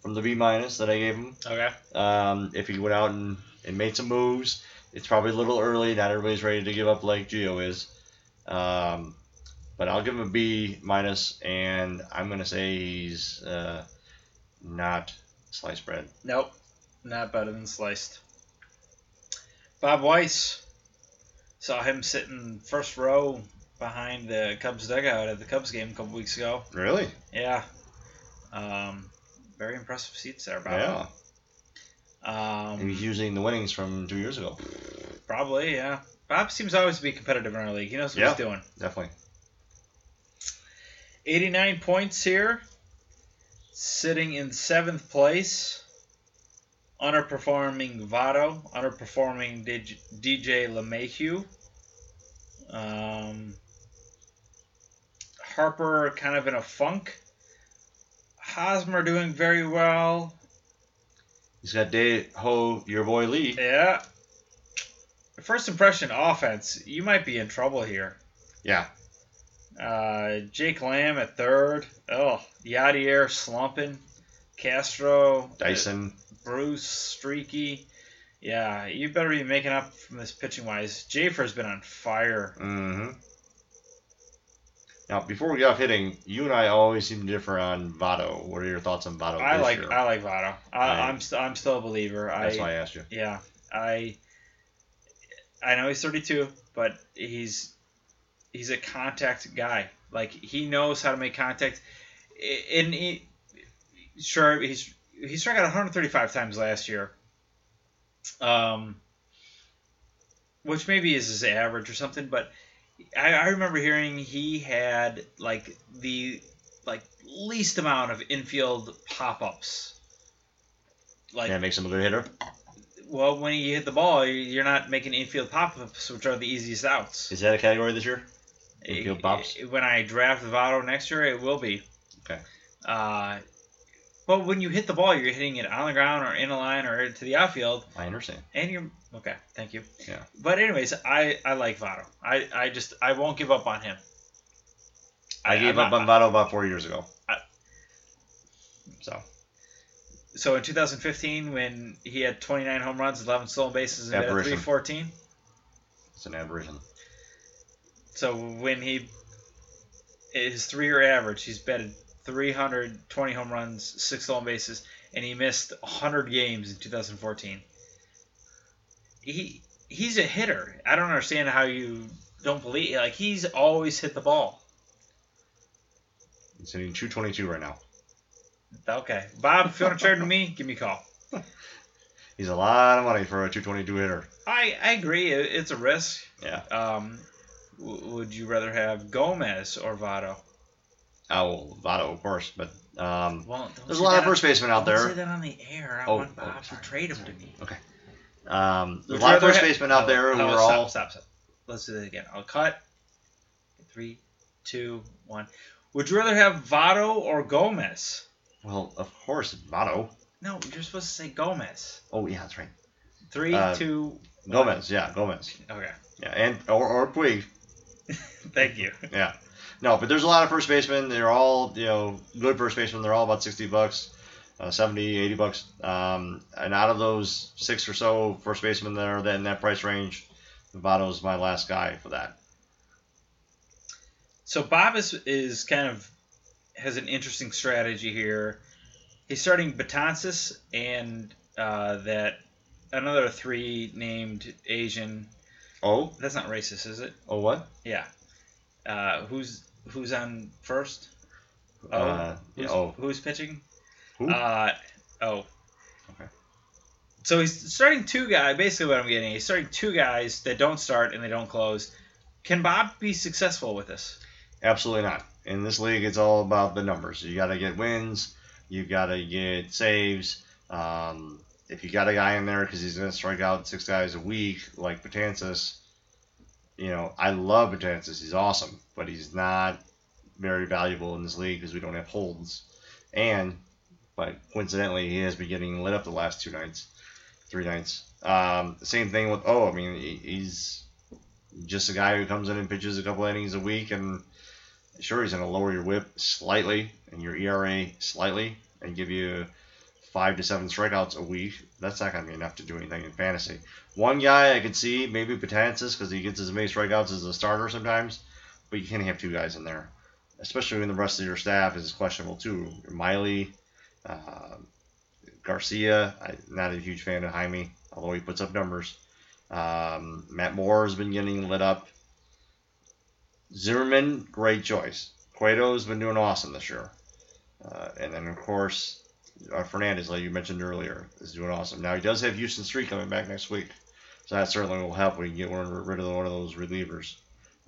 [SPEAKER 2] from the B minus that I gave him.
[SPEAKER 1] Okay.
[SPEAKER 2] Um, if he went out and, and made some moves, it's probably a little early. Not everybody's ready to give up like Gio is. Um, but I'll give him a B minus, and I'm going to say he's uh, not sliced bread.
[SPEAKER 1] Nope. Not better than sliced. Bob Weiss. Saw him sitting first row behind the Cubs dugout at the Cubs game a couple weeks ago.
[SPEAKER 2] Really?
[SPEAKER 1] Yeah. Um, very impressive seats there, Bob.
[SPEAKER 2] Yeah. And he's
[SPEAKER 1] Um,
[SPEAKER 2] using the winnings from two years ago.
[SPEAKER 1] probably, yeah. Bob seems to always to be competitive in our league. He knows what
[SPEAKER 2] Yeah.
[SPEAKER 1] he's doing.
[SPEAKER 2] Definitely.
[SPEAKER 1] 89 points here, sitting in seventh place. Underperforming Votto, underperforming DJ, DJ LeMahieu. Um, Harper kind of in a funk. Hosmer doing very well.
[SPEAKER 2] He's got Dave Ho, your boy Lee.
[SPEAKER 1] Yeah. First impression offense, you might be in trouble here.
[SPEAKER 2] Yeah.
[SPEAKER 1] Uh, Jake Lamb at third. Oh, Yadier slumping. Castro.
[SPEAKER 2] Dyson.
[SPEAKER 1] Bruce streaky. Yeah, you better be making up from this pitching wise. Jafer's been on fire.
[SPEAKER 2] hmm Now, before we get off hitting, you and I always seem to differ on Votto. What are your thoughts on Votto?
[SPEAKER 1] I
[SPEAKER 2] Oh, this
[SPEAKER 1] like
[SPEAKER 2] year?
[SPEAKER 1] I like Votto. I,
[SPEAKER 2] I-
[SPEAKER 1] I'm st- I'm still a believer.
[SPEAKER 2] That's
[SPEAKER 1] I,
[SPEAKER 2] why I asked you.
[SPEAKER 1] Yeah, I I know he's 32, but he's he's a contact guy. Like he knows how to make contact. I- And he, sure he's he struck out 135 times last year. Um, which maybe is his average or something, but I, I remember hearing he had like the like least amount of infield pop ups. Like
[SPEAKER 2] that makes him a good hitter.
[SPEAKER 1] well, when you hit the ball, you're not making infield pop ups, which are the easiest outs.
[SPEAKER 2] Is that a category this year? Infield
[SPEAKER 1] It-
[SPEAKER 2] pops?
[SPEAKER 1] it- When I draft Votto next year, it will be.
[SPEAKER 2] Okay.
[SPEAKER 1] Uh, but when you hit the ball, you're hitting it on the ground or in a line or to the outfield,
[SPEAKER 2] I understand.
[SPEAKER 1] and you're okay. Thank you.
[SPEAKER 2] Yeah.
[SPEAKER 1] But anyways, I I like Votto. I I just I won't give up on him.
[SPEAKER 2] I, gave
[SPEAKER 1] I'm
[SPEAKER 2] up
[SPEAKER 1] not-
[SPEAKER 2] on Votto about four years ago.
[SPEAKER 1] I-
[SPEAKER 2] so
[SPEAKER 1] So in 2015, when he had 29 home runs, 11 stolen bases, and hit a
[SPEAKER 2] Aberration.
[SPEAKER 1] 314.
[SPEAKER 2] it's an aberration.
[SPEAKER 1] So when he his three year average, he's batted 320 home runs, six stolen bases, and he missed 100 games in 2014. He he's a hitter. I don't understand how you don't believe like he's always hit the ball.
[SPEAKER 2] It's hitting 222 right now.
[SPEAKER 1] Okay, Bob, if you want to trade with me, give me a call.
[SPEAKER 2] He's a lot of money for a 222 hitter.
[SPEAKER 1] I I agree. It, it's a risk.
[SPEAKER 2] Yeah.
[SPEAKER 1] Um, w- would you rather have Gomez or Votto?
[SPEAKER 2] Oh, Votto, of course, but um,
[SPEAKER 1] Well, don't
[SPEAKER 2] there's a
[SPEAKER 1] say
[SPEAKER 2] lot of
[SPEAKER 1] that-
[SPEAKER 2] first basemen out
[SPEAKER 1] Don't say
[SPEAKER 2] there.
[SPEAKER 1] that on the air. I
[SPEAKER 2] Oh,
[SPEAKER 1] want
[SPEAKER 2] oh,
[SPEAKER 1] Bob
[SPEAKER 2] sorry,
[SPEAKER 1] to trade him to me.
[SPEAKER 2] Um,
[SPEAKER 1] Would
[SPEAKER 2] there's a lot
[SPEAKER 1] you
[SPEAKER 2] of
[SPEAKER 1] rather
[SPEAKER 2] first
[SPEAKER 1] ha-
[SPEAKER 2] basemen out there who
[SPEAKER 1] Hello,
[SPEAKER 2] are
[SPEAKER 1] Oh, stop,
[SPEAKER 2] all.
[SPEAKER 1] Stop, stop. Let's do that again. I'll cut. Three, two, one. Would you rather have Votto or Gomez?
[SPEAKER 2] Well, of course, Votto.
[SPEAKER 1] No, you're supposed to say Gomez.
[SPEAKER 2] Oh yeah, that's right.
[SPEAKER 1] Three, two.
[SPEAKER 2] Uh, Gomez, yeah, Gomez,
[SPEAKER 1] Okay.
[SPEAKER 2] yeah, and or, or Puig,
[SPEAKER 1] Thank you.
[SPEAKER 2] yeah. No, but there's a lot of first basemen. They're all you know good first basemen. They're all about 60 bucks, uh, 70, 80 bucks. Um, and out of those six or so first basemen that are that in that price range, Votto's my last guy for that.
[SPEAKER 1] So Bob is, is kind of has an interesting strategy here. He's starting Batansis and uh, that another three named Asian.
[SPEAKER 2] Oh,
[SPEAKER 1] That's not racist, is it?
[SPEAKER 2] oh what?
[SPEAKER 1] Yeah. Uh, who's who's on first? Oh,
[SPEAKER 2] uh, yeah,
[SPEAKER 1] Who's,
[SPEAKER 2] oh,
[SPEAKER 1] who's pitching?
[SPEAKER 2] Who?
[SPEAKER 1] Uh, oh.
[SPEAKER 2] Okay.
[SPEAKER 1] So he's starting two guys. Basically, what I'm getting, he's starting two guys that don't start and they don't close. Can Bob be successful with this?
[SPEAKER 2] Absolutely not. In this league, it's all about the numbers. You got to get wins. You got to get saves. Um, if you got a guy in there because he's going to strike out six guys a week, like Batansis, you know, I love Batansis. He's awesome, but he's not very valuable in this league because we don't have holds. And, but coincidentally, he has been getting lit up the last two nights, three nights. Um, same thing with Oh. I mean, he, he's just a guy who comes in and pitches a couple innings a week and sure he's going to lower your whip slightly and your ERA slightly and give you five to seven strikeouts a week. That's not going to be enough to do anything in fantasy. One guy I could see maybe Patansis because he gets as many strikeouts as a starter sometimes, but you can't have two guys in there, especially when the rest of your staff is questionable too. Miley, uh, Garcia, I'm not a huge fan of Jaime, although he puts up numbers. Um, Matt Moore has been getting lit up. Zimmerman, great choice. Cueto's been doing awesome this year. Uh, and then, of course, uh, Fernandez, like you mentioned earlier, is doing awesome. Now, he does have Houston Street coming back next week. So that certainly will help. We can get one, rid of one of those relievers.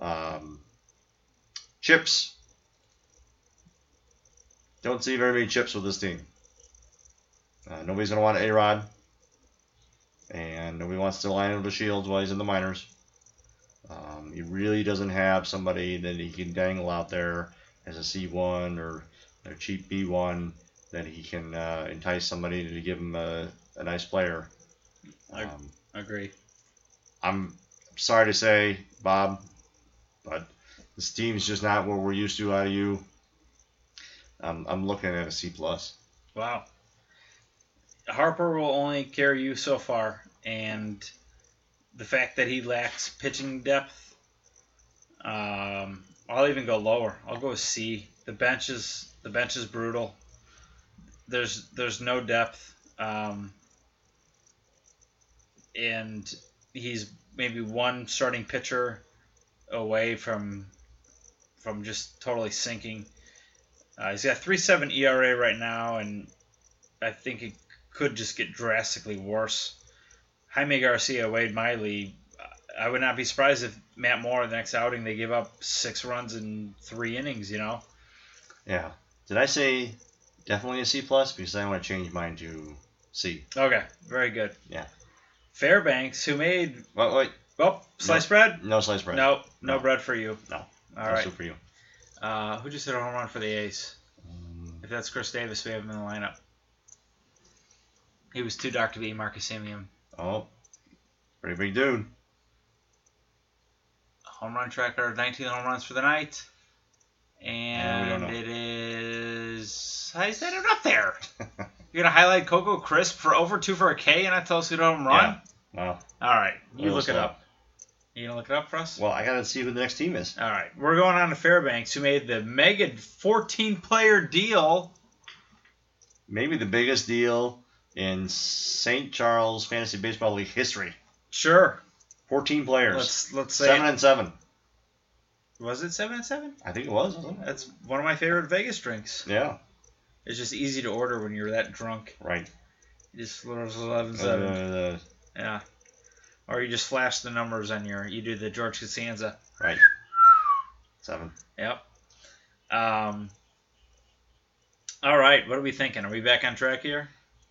[SPEAKER 2] Um, chips. Don't see very many chips with this team. Uh, nobody's going to want A Rod. And nobody wants to line up with Shields while he's in the minors. Um, he really doesn't have somebody that he can dangle out there as a C1 or a cheap B1 that he can uh, entice somebody to give him a, a nice player.
[SPEAKER 1] I-
[SPEAKER 2] Um,
[SPEAKER 1] Agree.
[SPEAKER 2] I'm sorry to say, Bob, but this team's just not what we're used to out of you. Um, I'm looking at a C plus.
[SPEAKER 1] Wow. Harper will only carry you so far, and the fact that he lacks pitching depth, um, I'll even go lower. I'll go C. The bench is the bench is brutal. There's there's no depth, um, and he's maybe one starting pitcher away from from just totally sinking. Uh, he's got 3.7 ERA right now, and I think it could just get drastically worse. Jaime Garcia, Wade Miley. I would not be surprised if Matt Moore, the next outing, they give up six runs in three innings. You know,
[SPEAKER 2] Yeah. Did I say definitely a C plus? Because I want to change mine to C.
[SPEAKER 1] Okay, very good.
[SPEAKER 2] Yeah.
[SPEAKER 1] Fairbanks, who made
[SPEAKER 2] Wait, wait.
[SPEAKER 1] well sliced bread?
[SPEAKER 2] No slice bread.
[SPEAKER 1] No, no
[SPEAKER 2] No.
[SPEAKER 1] bread for you.
[SPEAKER 2] No.
[SPEAKER 1] All
[SPEAKER 2] Also
[SPEAKER 1] right.
[SPEAKER 2] for you.
[SPEAKER 1] Uh, who just hit a home run for the A's?
[SPEAKER 2] Um,
[SPEAKER 1] If that's Chris Davis, we have him in the lineup. He was too dark to be Marcus Simeon.
[SPEAKER 2] Oh, pretty big dude.
[SPEAKER 1] Home run tracker, 19 home runs for the night.
[SPEAKER 2] don't
[SPEAKER 1] And
[SPEAKER 2] know.
[SPEAKER 1] it is. I said it up there. You're going to highlight Coco Crisp for over two for a K and not tell us who to home run?
[SPEAKER 2] Wow.
[SPEAKER 1] All right. You
[SPEAKER 2] That was
[SPEAKER 1] look it
[SPEAKER 2] low.
[SPEAKER 1] up. You going to look it up for us?
[SPEAKER 2] Well, I gotta see who the next team is.
[SPEAKER 1] All right, we're going on to Fairbanks, who made the mega 14-player deal.
[SPEAKER 2] Maybe the biggest deal in St. Charles Fantasy Baseball League history.
[SPEAKER 1] Sure,
[SPEAKER 2] 14 players.
[SPEAKER 1] let's let's say
[SPEAKER 2] seven and seven.
[SPEAKER 1] was it seven and seven?
[SPEAKER 2] I think it was. Wasn't it?
[SPEAKER 1] That's one of my favorite Vegas drinks.
[SPEAKER 2] Yeah.
[SPEAKER 1] It's just easy to order when you're that drunk.
[SPEAKER 2] Right.
[SPEAKER 1] You just orders eleven seven.
[SPEAKER 2] Uh,
[SPEAKER 1] yeah, or you just flash the numbers on your. You do the George Costanza.
[SPEAKER 2] right. Seven.
[SPEAKER 1] Yep. Um. All right, what are we thinking? Are we back on track here?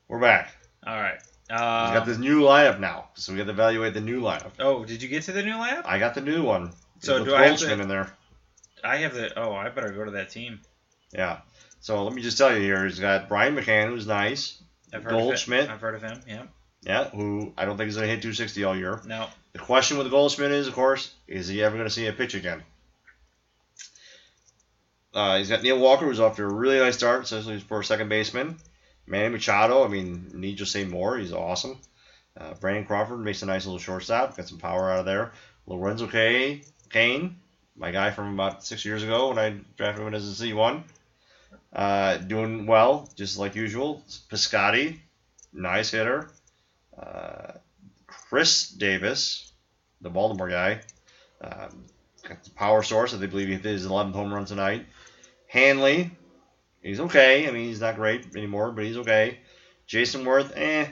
[SPEAKER 2] We're back.
[SPEAKER 1] All right.
[SPEAKER 2] We got
[SPEAKER 1] Uh,
[SPEAKER 2] this new lineup now, so we got to evaluate the new lineup.
[SPEAKER 1] oh, did you get to the new lineup?
[SPEAKER 2] I got the new one.
[SPEAKER 1] So
[SPEAKER 2] With
[SPEAKER 1] do I have
[SPEAKER 2] Goldschmidt
[SPEAKER 1] to-
[SPEAKER 2] in there?
[SPEAKER 1] I have the. Oh, I better go to that team.
[SPEAKER 2] Yeah. So let me just tell you here. He's got Brian McCann, who's nice.
[SPEAKER 1] I've heard Of
[SPEAKER 2] Goldschmidt.
[SPEAKER 1] him. I've heard of him. Yeah.
[SPEAKER 2] Yeah, who I don't think is going to hit 260 all year.
[SPEAKER 1] No.
[SPEAKER 2] The question with Goldschmidt is, of course, is he ever going to see a pitch again? Uh, he's got Neil Walker, who's off to a really nice start, especially for a second baseman. Manny Machado, I mean, need to say more. He's awesome. Uh, Brandon Crawford makes a nice little shortstop. Got some power out of there. Lorenzo Kay, Kane, my guy from about six years ago when I drafted him as a C1. Uh, doing well, just like usual. Piscotti, nice hitter. Uh, Chris Davis, the Baltimore guy, um, got the power source. I believe he hit his 11th home run tonight. Hanley, he's okay. I mean, he's not great anymore, but he's okay. Jason Worth, eh.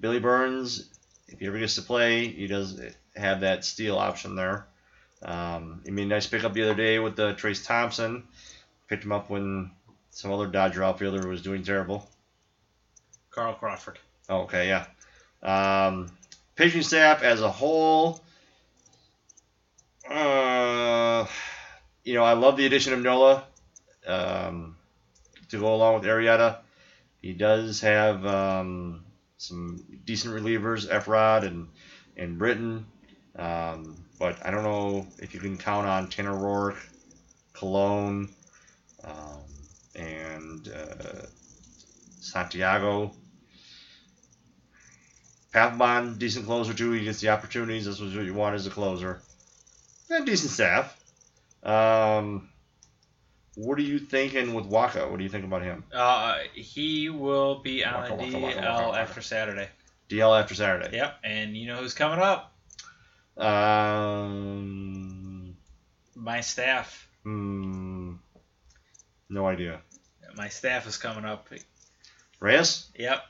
[SPEAKER 2] Billy Burns, if he ever gets to play, he does have that steal option there. Um, I mean, nice pickup the other day with the Trace Thompson. Picked him up when some other Dodger outfielder was doing terrible.
[SPEAKER 1] Carl Crawford.
[SPEAKER 2] Oh, okay, yeah. Um, pitching staff as a whole, uh, you know, I love the addition of Nola um, to go along with Arietta. He does have um, some decent relievers, Efrod and and Britton, um, but I don't know if you can count on Tanner Rourke, Cologne, um, and uh, Santiago. Papelbon, decent closer too. He gets the opportunities. This was what you want as a closer. And decent staff. Um, what are you thinking with Waka? What do you think about him?
[SPEAKER 1] Uh, he will be on the
[SPEAKER 2] Waka, waka, waka,
[SPEAKER 1] DL
[SPEAKER 2] waka.
[SPEAKER 1] after Saturday.
[SPEAKER 2] DL after Saturday.
[SPEAKER 1] Yep. And you know who's coming up?
[SPEAKER 2] Um,
[SPEAKER 1] My staff.
[SPEAKER 2] hmm, no idea.
[SPEAKER 1] My staff is coming up.
[SPEAKER 2] Reyes?
[SPEAKER 1] Yep.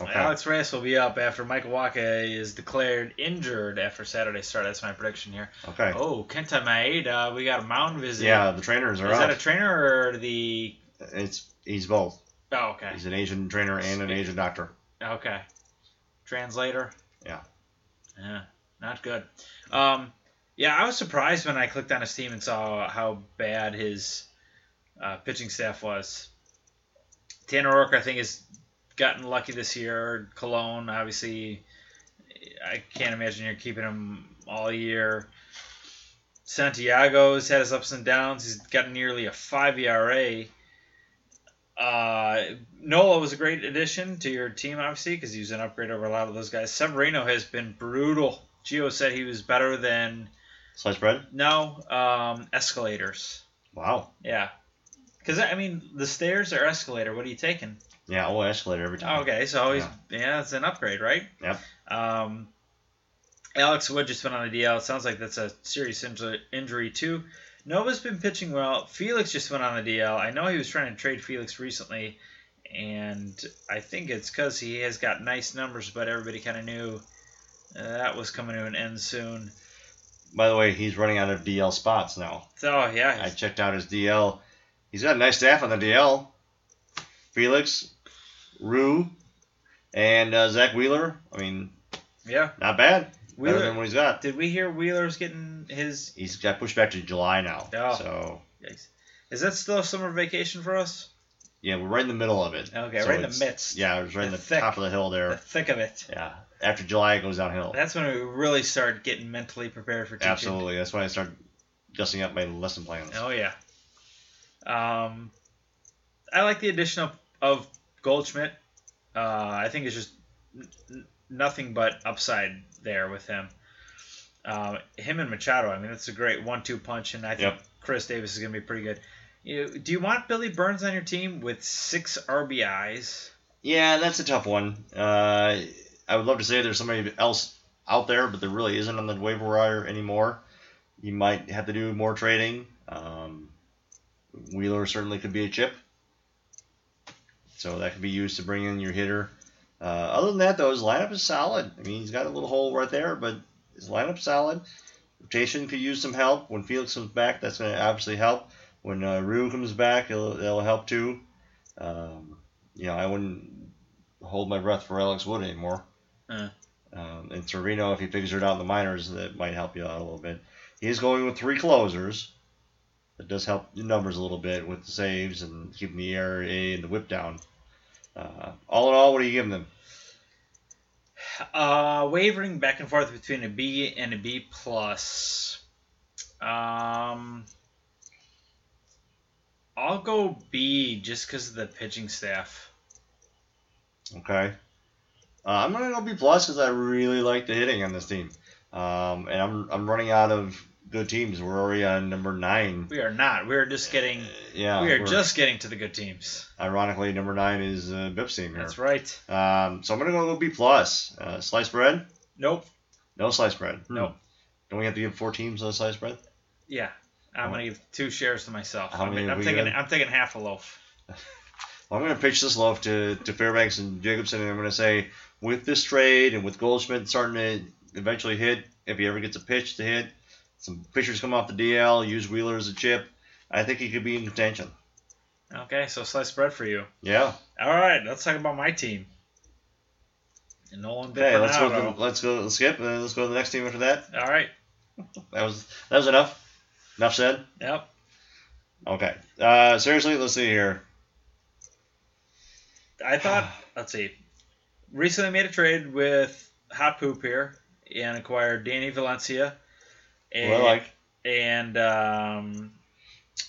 [SPEAKER 2] Okay.
[SPEAKER 1] Alex Reyes will be up after Michael Waka is declared injured after Saturday's start. That's my prediction here.
[SPEAKER 2] Okay.
[SPEAKER 1] Oh, Kenta Maeda, we got a mound visit.
[SPEAKER 2] Yeah, the trainers
[SPEAKER 1] Is
[SPEAKER 2] are
[SPEAKER 1] that a
[SPEAKER 2] out.
[SPEAKER 1] trainer or the?
[SPEAKER 2] it's he's both.
[SPEAKER 1] Oh, okay.
[SPEAKER 2] He's an Asian trainer and an
[SPEAKER 1] Speak-
[SPEAKER 2] Asian doctor.
[SPEAKER 1] Okay. Translator.
[SPEAKER 2] Yeah.
[SPEAKER 1] Yeah. Not good. Um, yeah, I was surprised when I clicked on his team and saw how bad his uh, pitching staff was. Tanner Rourke, I think, has gotten lucky this year. Cologne, obviously, I can't imagine you're keeping him all year. Santiago's had his ups and downs. He's got nearly a five ERA. Uh, Nola was a great addition to your team, obviously, because he was an upgrade over a lot of those guys. Severino has been brutal. Gio said he was better than
[SPEAKER 2] Sliced bread?
[SPEAKER 1] no um, escalators.
[SPEAKER 2] Wow.
[SPEAKER 1] Yeah, because I mean the stairs are escalator. What are you taking?
[SPEAKER 2] Yeah, oh escalator every time.
[SPEAKER 1] Okay, so he's yeah, it's an upgrade, right?
[SPEAKER 2] Yep.
[SPEAKER 1] Um, Alex Wood just went on a DL. It sounds like that's a serious inju- injury too. Nova's been pitching well. Felix just went on the DL. I know he was trying to trade Felix recently, and I think it's because he has got nice numbers, but everybody kind of knew uh, that was coming to an end soon.
[SPEAKER 2] By the way, he's running out of DL spots now.
[SPEAKER 1] So yeah,
[SPEAKER 2] I checked out his DL. He's got a nice staff on the DL. Felix, Rue, and uh, Zach Wheeler. I mean,
[SPEAKER 1] yeah.
[SPEAKER 2] not bad. Better
[SPEAKER 1] Wheeler,
[SPEAKER 2] than what he's got.
[SPEAKER 1] did we hear Wheeler's getting his?
[SPEAKER 2] He's got pushed back to July now.
[SPEAKER 1] Oh.
[SPEAKER 2] So
[SPEAKER 1] Yikes. Is that still a summer vacation for us?
[SPEAKER 2] yeah, we're right in the middle of it.
[SPEAKER 1] Okay,
[SPEAKER 2] So
[SPEAKER 1] right in the
[SPEAKER 2] it's-
[SPEAKER 1] midst.
[SPEAKER 2] Yeah, it's right in
[SPEAKER 1] The
[SPEAKER 2] the
[SPEAKER 1] thick.
[SPEAKER 2] top of the hill
[SPEAKER 1] The
[SPEAKER 2] there.
[SPEAKER 1] thick of it.
[SPEAKER 2] Yeah, after July it goes downhill.
[SPEAKER 1] That's when we really start getting mentally prepared for teaching.
[SPEAKER 2] Absolutely. That's when I start dusting up my lesson plans.
[SPEAKER 1] Oh yeah. Um, I like the addition of, of Goldschmidt. Uh, I think it's just n- n- nothing but upside there with him. Um, him and Machado. I mean, it's a great one-two punch, and I think
[SPEAKER 2] Yep.
[SPEAKER 1] Chris Davis is going to be pretty good. You, do you want Billy Burns on your team with six RBIs?
[SPEAKER 2] Yeah, that's a tough one. Uh, I would love to say there's somebody else out there, but there really isn't on the waiver wire anymore. You might have to do more trading. Um, Wheeler certainly could be a chip, so that could be used to bring in your hitter. Uh, other than that, though, his lineup is solid. I mean, he's got a little hole right there, but his lineup's solid. Rotation could use some help. When Felix comes back, that's going to obviously help. When uh, Rue comes back, it'll, it'll help too. Um, you know, I wouldn't hold my breath for Alex Wood anymore.
[SPEAKER 1] Uh.
[SPEAKER 2] Um, and Servino, if he figures it out in the minors, that might help you out a little bit. He's going with three closers. That does help the numbers a little bit with the saves and keeping the ERA and the whip down. Uh, all in all, what are you giving them?
[SPEAKER 1] Uh, wavering back and forth between a B and a B plus. Um, I'll go B just because of the pitching staff.
[SPEAKER 2] Okay. Uh, I'm gonna go B plus because I really like the hitting on this team, um, and I'm I'm running out of good teams. We're already on number nine.
[SPEAKER 1] We are not. We are just getting.
[SPEAKER 2] Yeah,
[SPEAKER 1] we are
[SPEAKER 2] we're-
[SPEAKER 1] just getting to the good teams.
[SPEAKER 2] ironically number nine is uh, Biff's team here.
[SPEAKER 1] That's right.
[SPEAKER 2] Um, so I'm gonna go with B plus. Uh, sliced bread?
[SPEAKER 1] Nope.
[SPEAKER 2] No sliced bread.
[SPEAKER 1] No.
[SPEAKER 2] Don't we have to give four teams on sliced bread?
[SPEAKER 1] Yeah. I'm
[SPEAKER 2] How-
[SPEAKER 1] gonna give two shares to myself. I
[SPEAKER 2] How many
[SPEAKER 1] mean,
[SPEAKER 2] have
[SPEAKER 1] I'm
[SPEAKER 2] we
[SPEAKER 1] thinking.
[SPEAKER 2] got?
[SPEAKER 1] I'm thinking half a loaf.
[SPEAKER 2] Well, I'm gonna pitch this loaf to, to Fairbanks and Jacobson, and I'm gonna say with this trade and with Goldschmidt starting to eventually hit, if he ever gets a pitch to hit, some pitchers come off the DL, use Wheeler as a chip. I think he could be in contention.
[SPEAKER 1] Okay, so sliced bread for you.
[SPEAKER 2] Yeah.
[SPEAKER 1] All right, let's talk about my team. And Nolan
[SPEAKER 2] Okay. Let's go.
[SPEAKER 1] Bernardo.
[SPEAKER 2] To, let's go. Let's skip, and then let's go to the next team after that.
[SPEAKER 1] All right.
[SPEAKER 2] That was that was enough. Enough said.
[SPEAKER 1] Yep.
[SPEAKER 2] Okay. Uh, seriously, let's see here.
[SPEAKER 1] I thought let's see. Recently made a trade with Hot Poop here and acquired Danny Valencia and,
[SPEAKER 2] Well, like
[SPEAKER 1] and um,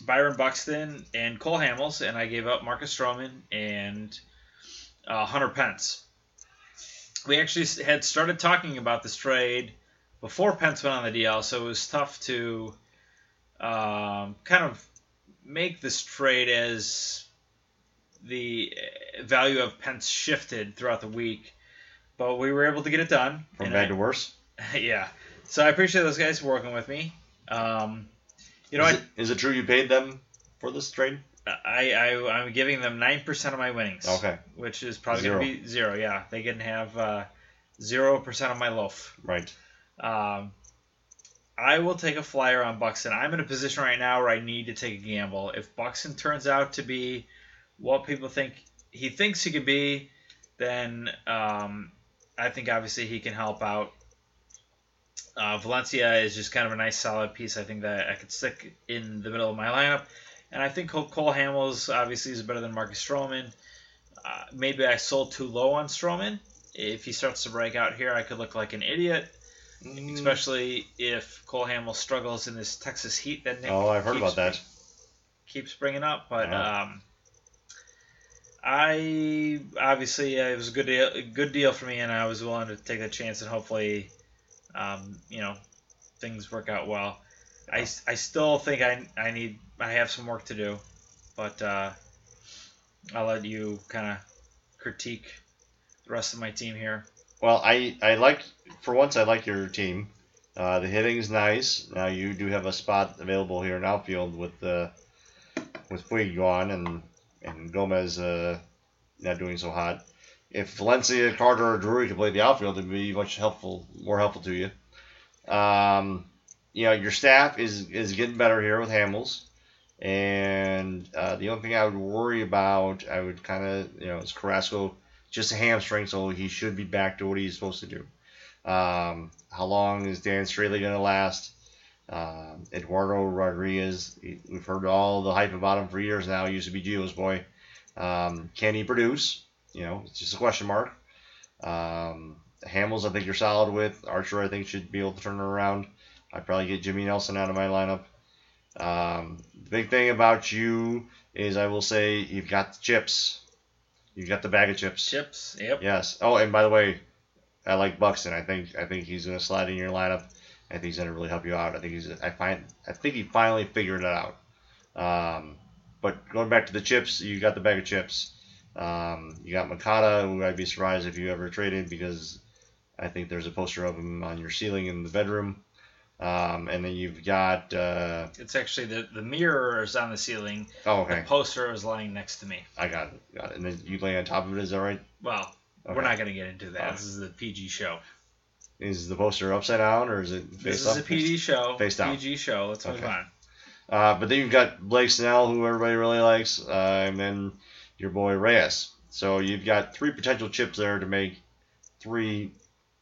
[SPEAKER 1] Byron Buxton and Cole Hamels, and I gave up Marcus Stroman and uh, Hunter Pence. We actually s- had started talking about this trade before Pence went on the DL, so it was tough to um, kind of make this trade as the uh, value of Pence shifted throughout the week. But we were able to get it done.
[SPEAKER 2] from
[SPEAKER 1] and
[SPEAKER 2] bad
[SPEAKER 1] I-
[SPEAKER 2] to worse.
[SPEAKER 1] yeah. So I appreciate those guys working with me. Um, you know,
[SPEAKER 2] is,
[SPEAKER 1] I,
[SPEAKER 2] it, is it true you paid them for this trade?
[SPEAKER 1] I, I, I'm giving them 9% of my winnings.
[SPEAKER 2] Okay,
[SPEAKER 1] Which is probably going to
[SPEAKER 2] Zero.
[SPEAKER 1] be zero. Yeah. They can have uh, 0% of my loaf.
[SPEAKER 2] right.
[SPEAKER 1] Um, I will take a flyer on Buxton. I'm in a position right now where I need to take a gamble. If Buxton turns out to be what people think he thinks he could be, then um, I think obviously he can help out. Uh, Valencia is just kind of a nice solid piece. I think that I could stick in the middle of my lineup, and I think Cole, Cole Hamels obviously is better than Marcus Stroman. Uh, maybe I sold too low on Stroman. If he starts to break out here, I could look like an idiot
[SPEAKER 2] Mm.
[SPEAKER 1] especially if Cole Hamill struggles in this Texas heat that Nick
[SPEAKER 2] oh, I've heard
[SPEAKER 1] keeps-
[SPEAKER 2] about that.
[SPEAKER 1] keeps bringing up. But
[SPEAKER 2] Yeah.
[SPEAKER 1] um, I obviously uh, it was a good deal, a good deal for me, and I was willing to take the chance, and hopefully, um, you know, things work out well. I, s- I still think I, I need I have some work to do, but uh, I'll let you kind of critique the rest of my team here.
[SPEAKER 2] Well, I I like for once I like your team. Uh, the hitting's nice. Now you do have a spot available here in outfield with uh, with Puig gone and and Gomez uh, not doing so hot. If Valencia, Carter, or Drury could play the outfield, it'd be much helpful, more helpful to you. Um, you know, your staff is is getting better here with Hamels, and uh, the only thing I would worry about, I would kind of, you know, is Carrasco just a hamstring, so he should be back to what he's supposed to do. Um, how long is Dan Straley going to last? Um, Eduardo Rodriguez, he- we've heard all the hype about him for years now. He used to be Gio's boy. Um, can he produce? You know, it's just a question mark. Um, Hamels, I think you're solid with. Archer, I think should be able to turn it around. I'd probably get Jimmy Nelson out of my lineup. Um, the big thing about you is, I will say, you've got the chips. You've got the bag of chips.
[SPEAKER 1] Chips. Yep.
[SPEAKER 2] Yes. Oh, and by the way, I like Buxton. I think I think he's gonna slide in your lineup. I think he's gonna really help you out. I think he's I find I think he finally figured it out. Um, but going back to the chips, you got the bag of chips. Um, you got Makata, who I'd be surprised if you ever traded because I think there's a poster of him on your ceiling in the bedroom. Um, and then you've got uh,
[SPEAKER 1] It's actually the the mirror is on the ceiling.
[SPEAKER 2] oh
[SPEAKER 1] The
[SPEAKER 2] okay,
[SPEAKER 1] poster is lying next to me.
[SPEAKER 2] I got it, got it. And then you lay on top of it. Is that right?
[SPEAKER 1] Well, we're
[SPEAKER 2] Okay.
[SPEAKER 1] not going to get into that.
[SPEAKER 2] Alright.
[SPEAKER 1] This is the PG show.
[SPEAKER 2] Is the poster upside down or is it
[SPEAKER 1] This
[SPEAKER 2] face
[SPEAKER 1] is
[SPEAKER 2] up?
[SPEAKER 1] a PD show.
[SPEAKER 2] face down.
[SPEAKER 1] PG show. Let's move
[SPEAKER 2] Okay.
[SPEAKER 1] on.
[SPEAKER 2] Uh, but then you've got Blake Snell, who everybody really likes, uh, and then your boy Reyes. So you've got three potential chips there to make three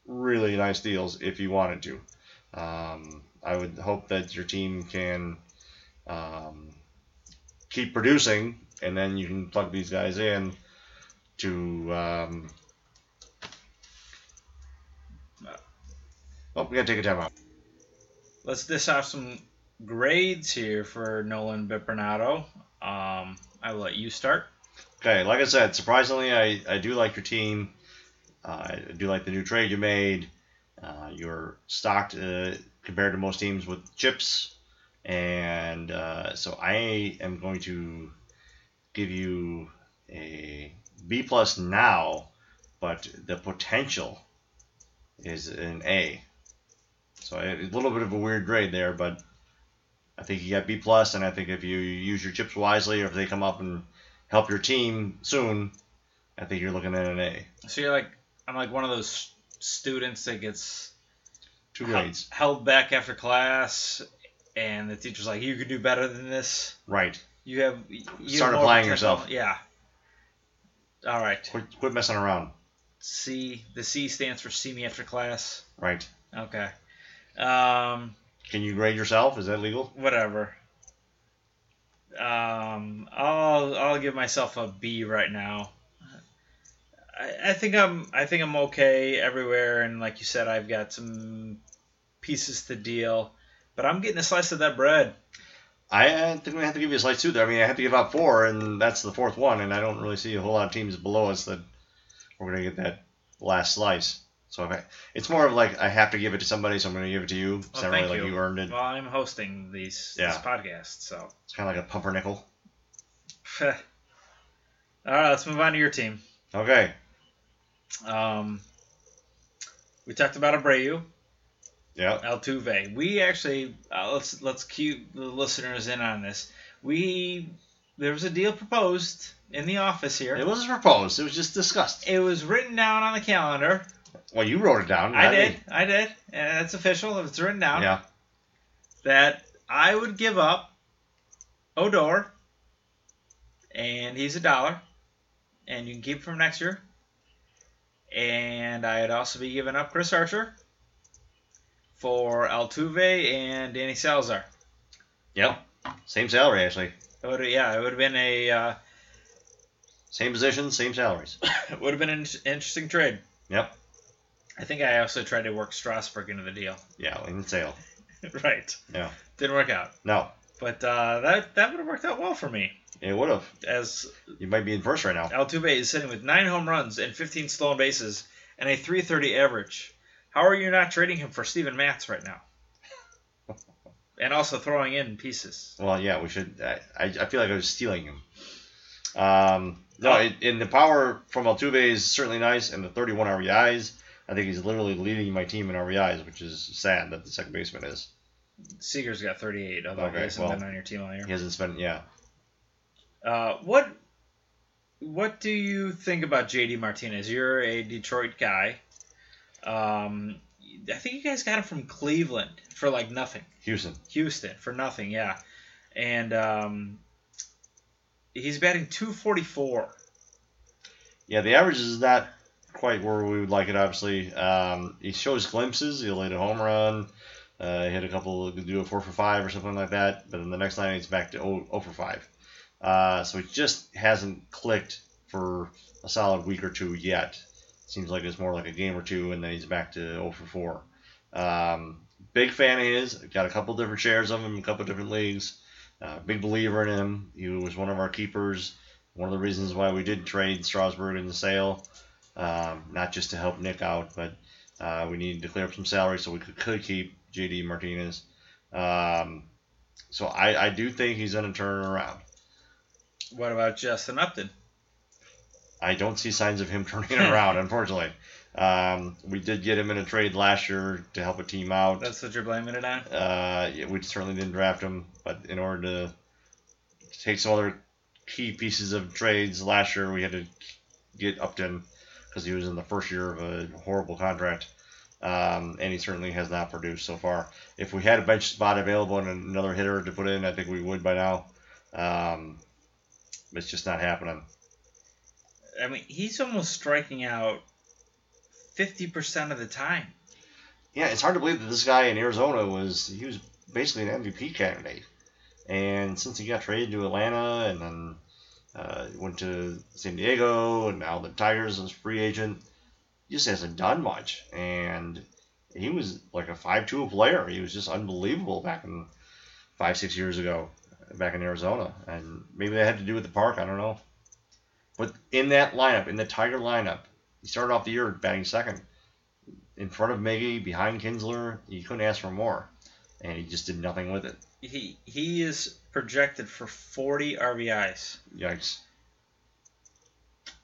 [SPEAKER 2] really nice deals if you wanted to. Um, I would hope that your team can um, keep producing, and then you can plug these guys in to. Um, oh, we gotta take a timeout.
[SPEAKER 1] Let's dish off some grades here for Nolan Bipernato. Um, I will let you start.
[SPEAKER 2] Okay, like I said, surprisingly, I, I do like your team. Uh, I do like the new trade you made. Uh, you're stocked uh, compared to most teams with chips. And uh, so I am going to give you a B plus now, but the potential is an A. So a a little bit of a weird grade there, but I think you got B plus, and I think if you use your chips wisely, or if they come up and help your team soon, I think you're looking at an A.
[SPEAKER 1] So you're like, I'm like one of those students that gets
[SPEAKER 2] Two
[SPEAKER 1] hel-
[SPEAKER 2] grades.
[SPEAKER 1] held back after class, and the teacher's like, you could do better than this.
[SPEAKER 2] Right.
[SPEAKER 1] You have you have
[SPEAKER 2] Start
[SPEAKER 1] more
[SPEAKER 2] applying
[SPEAKER 1] potential.
[SPEAKER 2] yourself.
[SPEAKER 1] Yeah. All right.
[SPEAKER 2] Quit, quit messing around.
[SPEAKER 1] C. The C stands for see me after class.
[SPEAKER 2] Right.
[SPEAKER 1] Okay. Um,
[SPEAKER 2] Can you grade yourself? Is that legal?
[SPEAKER 1] whatever. Um, I'll I'll give myself a B right now. I, I think I'm I think I'm okay everywhere, and like you said, I've got some pieces to deal, but I'm getting a slice of that bread.
[SPEAKER 2] I, I think we have to give you a slice too. There. I mean, I have to give out four, and that's the fourth one, and I don't really see a whole lot of teams below us that we're going to get that last slice. So if I, it's more of like I have to give it to somebody, so I'm going to give it to you. It's
[SPEAKER 1] Well,
[SPEAKER 2] not really
[SPEAKER 1] Oh, thank
[SPEAKER 2] like
[SPEAKER 1] you. Oh.
[SPEAKER 2] you earned it.
[SPEAKER 1] Well, I'm hosting these this
[SPEAKER 2] Yeah.
[SPEAKER 1] podcast, so
[SPEAKER 2] It's kind of like a pumpernickel.
[SPEAKER 1] all right, let's move on to your team.
[SPEAKER 2] Okay.
[SPEAKER 1] Um, we talked about Abreu.
[SPEAKER 2] Yeah.
[SPEAKER 1] Altuve. We actually uh, let's let's cue the listeners in on this. We there was a deal proposed in the office here.
[SPEAKER 2] It was proposed. It was just discussed.
[SPEAKER 1] It was written down on the calendar.
[SPEAKER 2] Well, you wrote it down.
[SPEAKER 1] I
[SPEAKER 2] not me.
[SPEAKER 1] did, I did, and it's official. It's written down
[SPEAKER 2] Yeah.
[SPEAKER 1] that I would give up Odor, and he's a dollar, and you can keep from next year. And I'd also be giving up Chris Archer for Altuve and Danny Salazar.
[SPEAKER 2] Yep. Same salary actually.
[SPEAKER 1] It would yeah, it would have been a uh,
[SPEAKER 2] Same position, same salaries.
[SPEAKER 1] it would have been an in- interesting trade.
[SPEAKER 2] Yep.
[SPEAKER 1] I think I also tried to work Strasburg into the deal.
[SPEAKER 2] Yeah, in sale.
[SPEAKER 1] right.
[SPEAKER 2] Yeah.
[SPEAKER 1] Didn't work out.
[SPEAKER 2] No,
[SPEAKER 1] But uh, that that would have worked out well for me,
[SPEAKER 2] it would have.
[SPEAKER 1] as
[SPEAKER 2] You might be in first right now.
[SPEAKER 1] Altuve is sitting with nine home runs and 15 stolen bases and a 330 average. How are you not trading him for Steven Matz right now? and also throwing in pieces.
[SPEAKER 2] Well, yeah, we should. I, I I feel like I was stealing him. Um, no, it, and the power from Altuve is certainly nice, and the 31 RBIs. I think he's literally leading my team in RBIs, which is sad that the second baseman is.
[SPEAKER 1] Seager's got 38, although
[SPEAKER 2] Okay,
[SPEAKER 1] he hasn't
[SPEAKER 2] well.
[SPEAKER 1] been on your team all year.
[SPEAKER 2] He hasn't spent, yeah.
[SPEAKER 1] Uh, what what do you think about JD Martinez? You're a Detroit guy. Um, I think you guys got him from Cleveland for like nothing.
[SPEAKER 2] Houston.
[SPEAKER 1] Houston for nothing, yeah. And um, he's batting 244.
[SPEAKER 2] Yeah, the average is not quite where we would like it. Obviously, um, he shows glimpses. He laid a home run, uh, hit a couple, could do a four for five or something like that. But in the next line, he's back to 0, 0 for five. Uh, so it just hasn't clicked for a solid week or two yet. Seems like it's more like a game or two, and then he's back to 0 for four. Um, big fan of his. Got a couple different shares of him, a couple different leagues. Uh, big believer in him. He was one of our keepers one of the reasons why we did trade Strasburg in the sale, um, not just to help Nick out, but uh, we needed to clear up some salary so we could, could keep JD Martinez. Um, so I, I do think he's going to turn it around.
[SPEAKER 1] What about Justin Upton?
[SPEAKER 2] I don't see signs of him turning it around, unfortunately. Um, we did get him in a trade last year to help a team out.
[SPEAKER 1] That's what you're blaming it on?
[SPEAKER 2] Uh, yeah, we certainly didn't draft him, but in order to take some other key pieces of trades last year, we had to get Upton because he was in the first year of a horrible contract, um, and he certainly has not produced so far. If we had a bench spot available and another hitter to put in, I think we would by now. Um, it's just not happening.
[SPEAKER 1] I mean, he's almost striking out 50% of the time.
[SPEAKER 2] Yeah, it's hard to believe that this guy in Arizona was he was basically an MVP candidate, and since he got traded to Atlanta and then uh, went to San Diego and now the Tigers as free agent, he just hasn't done much. And he was like a five-two player. He was just unbelievable back in five six years ago, back in Arizona, and maybe that had to do with the park. I don't know. But in that lineup, in the Tiger lineup, he started off the year batting second in front of Miggy, behind Kinsler. You couldn't ask for more. And he just did nothing with it.
[SPEAKER 1] He, he is projected for 40 RBIs.
[SPEAKER 2] Yikes.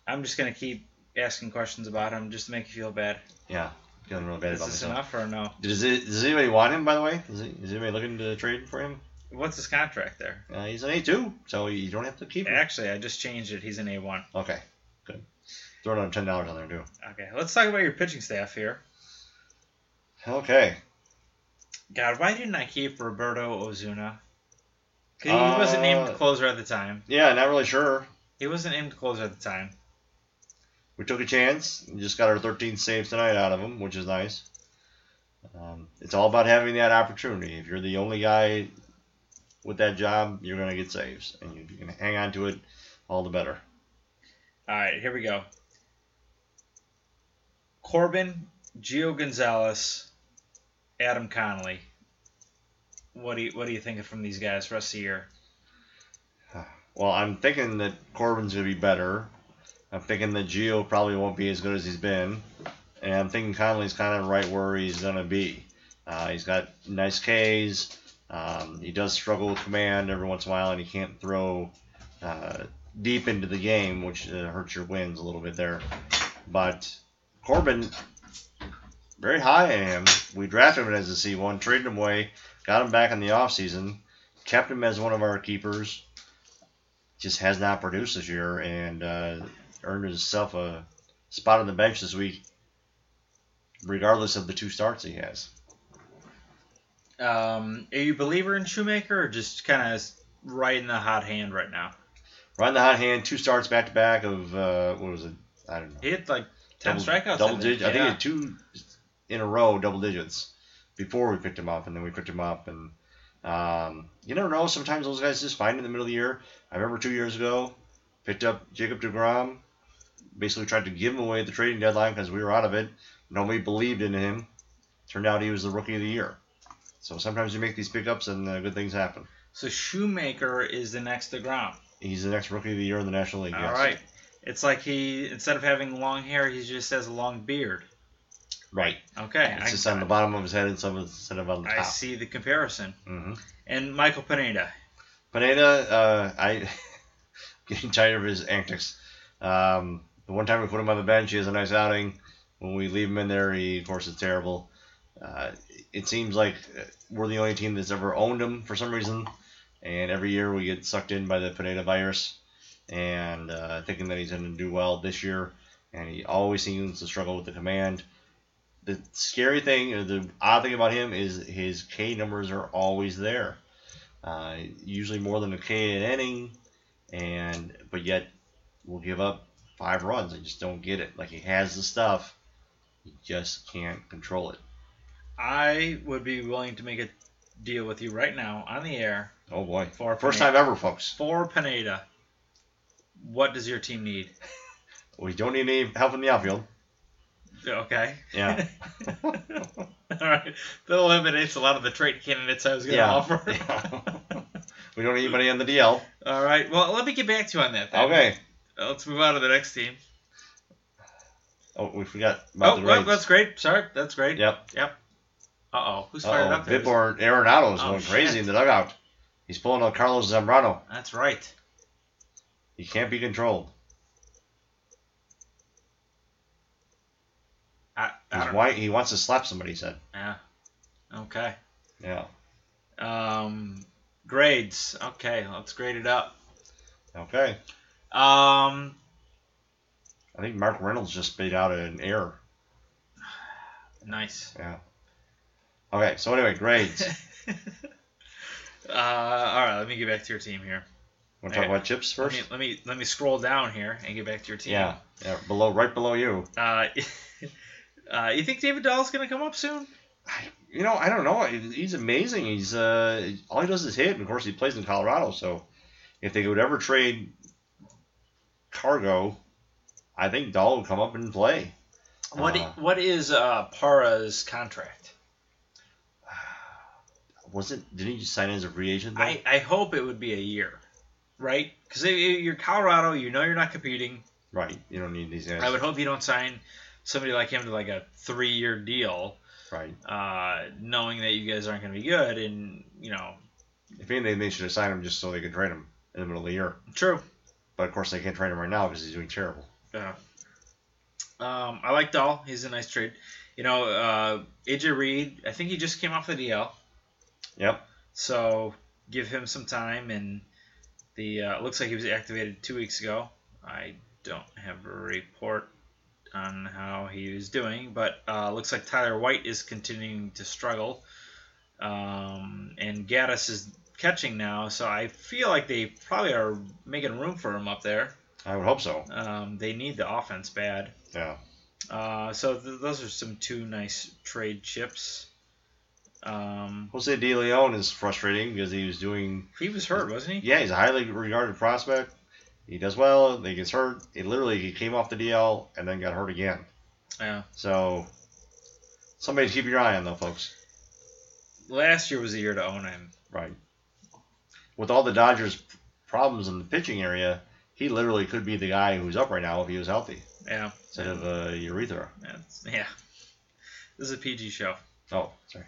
[SPEAKER 1] I'm just going to keep asking questions about him just to make you feel bad.
[SPEAKER 2] Yeah. Feeling really bad
[SPEAKER 1] Is
[SPEAKER 2] about
[SPEAKER 1] this
[SPEAKER 2] myself.
[SPEAKER 1] enough or no?
[SPEAKER 2] Does, it, does anybody want him, by the way? Is, it, is anybody looking to trade for him?
[SPEAKER 1] What's his contract there?
[SPEAKER 2] Uh, he's an A2, so you don't have to keep him.
[SPEAKER 1] Actually, I just changed it. He's an A1.
[SPEAKER 2] Okay. Good. Throw another $10 on there, too.
[SPEAKER 1] Okay, let's talk about your pitching staff here.
[SPEAKER 2] Okay.
[SPEAKER 1] God, why didn't I keep Roberto Ozuna? 'Cause He wasn't
[SPEAKER 2] Uh,
[SPEAKER 1] named closer at the time.
[SPEAKER 2] Yeah, not really sure.
[SPEAKER 1] He wasn't named closer at the time.
[SPEAKER 2] We took a chance. We just got our 13 saves tonight out of him, which is nice. Um, it's all about having that opportunity. If you're the only guy with that job, you're going to get saves. And if you can hang on to it, all the better.
[SPEAKER 1] All right, here we go. Corbin, Gio Gonzalez, Adam Connolly. What do you What are you thinking from these guys for the rest of the year?
[SPEAKER 2] Well, I'm thinking that Corbin's going to be better. I'm thinking that Gio probably won't be as good as he's been. And I'm thinking Conley's kind of right where he's going to be. Uh, he's got nice Ks. Um, he does struggle with command every once in a while, and he can't throw uh, deep into the game, which uh, hurts your wins a little bit there. But Corbin, very high in him. We drafted him as a C1, traded him away, got him back in the offseason, kept him as one of our keepers just has not produced this year and uh, earned himself a spot on the bench this week, regardless of the two starts he has.
[SPEAKER 1] Um, are you a believer in Shoemaker or just kind of right in the hot hand right now?
[SPEAKER 2] Right in the hot hand, two starts back to back of uh, what was it? I don't know.
[SPEAKER 1] He hit like ten
[SPEAKER 2] double,
[SPEAKER 1] strikeouts.
[SPEAKER 2] Double
[SPEAKER 1] I think.
[SPEAKER 2] digits. I think he
[SPEAKER 1] Yeah.
[SPEAKER 2] had two in a row, double digits, before we picked him up, and then we picked him up, and um, you never know. Sometimes those guys just find it in the middle of the year. I remember two years ago, picked up Jacob Degrom, basically tried to give him away at the trading deadline because we were out of it. Nobody believed in him. Turned out he was the rookie of the year. So sometimes you make these pickups and uh, good things happen.
[SPEAKER 1] So Shoemaker is the next Degrom.
[SPEAKER 2] He's the next rookie of the year in the National League.
[SPEAKER 1] All
[SPEAKER 2] yes.
[SPEAKER 1] right. It's like he instead of having long hair, he just has a long beard.
[SPEAKER 2] Right.
[SPEAKER 1] Okay,
[SPEAKER 2] It's
[SPEAKER 1] I,
[SPEAKER 2] just on the bottom of his head instead of instead of on the
[SPEAKER 1] I
[SPEAKER 2] top.
[SPEAKER 1] see the comparison.
[SPEAKER 2] hmm
[SPEAKER 1] And Michael Pineda.
[SPEAKER 2] Pineda, uh, I getting tired of his antics. Um, the one time we put him on the bench, he has a nice outing. When we leave him in there, he of course is terrible. Uh, it seems like we're the only team that's ever owned him for some reason, and every year we get sucked in by the Pineda virus, and uh, thinking that he's going to do well this year, and he always seems to struggle with the command. The scary thing, or the odd thing about him, is his K numbers are always there, uh, usually more than a K an inning, and but yet will give up five runs. I just don't get it. Like he has the stuff, he just can't control it.
[SPEAKER 1] I would be willing to make a deal with you right now on the air
[SPEAKER 2] Oh boy,
[SPEAKER 1] for
[SPEAKER 2] first
[SPEAKER 1] Pineda.
[SPEAKER 2] time ever, folks.
[SPEAKER 1] for Pineda. What does your team need?
[SPEAKER 2] We don't need any help in the outfield.
[SPEAKER 1] Okay.
[SPEAKER 2] Yeah,
[SPEAKER 1] All right. That eliminates a lot of the trade candidates I was going to
[SPEAKER 2] Yeah.
[SPEAKER 1] offer.
[SPEAKER 2] Yeah. we don't need anybody on the DL.
[SPEAKER 1] All right. Well, let me get back to you on that. Then.
[SPEAKER 2] Okay.
[SPEAKER 1] Uh, Let's move on to the next team.
[SPEAKER 2] Oh, we forgot about
[SPEAKER 1] oh,
[SPEAKER 2] the
[SPEAKER 1] well,
[SPEAKER 2] Rays.
[SPEAKER 1] that's great. Sorry, that's great.
[SPEAKER 2] Yep.
[SPEAKER 1] Uh oh, who's fired
[SPEAKER 2] Uh
[SPEAKER 1] up?
[SPEAKER 2] oh.
[SPEAKER 1] there?
[SPEAKER 2] Bitborn Arenado's
[SPEAKER 1] Oh,
[SPEAKER 2] going crazy
[SPEAKER 1] shit.
[SPEAKER 2] in the dugout. He's pulling on Carlos Zambrano.
[SPEAKER 1] That's right.
[SPEAKER 2] He can't be controlled.
[SPEAKER 1] I, I
[SPEAKER 2] He's
[SPEAKER 1] don't-
[SPEAKER 2] white. He wants to slap somebody. He said.
[SPEAKER 1] Yeah. Okay.
[SPEAKER 2] Yeah.
[SPEAKER 1] Um, grades. Okay, let's grade it up.
[SPEAKER 2] Okay.
[SPEAKER 1] Um,
[SPEAKER 2] I think Mark Reynolds just spit out an error.
[SPEAKER 1] nice.
[SPEAKER 2] Yeah. Okay. So anyway, grades.
[SPEAKER 1] Uh, all right, let me get back to your team here.
[SPEAKER 2] Want to talk about chips
[SPEAKER 1] Let
[SPEAKER 2] first?
[SPEAKER 1] me, let me let me scroll down here and get back to your team.
[SPEAKER 2] Yeah. Yeah. Below, right below you.
[SPEAKER 1] Uh, uh, you think David Dahl's gonna come up soon?
[SPEAKER 2] I, you know, I don't know. He- He's amazing. He's uh, all he does is hit. And of course, he plays in Colorado. So, if they would ever trade Cargo, I think Dahl would come up and play.
[SPEAKER 1] What
[SPEAKER 2] Uh.
[SPEAKER 1] What is uh, Para's contract?
[SPEAKER 2] Was it? Didn't he just sign as a free agent? though?
[SPEAKER 1] I, I hope it would be a year, right? Because you're Colorado, you know you're not competing.
[SPEAKER 2] right. You don't need these guys.
[SPEAKER 1] I would hope you don't sign somebody like him to like a three year deal,
[SPEAKER 2] right.
[SPEAKER 1] uh, knowing that you guys aren't going to be good. And you know,
[SPEAKER 2] If anything, they should have signed him just so they could trade him in the middle of the year.
[SPEAKER 1] true.
[SPEAKER 2] But of course, they can't trade him right now because he's doing terrible.
[SPEAKER 1] Yeah. Um, I like Dahl. He's a nice trade. You know, uh, AJ Reed. I think he just came off the DL,
[SPEAKER 2] Yep.
[SPEAKER 1] so give him some time. And the uh, it looks like he was activated two weeks ago. I don't have a report on how he was doing, but uh, looks like Tyler White is continuing to struggle. Um, and Gaddis is catching now, so I feel like they probably are making room for him up there.
[SPEAKER 2] I would hope so.
[SPEAKER 1] Um, they need the offense bad.
[SPEAKER 2] Yeah.
[SPEAKER 1] Uh, so th- those are some two nice trade chips. Um,
[SPEAKER 2] Jose De Leon is frustrating because he was doing
[SPEAKER 1] he was hurt, wasn't he?
[SPEAKER 2] Yeah, he's a highly regarded prospect. He does well. Then he gets hurt. He literally he came off the DL and then got hurt again.
[SPEAKER 1] Yeah.
[SPEAKER 2] So somebody to keep your eye on though, folks.
[SPEAKER 1] Last year was the year to own him.
[SPEAKER 2] Right. With all the Dodgers' problems in the pitching area, he literally could be the guy who's up right now if he was healthy
[SPEAKER 1] Yeah.
[SPEAKER 2] instead of uh, urethra.
[SPEAKER 1] That's- yeah. This is a PG show.
[SPEAKER 2] Oh, sorry.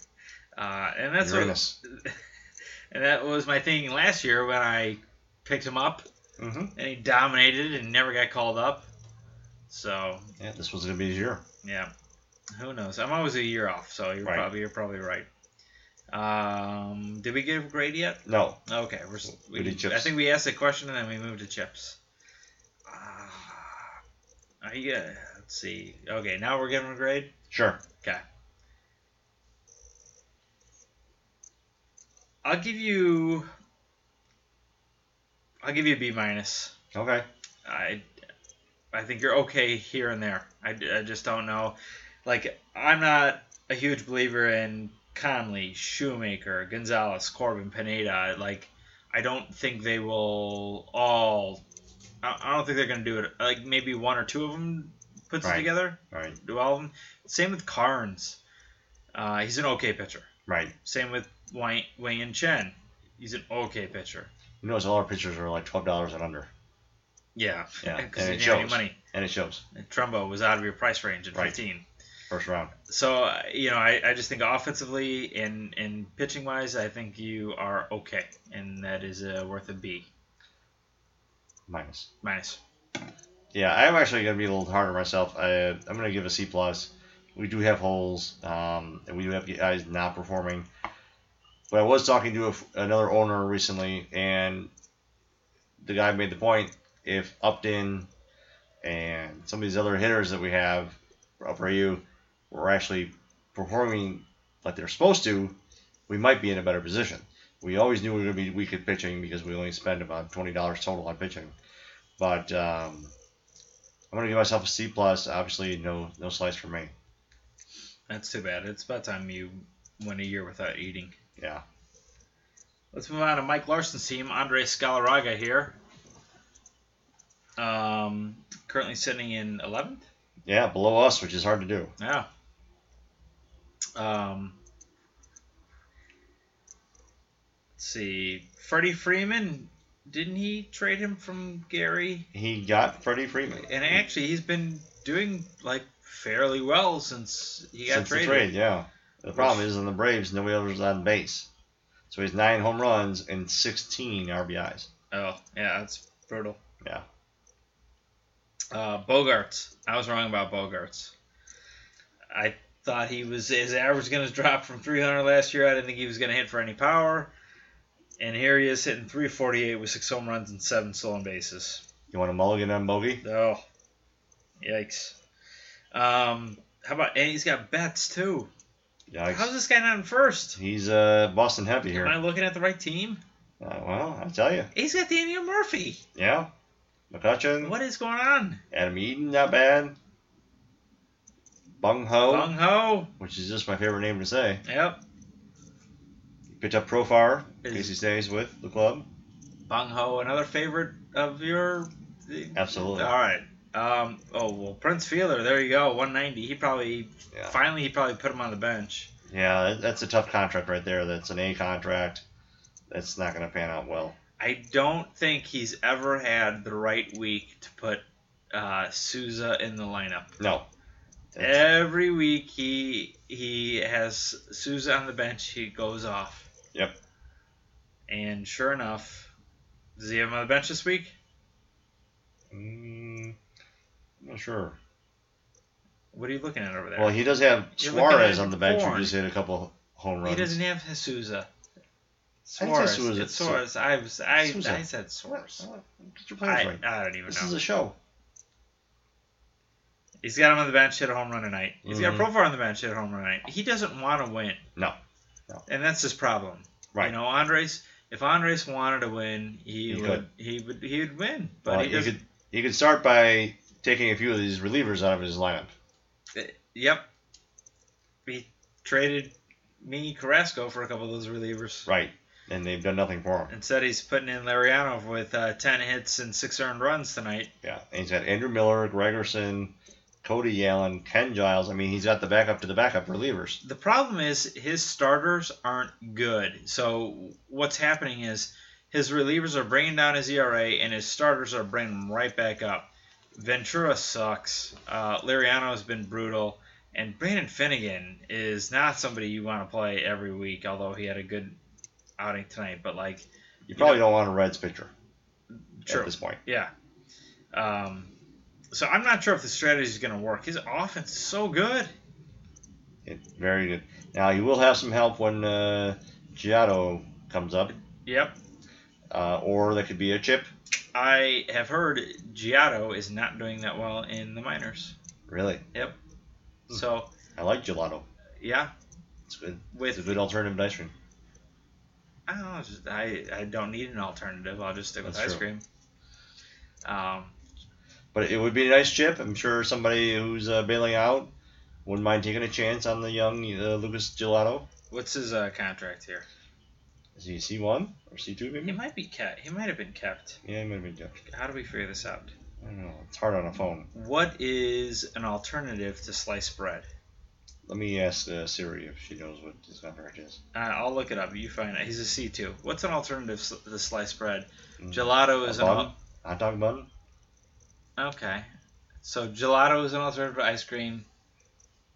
[SPEAKER 1] Uh, and that's what,
[SPEAKER 2] Uranus.
[SPEAKER 1] and that was my thing last year when I picked him up
[SPEAKER 2] hmm
[SPEAKER 1] and he dominated and never got called up. So
[SPEAKER 2] Yeah, this was gonna be his year.
[SPEAKER 1] Yeah. Who knows? I'm always a year off, so you're
[SPEAKER 2] Right.
[SPEAKER 1] probably you're probably right. Um, did we give a grade yet?
[SPEAKER 2] No,
[SPEAKER 1] Okay, we're s- we,
[SPEAKER 2] We did chips.
[SPEAKER 1] I think we asked a question and then we moved to chips. Uh, I, yeah, let's see. Okay, now we're giving a grade.
[SPEAKER 2] sure.
[SPEAKER 1] I'll give you. I'll give you a B minus.
[SPEAKER 2] Okay.
[SPEAKER 1] I, I think you're okay here and there. I, I just don't know. Like, I'm not a huge believer in Conley, Shoemaker, Gonzalez, Corbin, Pineda. Like, I don't think they will all. I, I don't think they're going to do it. Like, maybe one or two of them puts it
[SPEAKER 2] Right.
[SPEAKER 1] together.
[SPEAKER 2] All right.
[SPEAKER 1] Do all of them. Same with Carnes. Uh, he's an okay pitcher.
[SPEAKER 2] Right.
[SPEAKER 1] Same with Wei Wei and Chen. He's an okay pitcher.
[SPEAKER 2] You notice all our pictures are like twelve dollars and under,
[SPEAKER 1] Yeah.
[SPEAKER 2] Yeah,
[SPEAKER 1] Because he
[SPEAKER 2] and it
[SPEAKER 1] didn't have any
[SPEAKER 2] shows.
[SPEAKER 1] money.
[SPEAKER 2] and it shows.
[SPEAKER 1] Trumbo was out of your price range at
[SPEAKER 2] Right.
[SPEAKER 1] 15.
[SPEAKER 2] First round.
[SPEAKER 1] So, uh, you know, I, I just think offensively and, and pitching wise, I think you are okay. And that is uh, worth a B
[SPEAKER 2] Minus.
[SPEAKER 1] minus.
[SPEAKER 2] yeah, I'm actually gonna be a little harder myself. I, I'm gonna give a C plus. We do have holes, um, and we do have guys not performing. But I was talking to a f another owner recently, and the guy made the point: if Upton and some of these other hitters that we have, Abreu, were actually performing like they're supposed to, we might be in a better position. We always knew we were going to be weak at pitching because we only spend about twenty dollars total on pitching. But um, I'm gonna give myself a C plus. Obviously, no no slice for me.
[SPEAKER 1] That's too bad. It's about time you went a year without eating.
[SPEAKER 2] Yeah.
[SPEAKER 1] Let's move on to Mike Larson's team. Andre Scalaraga here. Um, currently sitting in 11th.
[SPEAKER 2] Yeah, below us, which is hard to do.
[SPEAKER 1] Yeah. Um, let's see. Freddie Freeman, didn't he trade him from Gary?
[SPEAKER 2] He got Freddie Freeman.
[SPEAKER 1] And actually, he's been doing like fairly well since he got
[SPEAKER 2] Since
[SPEAKER 1] traded.
[SPEAKER 2] the trade, yeah. The problem is on the Braves, nobody else is on base. So he's nine home runs and 16 RBIs.
[SPEAKER 1] Oh, yeah, that's brutal.
[SPEAKER 2] Yeah.
[SPEAKER 1] Uh, Bogarts. I was wrong about Bogarts. I thought he was his average was going to drop from 300 last year. I didn't think he was going to hit for any power, and here he is hitting 348 with six home runs and seven stolen bases.
[SPEAKER 2] You want a mulligan on Bogey?
[SPEAKER 1] Oh, yikes! Um, how about and he's got bets too. How's
[SPEAKER 2] Yikes.
[SPEAKER 1] this guy not in first?
[SPEAKER 2] He's uh, Boston happy here.
[SPEAKER 1] Am I
[SPEAKER 2] Uh,
[SPEAKER 1] looking at the right team?
[SPEAKER 2] well, I tell you.
[SPEAKER 1] He's got Daniel Murphy.
[SPEAKER 2] Yeah. McCutcheon,
[SPEAKER 1] What is going on?
[SPEAKER 2] Adam Eden, not bad. Bung Ho,
[SPEAKER 1] Gung ho.
[SPEAKER 2] which is just my favorite name to say.
[SPEAKER 1] Yep.
[SPEAKER 2] Picked up Profar, in
[SPEAKER 1] Is-
[SPEAKER 2] case he stays with the club.
[SPEAKER 1] Bung Ho, another favorite of your.
[SPEAKER 2] Absolutely.
[SPEAKER 1] All right. Um, oh well, Prince Fielder. There you go. 190. He probably
[SPEAKER 2] Yeah.
[SPEAKER 1] finally he probably put him on the bench.
[SPEAKER 2] Yeah, that- that's a tough contract right there. That's an A contract. That's not going to pan out well.
[SPEAKER 1] I don't think he's ever had the right week to put uh, Souza in the lineup.
[SPEAKER 2] No. That's-
[SPEAKER 1] Every week he he has Souza on the bench. He goes off.
[SPEAKER 2] Yep.
[SPEAKER 1] And sure enough, does he have him on the bench this week?
[SPEAKER 2] Mm, I'm not sure.
[SPEAKER 1] What are you looking at over there?
[SPEAKER 2] Well, he does have
[SPEAKER 1] You're looking
[SPEAKER 2] Suarez
[SPEAKER 1] at
[SPEAKER 2] on the bench who
[SPEAKER 1] porn.
[SPEAKER 2] just hit a couple home
[SPEAKER 1] He
[SPEAKER 2] runs.
[SPEAKER 1] doesn't have Souza.
[SPEAKER 2] I didn't
[SPEAKER 1] Suarez.
[SPEAKER 2] say Sousa.
[SPEAKER 1] It's Suarez. I was. I,
[SPEAKER 2] Sousa.
[SPEAKER 1] I said
[SPEAKER 2] What?
[SPEAKER 1] Suarez.
[SPEAKER 2] What? Get your plans
[SPEAKER 1] I,
[SPEAKER 2] right.
[SPEAKER 1] I don't even
[SPEAKER 2] This
[SPEAKER 1] know.
[SPEAKER 2] is a show.
[SPEAKER 1] He's got him on the bench, hit a home run tonight. He's
[SPEAKER 2] Mhm.
[SPEAKER 1] got Profar on the bench, hit a home run tonight. He doesn't want to win.
[SPEAKER 2] No. No.
[SPEAKER 1] And that's his problem.
[SPEAKER 2] Right.
[SPEAKER 1] You know, Andres. If Andres wanted to win, he,
[SPEAKER 2] He
[SPEAKER 1] would.
[SPEAKER 2] could.
[SPEAKER 1] He would. He would win. But
[SPEAKER 2] Well,
[SPEAKER 1] he
[SPEAKER 2] you
[SPEAKER 1] doesn't.
[SPEAKER 2] could you could start by taking a few of these relievers out of his lineup.
[SPEAKER 1] Yep. He traded me Carrasco for a couple of those relievers.
[SPEAKER 2] Right. And they've done nothing for him.
[SPEAKER 1] Instead, he's putting in Lariano with uh, ten hits and six earned runs tonight.
[SPEAKER 2] Yeah. And he's got Andrew Miller, Gregerson, Cody Allen, Ken Giles. I mean, he's got the backup to the backup relievers.
[SPEAKER 1] the problem is his starters aren't good. So what's happening is his relievers are bringing down his ERA, and his starters are bringing him right back up. Ventura sucks. Uh, Liriano has been brutal, and Brandon Finnegan is not somebody you want to play every week. Although he had a good outing tonight, but like,
[SPEAKER 2] You probably don't want a Reds pitcher
[SPEAKER 1] true,
[SPEAKER 2] at this point.
[SPEAKER 1] yeah. Um, so I'm not sure if the strategy is going to work. His offense is so good.
[SPEAKER 2] It, very good. Now you will have some help when uh, Giotto comes up,
[SPEAKER 1] Yep.
[SPEAKER 2] uh, or that could be a chip.
[SPEAKER 1] I have heard Giotto is not doing that well in the minors.
[SPEAKER 2] Really,
[SPEAKER 1] So
[SPEAKER 2] I like gelato.
[SPEAKER 1] yeah,
[SPEAKER 2] It's good. It's a
[SPEAKER 1] with
[SPEAKER 2] good alternative to ice cream.
[SPEAKER 1] I don't know, just, I I don't need an alternative. I'll just stick with
[SPEAKER 2] That's
[SPEAKER 1] ice
[SPEAKER 2] true.
[SPEAKER 1] cream. Um,
[SPEAKER 2] But it would be a nice chip. I'm sure somebody who's uh, bailing out wouldn't mind taking a chance on the young uh, Lucas Gelato.
[SPEAKER 1] what's his uh, contract here?
[SPEAKER 2] Is he C1 or C2
[SPEAKER 1] He
[SPEAKER 2] maybe?
[SPEAKER 1] might be kept. He might have been kept.
[SPEAKER 2] Yeah, he might have been Dutch.
[SPEAKER 1] How do we figure this out?
[SPEAKER 2] I don't know. It's hard on a phone.
[SPEAKER 1] What is an alternative to sliced bread?
[SPEAKER 2] Let me ask uh, Siri if she knows what his contract is.
[SPEAKER 1] Uh, I'll look it up. You find it. He's a C two. What's an alternative s- to sliced bread?
[SPEAKER 2] Mm.
[SPEAKER 1] Gelato
[SPEAKER 2] A
[SPEAKER 1] is an al-
[SPEAKER 2] bun? Mm, Hot dog bun?
[SPEAKER 1] Okay. So gelato is an alternative to ice cream.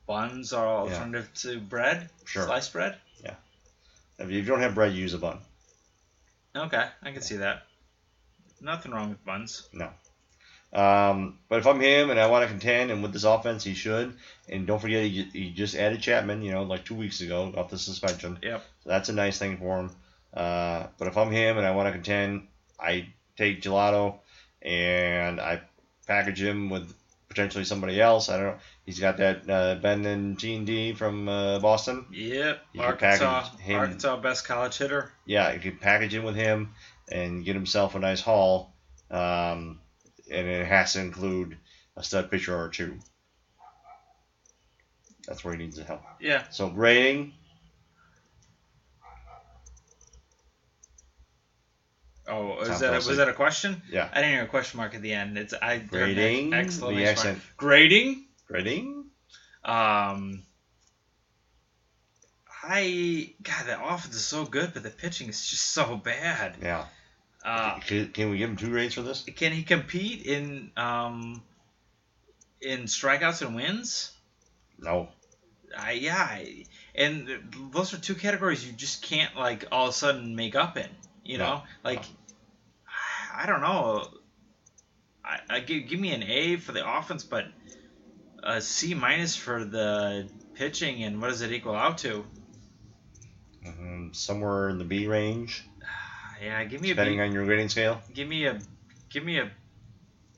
[SPEAKER 1] Buns are alternative to bread.
[SPEAKER 2] Sure.
[SPEAKER 1] Sliced bread.
[SPEAKER 2] If you don't have bread, you use a bun.
[SPEAKER 1] Okay, I can see that. Nothing wrong with buns.
[SPEAKER 2] Um, but if I'm him and I want to contend, and with this offense, he should. And don't forget, he, ju- he just added Chapman, you know, like two weeks ago off the suspension.
[SPEAKER 1] Yep.
[SPEAKER 2] So that's a nice thing for him. Uh, but if I'm him and I want to contend, I take Gelato and I package him with potentially somebody else. I don't know. He's got that uh, Ben and Gene D from uh, Boston.
[SPEAKER 1] Yep.
[SPEAKER 2] You can
[SPEAKER 1] Arkansas.
[SPEAKER 2] package him.
[SPEAKER 1] Arkansas best college hitter.
[SPEAKER 2] yeah, you could package in with him and get himself a nice haul. Um, and it has to include a stud pitcher or two. That's where he needs the help.
[SPEAKER 1] Yeah.
[SPEAKER 2] So rating,
[SPEAKER 1] Oh, is
[SPEAKER 2] Tom
[SPEAKER 1] that a,
[SPEAKER 2] Felsley.
[SPEAKER 1] was that a question?
[SPEAKER 2] yeah,
[SPEAKER 1] I didn't hear a question mark at the end. It's I heard an ex-
[SPEAKER 2] Grading, the
[SPEAKER 1] exclamation mark.
[SPEAKER 2] accent.
[SPEAKER 1] Grading.
[SPEAKER 2] rating.
[SPEAKER 1] Um. I God, the offense is so good, but the pitching is just so bad.
[SPEAKER 2] Yeah.
[SPEAKER 1] Uh,
[SPEAKER 2] can, can we give him two rates for this?
[SPEAKER 1] can he compete in um in strikeouts and wins?
[SPEAKER 2] No.
[SPEAKER 1] I yeah, I, and those are two categories you just can't like all of a sudden make up in. You
[SPEAKER 2] No.
[SPEAKER 1] know, like I don't know. I, I give, give me an A for the offense, but a C minus for the pitching. And what does it equal out to?
[SPEAKER 2] Um, somewhere in the B range,
[SPEAKER 1] Yeah, give me a
[SPEAKER 2] depending
[SPEAKER 1] B,
[SPEAKER 2] on your grading scale.
[SPEAKER 1] give me a give me a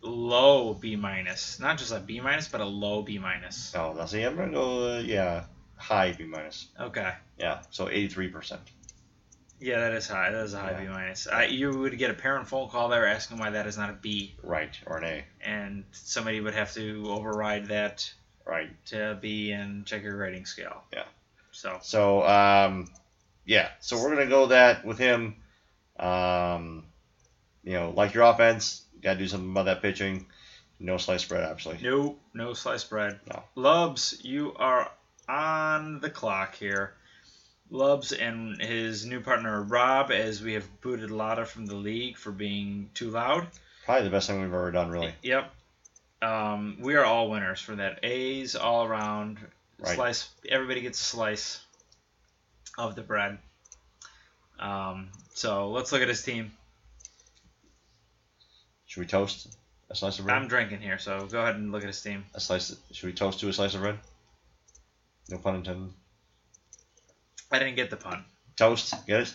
[SPEAKER 1] low B minus, not just a B minus, but a low B minus.
[SPEAKER 2] Oh, that's see. I'm gonna go. Uh, yeah, high B minus.
[SPEAKER 1] Okay.
[SPEAKER 2] Yeah, so 83 percent.
[SPEAKER 1] Yeah, that is high. That is a high
[SPEAKER 2] Yeah.
[SPEAKER 1] B minus. I, you would get a parent phone call there asking why that is not a B,
[SPEAKER 2] Right or an A.
[SPEAKER 1] and somebody would have to override that
[SPEAKER 2] Right.
[SPEAKER 1] to B and check your grading scale.
[SPEAKER 2] Yeah.
[SPEAKER 1] So
[SPEAKER 2] So um, yeah, so we're gonna go that with him. Um, you know, like your offense, gotta do something about that pitching. No slice spread, obviously.
[SPEAKER 1] no, no sliced bread.
[SPEAKER 2] No.
[SPEAKER 1] Lubs, you are on the clock here. Lubs and his new partner Rob, as we have booted Lotta from the league for being too loud.
[SPEAKER 2] Probably the best thing we've ever done, really.
[SPEAKER 1] Yep. Um, we are all winners from that. A's all around.
[SPEAKER 2] Right.
[SPEAKER 1] Slice. Everybody gets a slice of the bread. Um, so let's look at his team.
[SPEAKER 2] Should we toast a slice of bread?
[SPEAKER 1] I'm drinking here, so go ahead and look at his team.
[SPEAKER 2] a slice. Should we toast to a slice of bread? No pun intended.
[SPEAKER 1] I didn't get the pun.
[SPEAKER 2] Toast. Get it?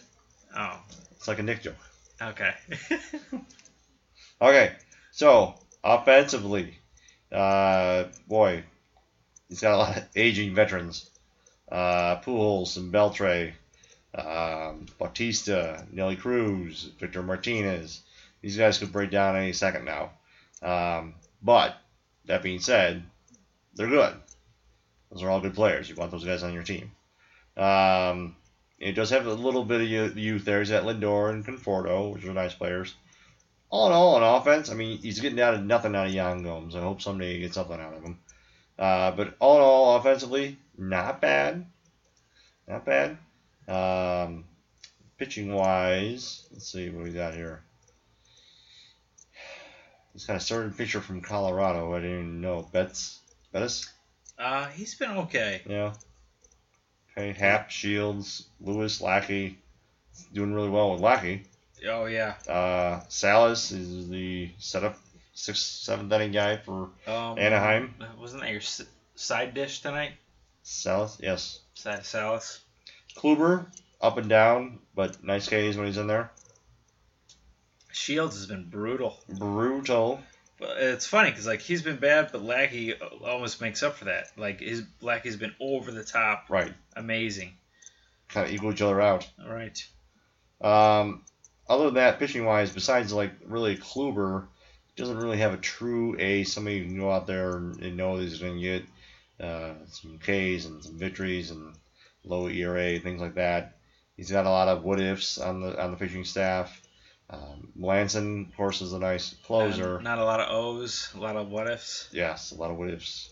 [SPEAKER 1] Oh,
[SPEAKER 2] It's like a Nick joke.
[SPEAKER 1] okay.
[SPEAKER 2] Okay, so offensively, uh, boy, he's got a lot of aging veterans. Uh, Pujols and Beltre, um, Bautista, Nelly Cruz, Victor Martinez. These guys could break down any second now. Um, but that being said, they're good. Those are all good players. You want those guys on your team. Um, it does have a little bit of yo- youth there. He's got Lindor and Conforto, which are nice players all in all, on offense, I mean, he's getting out of nothing out of Jan Gomes. I hope someday he gets something out of him. Uh, but all in all, offensively, not bad. Not bad. Um, pitching wise, let's see what we got here. He's got a certain pitcher from Colorado. I didn't even know. Betts? Bettis?
[SPEAKER 1] uh, he's been okay.
[SPEAKER 2] Yeah. Okay, Hap, Shields, Lewis, Lackey. Doing really well with Lackey.
[SPEAKER 1] Oh yeah.
[SPEAKER 2] Uh, Salas is the setup sixth, seventh inning guy for
[SPEAKER 1] Um,
[SPEAKER 2] Anaheim.
[SPEAKER 1] Wasn't that your s- side dish tonight?
[SPEAKER 2] Salas. Yes,
[SPEAKER 1] Side of salads.
[SPEAKER 2] Kluber up and down, but nice K's when he's in there.
[SPEAKER 1] Shields has been brutal.
[SPEAKER 2] Brutal.
[SPEAKER 1] Well, it's funny because like he's been bad, but Lackey uh, almost makes up for that. Like his Lackey's been over the top,
[SPEAKER 2] Right,
[SPEAKER 1] amazing.
[SPEAKER 2] kind of equal each other out.
[SPEAKER 1] All right.
[SPEAKER 2] Um, other than that, pitching wise, besides like really Kluber, doesn't really have a true ace. Somebody who can go out there and, and know that he's going to get uh, some K's and some victories and low ERA things like that. He's got a lot of what ifs on the on the pitching staff. Um, Melanson, of course, is a nice closer.
[SPEAKER 1] Not, not a lot of O's, a lot of what ifs.
[SPEAKER 2] Yes, a lot of what ifs.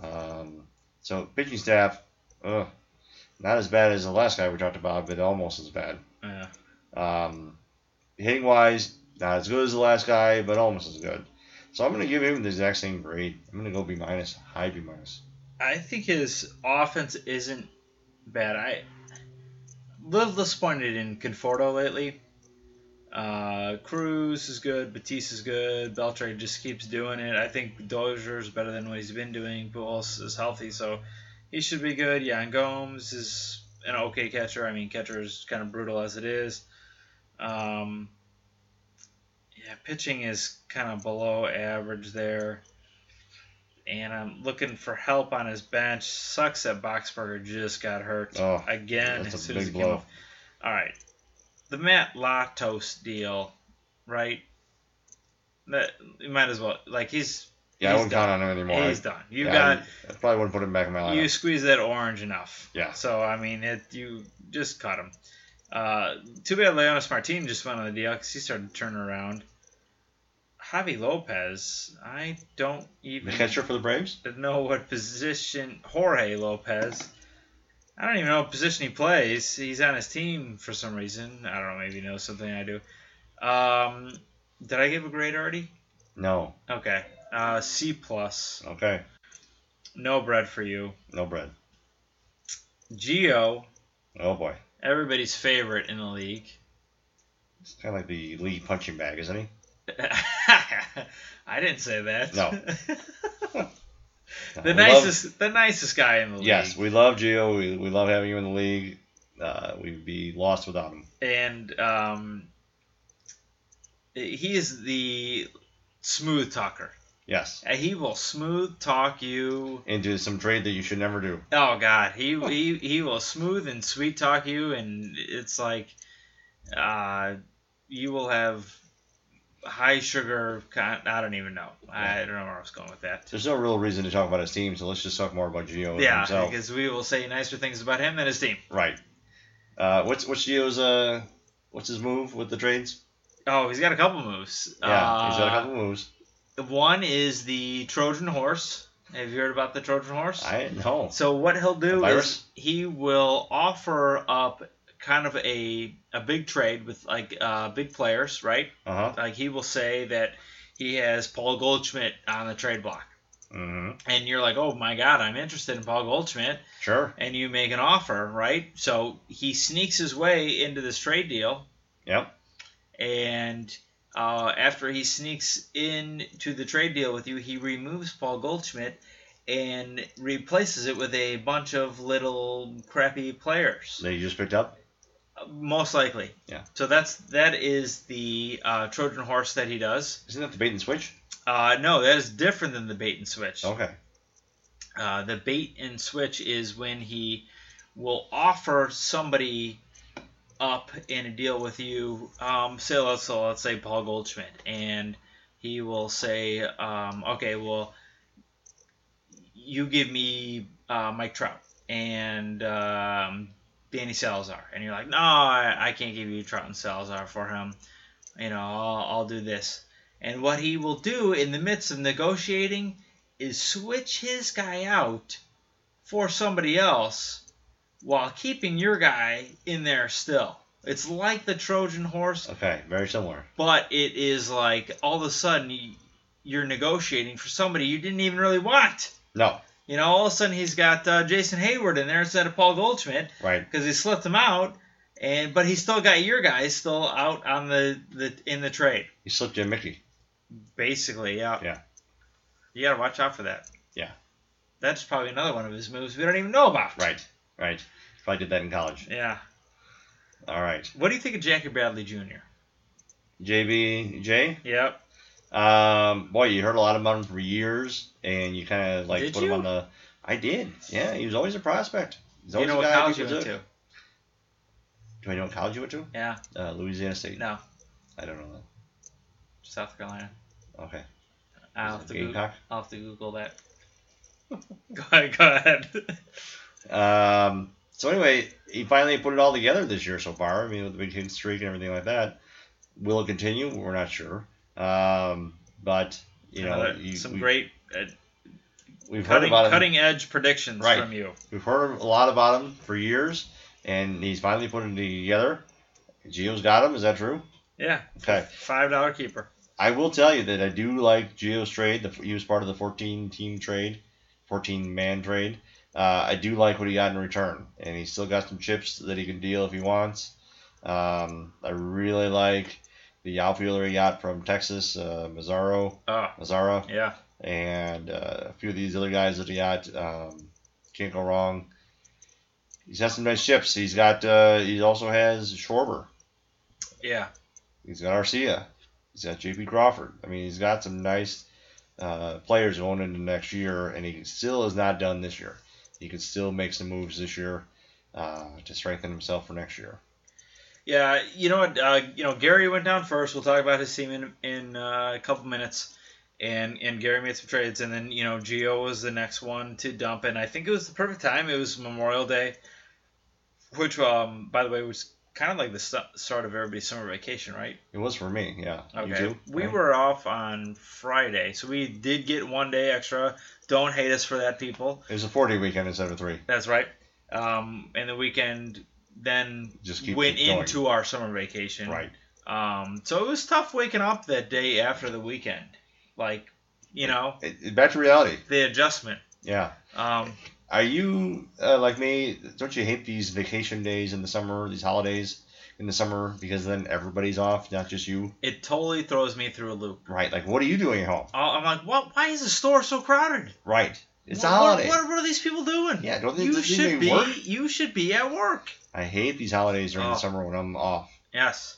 [SPEAKER 2] Um, so pitching staff, ugh, not as bad as the last guy we talked about, but almost as bad.
[SPEAKER 1] Yeah.
[SPEAKER 2] Um, hitting wise, not as good as the last guy, but almost as good. So I'm gonna give him the exact same grade. I'm gonna go B minus, high B minus.
[SPEAKER 1] I think his offense isn't bad. I little disappointed in Conforto lately. Uh, Cruz is good. Batista's good. Beltre just keeps doing it. I think Dozier's better than what he's been doing. Pujols is healthy, so he should be good. Jan Gomes is an okay catcher. I mean, catcher is kind of brutal as it is. Um, yeah, pitching is kind of below average there. And I'm looking for help on his bench. Sucks that Boxberger just got hurt
[SPEAKER 2] Oh,
[SPEAKER 1] again
[SPEAKER 2] that's
[SPEAKER 1] as
[SPEAKER 2] a
[SPEAKER 1] soon
[SPEAKER 2] big
[SPEAKER 1] as it came
[SPEAKER 2] blow.
[SPEAKER 1] off. All right, the Matt Latos deal, right? That you might as well like he's
[SPEAKER 2] Yeah, I
[SPEAKER 1] He's
[SPEAKER 2] wouldn't count on him anymore.
[SPEAKER 1] he's done. You
[SPEAKER 2] Yeah,
[SPEAKER 1] got
[SPEAKER 2] I, I probably wouldn't put him back in my lineup.
[SPEAKER 1] you squeeze that orange enough.
[SPEAKER 2] Yeah.
[SPEAKER 1] So I mean, it you just cut him. Uh, too bad Leonis Martin just went on the DL because he started turning around. Javi Lopez, I don't
[SPEAKER 2] the
[SPEAKER 1] even
[SPEAKER 2] catcher for the Braves?
[SPEAKER 1] know what position Jorge Lopez. I don't even know what position he plays. He's on his team for some reason. I don't know. Maybe he knows something I do. Um, did I give a grade already?
[SPEAKER 2] No.
[SPEAKER 1] Okay. Uh, C plus.
[SPEAKER 2] Okay.
[SPEAKER 1] No bread for you.
[SPEAKER 2] No bread.
[SPEAKER 1] Geo,
[SPEAKER 2] Oh boy.
[SPEAKER 1] everybody's favorite in the league.
[SPEAKER 2] It's kind of like the league punching bag, isn't he?
[SPEAKER 1] I didn't say that.
[SPEAKER 2] No. We
[SPEAKER 1] the
[SPEAKER 2] love-
[SPEAKER 1] nicest, the nicest guy in the league.
[SPEAKER 2] yes, we love Gio. We, we love having you in the league. Uh, we'd be lost without him.
[SPEAKER 1] and um, he is the smooth talker.
[SPEAKER 2] Yes.
[SPEAKER 1] Uh, He will smooth talk you.
[SPEAKER 2] Into some trade that you should never do.
[SPEAKER 1] Oh God, he he he will smooth and sweet talk you, and it's like, uh, you will have high sugar. con- I don't even know. I don't know where I was going with that.
[SPEAKER 2] There's no real reason to talk about his team, so let's just talk more about Gio
[SPEAKER 1] Yeah,
[SPEAKER 2] himself.
[SPEAKER 1] because we will say nicer things about him than his team.
[SPEAKER 2] Right. Uh, what's what's Gio's uh what's his move with the trades?
[SPEAKER 1] Oh, he's got a couple moves.
[SPEAKER 2] Yeah,
[SPEAKER 1] uh,
[SPEAKER 2] he's got a couple moves.
[SPEAKER 1] One is the Trojan horse. Have you heard about the Trojan horse?
[SPEAKER 2] I know.
[SPEAKER 1] So what he'll do is
[SPEAKER 2] virus?
[SPEAKER 1] he will offer up kind of a a big trade with like uh, big players, right?
[SPEAKER 2] Uh huh.
[SPEAKER 1] Like he will say that he has Paul Goldschmidt on the trade block,
[SPEAKER 2] Mm-hmm.
[SPEAKER 1] and you're like, oh my god, I'm interested in Paul Goldschmidt,
[SPEAKER 2] Sure.
[SPEAKER 1] and you make an offer, right? So he sneaks his way into this trade deal,
[SPEAKER 2] Yep.
[SPEAKER 1] and uh, after he sneaks in to the trade deal with you, he removes Paul Goldschmidt and replaces it with a bunch of little crappy players,
[SPEAKER 2] That you just picked up.
[SPEAKER 1] most likely.
[SPEAKER 2] Yeah.
[SPEAKER 1] So that's that is the uh, Trojan horse that he does.
[SPEAKER 2] Isn't that the bait and switch?
[SPEAKER 1] Uh, no, that is different than the bait and switch.
[SPEAKER 2] Okay.
[SPEAKER 1] Uh, the bait and switch is when he will offer somebody up in a deal with you. Um, say let's so let's say Paul Goldschmidt, and he will say, um, okay, well, you give me uh, Mike Trout and um, Danny Salazar, and you're like, no, I, I can't give you Trout and Salazar for him. You know, I'll, I'll do this. And what he will do in the midst of negotiating is switch his guy out for somebody else while keeping your guy in there still. It's like the Trojan horse,
[SPEAKER 2] Okay. Very similar.
[SPEAKER 1] but it is like all of a sudden y- you're negotiating for somebody you didn't even really want.
[SPEAKER 2] No.
[SPEAKER 1] You know, all of a sudden he's got uh, Jason Hayward in there instead of Paul Goldschmidt
[SPEAKER 2] Right.
[SPEAKER 1] because he slipped him out, and but he still got your guy still out on the, the in the trade.
[SPEAKER 2] You slipped you a Mickey.
[SPEAKER 1] Basically, yeah.
[SPEAKER 2] Yeah.
[SPEAKER 1] You gotta watch out for that.
[SPEAKER 2] Yeah.
[SPEAKER 1] That's probably another one of his moves we don't even know about.
[SPEAKER 2] Right. Right. If I did that in college.
[SPEAKER 1] Yeah.
[SPEAKER 2] All right.
[SPEAKER 1] What do you think of Jackie Bradley Jr.?
[SPEAKER 2] JBJ.
[SPEAKER 1] Yep.
[SPEAKER 2] Um, boy, you heard a lot about him for years, and you kind of like
[SPEAKER 1] Did
[SPEAKER 2] put
[SPEAKER 1] you?
[SPEAKER 2] him on the. I did. Yeah, he was always a prospect. He's
[SPEAKER 1] Do you know
[SPEAKER 2] always a
[SPEAKER 1] what
[SPEAKER 2] guy
[SPEAKER 1] college he
[SPEAKER 2] people
[SPEAKER 1] went
[SPEAKER 2] took.
[SPEAKER 1] to?
[SPEAKER 2] Do I know what college you went to?
[SPEAKER 1] Yeah.
[SPEAKER 2] Uh, Louisiana State.
[SPEAKER 1] No.
[SPEAKER 2] I don't know
[SPEAKER 1] South Carolina.
[SPEAKER 2] that. Okay.
[SPEAKER 1] I'll have,
[SPEAKER 2] Is it
[SPEAKER 1] to Google,
[SPEAKER 2] Gamecock?
[SPEAKER 1] I'll have to Google that. go ahead. Go ahead.
[SPEAKER 2] Um, so anyway, he finally put it all together this year so far. I mean, with the big hit streak and everything like that. Will it continue? We're not sure. Um, but you know,
[SPEAKER 1] Another-
[SPEAKER 2] you,
[SPEAKER 1] some
[SPEAKER 2] we,
[SPEAKER 1] great uh,
[SPEAKER 2] we've heard
[SPEAKER 1] cutting,
[SPEAKER 2] about him.
[SPEAKER 1] cutting edge predictions
[SPEAKER 2] Right.
[SPEAKER 1] from you.
[SPEAKER 2] We've heard a lot about him for years, and he's finally putting it together. Gio's got him. Is that true?
[SPEAKER 1] Yeah.
[SPEAKER 2] Okay.
[SPEAKER 1] Five dollar keeper.
[SPEAKER 2] I will tell you that I do like Gio's trade. The, he was part of the 14 team trade, 14 man trade. Uh, I do like what he got in return, and he's still got some chips that he can deal if he wants. Um, I really like the outfielder he got from Texas, uh, Mazzaro,
[SPEAKER 1] Oh,
[SPEAKER 2] Mazzara,
[SPEAKER 1] yeah.
[SPEAKER 2] and uh, a few of these other guys that he got. Um, can't go wrong. He's had some nice ships. He's got. Uh, he also has Schwarber.
[SPEAKER 1] Yeah.
[SPEAKER 2] He's got Arcia. He's got J.P. Crawford. I mean, he's got some nice uh, players going into next year, and he still is not done this year. He can still make some moves this year uh, to strengthen himself for next year.
[SPEAKER 1] Yeah, you know what? Uh, you know, Gary went down first. We'll talk about his team in, in uh, a couple minutes. And and Gary made some trades, and then you know Gio was the next one to dump, and I think it was the perfect time. It was Memorial Day, which um by the way was kind of like the st- start of everybody's summer vacation, right?
[SPEAKER 2] It was for me, yeah. You
[SPEAKER 1] Okay.
[SPEAKER 2] too?
[SPEAKER 1] we
[SPEAKER 2] right?
[SPEAKER 1] were off on Friday, so we did get one day extra. Don't hate us for that, people.
[SPEAKER 2] It was a four-day weekend instead of three.
[SPEAKER 1] That's right. Um, and the weekend then
[SPEAKER 2] Just keep
[SPEAKER 1] went
[SPEAKER 2] keep going.
[SPEAKER 1] into our summer vacation.
[SPEAKER 2] Right.
[SPEAKER 1] Um, so it was tough waking up that day after the weekend. Like, you know,
[SPEAKER 2] It, it- back to reality.
[SPEAKER 1] the adjustment.
[SPEAKER 2] Yeah.
[SPEAKER 1] Um,
[SPEAKER 2] Are you uh, like me? Don't you hate these vacation days in the summer, these holidays in the summer, because then everybody's off, not just you?
[SPEAKER 1] it totally throws me through a loop.
[SPEAKER 2] Right. Like, what are you doing at home?
[SPEAKER 1] I- I'm like, what? Why is the store so crowded?
[SPEAKER 2] Right. It's
[SPEAKER 1] what,
[SPEAKER 2] a holiday.
[SPEAKER 1] What, what are these people doing?
[SPEAKER 2] Yeah, don't they,
[SPEAKER 1] You
[SPEAKER 2] don't they
[SPEAKER 1] should be.
[SPEAKER 2] work?
[SPEAKER 1] You should be at work.
[SPEAKER 2] I hate these holidays during
[SPEAKER 1] Oh.
[SPEAKER 2] the summer when I'm off.
[SPEAKER 1] Yes.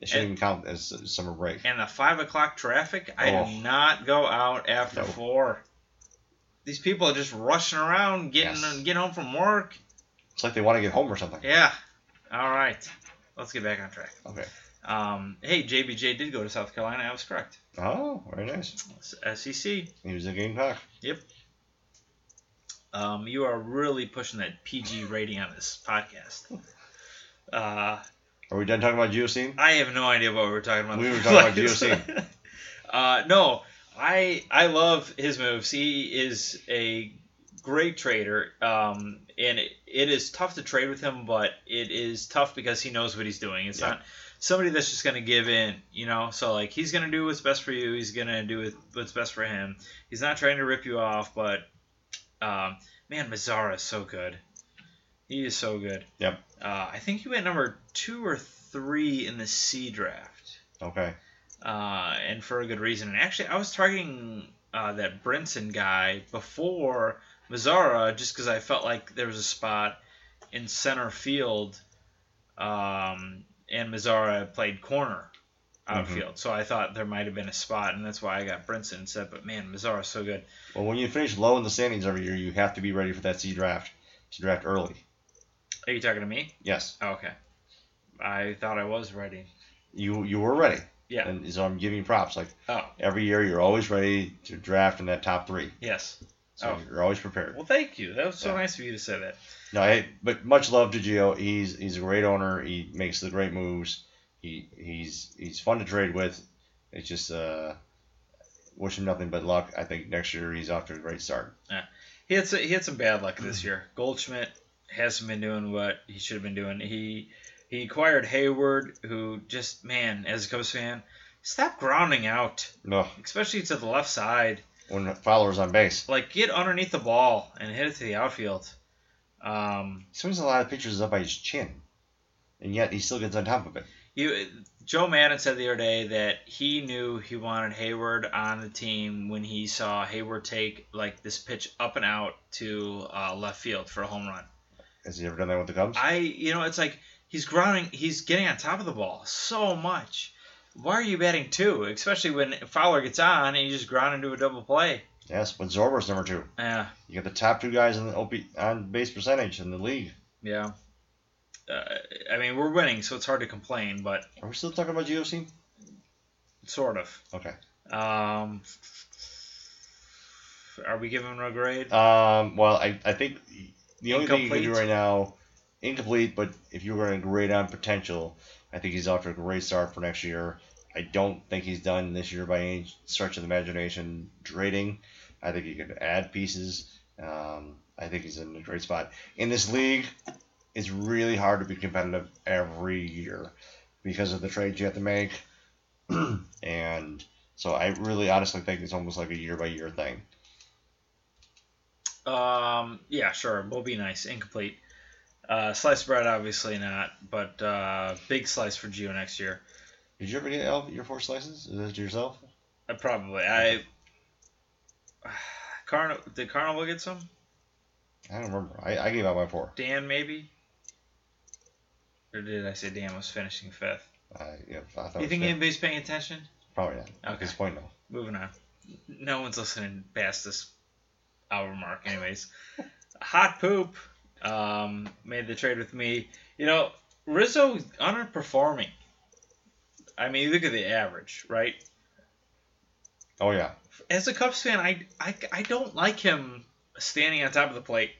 [SPEAKER 2] It shouldn't even count as uh, summer break.
[SPEAKER 1] and the five o'clock traffic, I
[SPEAKER 2] Oh.
[SPEAKER 1] do not go out after
[SPEAKER 2] No.
[SPEAKER 1] four. These people are just rushing around, getting
[SPEAKER 2] Yes.
[SPEAKER 1] getting home from work.
[SPEAKER 2] It's like they want to get home or something.
[SPEAKER 1] Yeah. All right. Let's get back on track.
[SPEAKER 2] Okay.
[SPEAKER 1] Um, hey, JBJ did go to South Carolina. I was correct. E
[SPEAKER 2] Oh, very nice.
[SPEAKER 1] SEC.
[SPEAKER 2] He was a Gamecock.
[SPEAKER 1] Um, you are really pushing that PG rating on this podcast. Uh,
[SPEAKER 2] Are we done talking about Geosteam?
[SPEAKER 1] I have no idea what we were talking about.
[SPEAKER 2] We were talking about GOC.
[SPEAKER 1] uh, no, I I love his moves. He is a great trader, um, and it, it is tough to trade with him, but it is tough because he knows what he's doing. It's
[SPEAKER 2] Yeah.
[SPEAKER 1] not somebody that's just going to give in, you know. So like he's going to do what's best for you. He's going to do what's best for him. He's not trying to rip you off, but um, man, Mazzara is so good. He is so good.
[SPEAKER 2] Yep.
[SPEAKER 1] Uh, I think he went number two or three in the C draft,
[SPEAKER 2] Okay.
[SPEAKER 1] uh, and for a good reason. And actually, I was targeting uh, that Brinson guy before Mazzara just because I felt like there was a spot in center field, um, and Mazzara played corner outfield. So I thought there might have been a spot, and that's why I got Brinson instead. But man, Mazzara's so good.
[SPEAKER 2] Well, when you finish low in the standings every year, you have to be ready for that C draft to draft early.
[SPEAKER 1] Are you talking to me?
[SPEAKER 2] Yes.
[SPEAKER 1] Oh, okay. I thought I was ready.
[SPEAKER 2] You you were ready.
[SPEAKER 1] Yeah.
[SPEAKER 2] And so I'm giving you props. Like
[SPEAKER 1] Oh,
[SPEAKER 2] every year, you're always ready to draft in that top three.
[SPEAKER 1] yes.
[SPEAKER 2] So
[SPEAKER 1] Oh.
[SPEAKER 2] you're always prepared.
[SPEAKER 1] Well, thank you. That was so
[SPEAKER 2] Yeah.
[SPEAKER 1] nice of you to say that.
[SPEAKER 2] No, hey, but much love to Gio. He's he's a great owner. He makes the great moves. He he's he's fun to trade with. It's just uh, wish him nothing but luck. I think next year he's off to a great start.
[SPEAKER 1] He had some, he had some bad luck this year. Goldschmidt hasn't been doing what he should have been doing. He he acquired Hayward, who just man, as a Cubs fan, stop grounding out,
[SPEAKER 2] No,
[SPEAKER 1] especially to the left side.
[SPEAKER 2] when Fowler's on base,
[SPEAKER 1] Like get underneath the ball and hit it to the outfield. Um,
[SPEAKER 2] he swings a lot of pitches up by his chin, and yet he still gets on top of it.
[SPEAKER 1] You, Joe Madden said the other day that he knew he wanted Hayward on the team when he saw Hayward take like this pitch up and out to uh, left field for a home run.
[SPEAKER 2] Has he ever done that with the Cubs?
[SPEAKER 1] I, you know, it's like he's grounding, he's getting on top of the ball so much. Why are you batting two, especially when Fowler gets on and you just ground into a double play?
[SPEAKER 2] yes, but Zorber's number two.
[SPEAKER 1] Yeah,
[SPEAKER 2] You got the top two guys in the OP on base percentage in the league.
[SPEAKER 1] yeah. Uh, I mean, we're winning, so it's hard to complain, but
[SPEAKER 2] Are we still talking about Gio?
[SPEAKER 1] sort of.
[SPEAKER 2] Okay.
[SPEAKER 1] Um, are we giving him a grade?
[SPEAKER 2] Um, well, I, I think the only thing you can do
[SPEAKER 1] Incomplete.
[SPEAKER 2] right now, incomplete, but if you were going to grade on potential, I think he's off to a great start for next year. I don't think he's done this year by any stretch of the imagination trading. I think he could add pieces. Um, I think he's in a great spot. In this league, it's really hard to be competitive every year because of the trades you have to make. and so I really honestly think it's almost like a year by year thing.
[SPEAKER 1] Um, yeah, sure. We'll be nice. Incomplete. Uh, slice bread, obviously not, but uh, big slice for Geo next year.
[SPEAKER 2] Did you ever get Al- your force license? Is that yourself?
[SPEAKER 1] I Uh, probably I. Carnival did Carnival get some?
[SPEAKER 2] I don't remember. I, I gave out my four.
[SPEAKER 1] Dan maybe. Or did I say Dan was finishing fifth?
[SPEAKER 2] I, yeah, I thought it
[SPEAKER 1] You
[SPEAKER 2] was
[SPEAKER 1] think
[SPEAKER 2] fifth.
[SPEAKER 1] anybody's paying attention?
[SPEAKER 2] Probably not. At
[SPEAKER 1] Okay.
[SPEAKER 2] this point, no.
[SPEAKER 1] Moving on. No one's listening past this hour mark, anyways. Hot poop um, made the trade with me. You know, Rizzo underperforming. I mean, look at the average, right?
[SPEAKER 2] Oh yeah.
[SPEAKER 1] As a Cubs fan, I, I, I don't like him standing on top of the plate.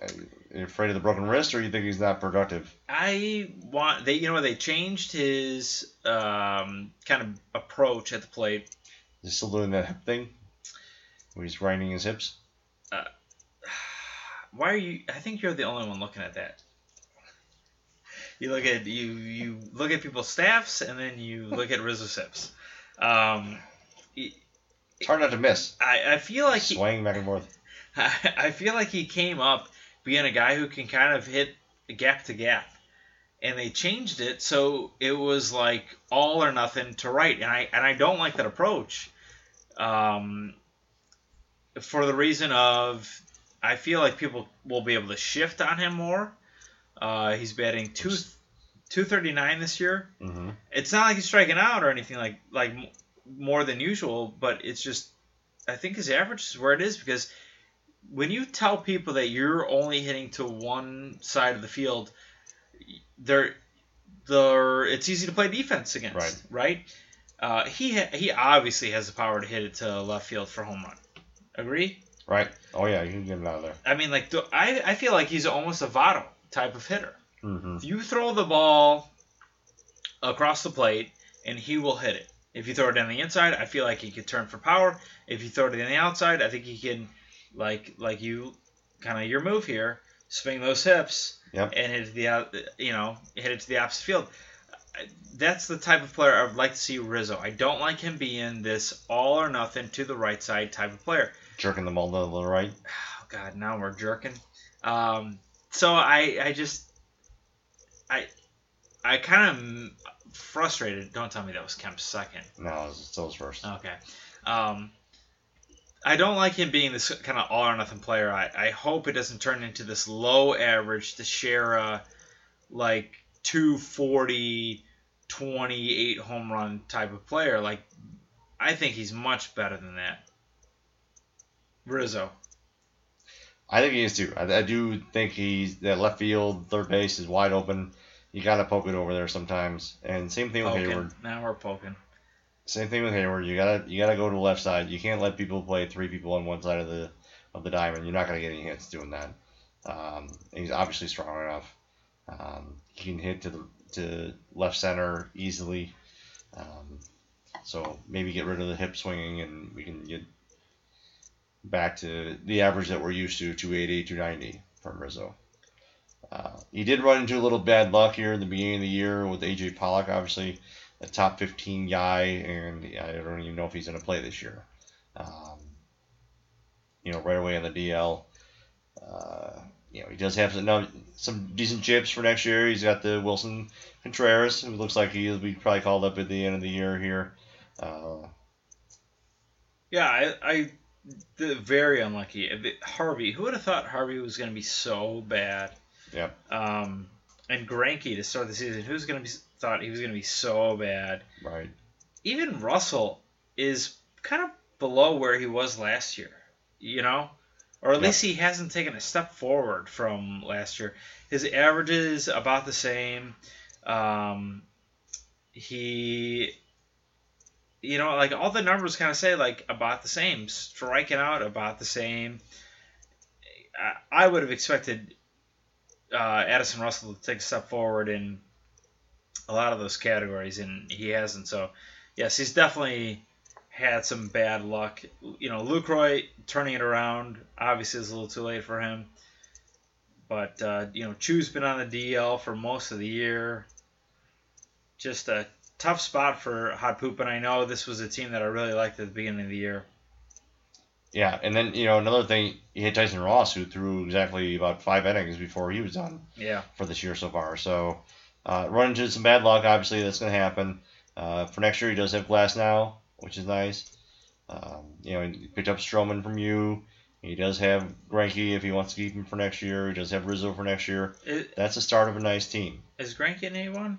[SPEAKER 2] Are you afraid of the broken wrist, or you think he's not productive?
[SPEAKER 1] I want they you know they changed his um, kind of approach at the plate.
[SPEAKER 2] He's still doing that hip thing, where he's grinding his hips.
[SPEAKER 1] Why are you? I think you're the only one looking at that. You look at you you look at people's staffs and then you look at Rizzo Sips. Um,
[SPEAKER 2] It's hard not to miss.
[SPEAKER 1] I, I feel like he,
[SPEAKER 2] Swaying back and forth.
[SPEAKER 1] I, I feel like he came up being a guy who can kind of hit gap to gap, and they changed it so it was like all or nothing to right, and I and I don't like that approach, um, for the reason of I feel like people will be able to shift on him more. Uh, he's batting two two thirty nine this year.
[SPEAKER 2] hmm
[SPEAKER 1] It's not like he's striking out or anything like like m- more than usual, but it's just I think his average is where it is because when you tell people that you're only hitting to one side of the field, they're, they're it's easy to play defense against,
[SPEAKER 2] Right.
[SPEAKER 1] right? Uh, he ha- he obviously has the power to hit it to left field for home run. Agree?
[SPEAKER 2] Right. Oh yeah, you can get him out of there.
[SPEAKER 1] I mean, like th- I I feel like he's almost a Votto type of hitter.
[SPEAKER 2] Mm-hmm.
[SPEAKER 1] If you throw the ball across the plate, and he will hit it. If you throw it down the inside, I feel like he could turn for power. If you throw it on the outside, I think he can, like like you, kind of your move here, swing those hips
[SPEAKER 2] Yep.
[SPEAKER 1] and hit the out- you know hit it to the opposite field. That's the type of player I'd like to see Rizzo. I don't like him being this all or nothing to the right side type of player.
[SPEAKER 2] Jerking the ball to the little right.
[SPEAKER 1] Oh God, now we're jerking. Um, so I, I just, I, I kind of frustrated. Don't tell me that was Kemp's second.
[SPEAKER 2] No, it's still first.
[SPEAKER 1] Okay. Um, I don't like him being this kind of all or nothing player. I, I hope it doesn't turn into this low average to share a like 240, 28 home run type of player. Like, I think he's much better than that. Rizzo.
[SPEAKER 2] I think he is too. I, I do think he's that left field, third base is wide open. You gotta poke it over there sometimes. And same thing with
[SPEAKER 1] Poking.
[SPEAKER 2] Hayward.
[SPEAKER 1] Now we're poking.
[SPEAKER 2] Same thing with Hayward. You gotta you gotta go to the left side. You can't let people play three people on one side of the of the diamond. You're not gonna get any hits doing that. Um, and he's obviously strong enough. Um, he can hit to the to left center easily. Um, so maybe get rid of the hip swinging and we can get back to the average that we're used to 280, 290 from Rizzo. Uh, he did run into a little bad luck here in the beginning of the year with AJ Pollock, obviously a top 15 guy, and I don't even know if he's going to play this year. Um, you know, right away on the DL. Uh, you know, he does have some, now, some decent chips for next year. He's got the Wilson Contreras, who looks like he'll be probably called up at the end of the year here. Uh,
[SPEAKER 1] Yeah, I, I the, very unlucky. If it- Harvey, who would have thought Harvey was going to be so bad?
[SPEAKER 2] Yep.
[SPEAKER 1] Um, and Granky to start the season, who's going to be thought he was going to be so bad?
[SPEAKER 2] right.
[SPEAKER 1] Even Russell is kind of below where he was last year, you know, or at
[SPEAKER 2] Yep.
[SPEAKER 1] least he hasn't taken a step forward from last year. His average is about the same. Um, he you know, like all the numbers kind of say like about the same, striking out about the same. I, I would have expected uh, Addison Russell to take a step forward in a lot of those categories, and he hasn't. So, yes, he's definitely had some bad luck. You know, Lucroy turning it around obviously is a little too late for him. But uh, you know, Chu's been on the DL for most of the year. Just a tough spot for Hot Poop, and I know this was a team that I really liked at the beginning of the year.
[SPEAKER 2] Yeah, and then, you know, another thing, he hit Tyson Ross, who threw exactly about five innings before he was done.
[SPEAKER 1] Yeah,
[SPEAKER 2] for this year so far. So, uh, run into some bad luck, obviously, that's going to happen. Uh, for next year, he does have Glass now, which is nice. Um, you know, he picked up Strowman from you. He does have Granky if he wants to keep him for next year. He does have Rizzo for next year.
[SPEAKER 1] Is,
[SPEAKER 2] That's the start of a nice team.
[SPEAKER 1] is Grank in A1?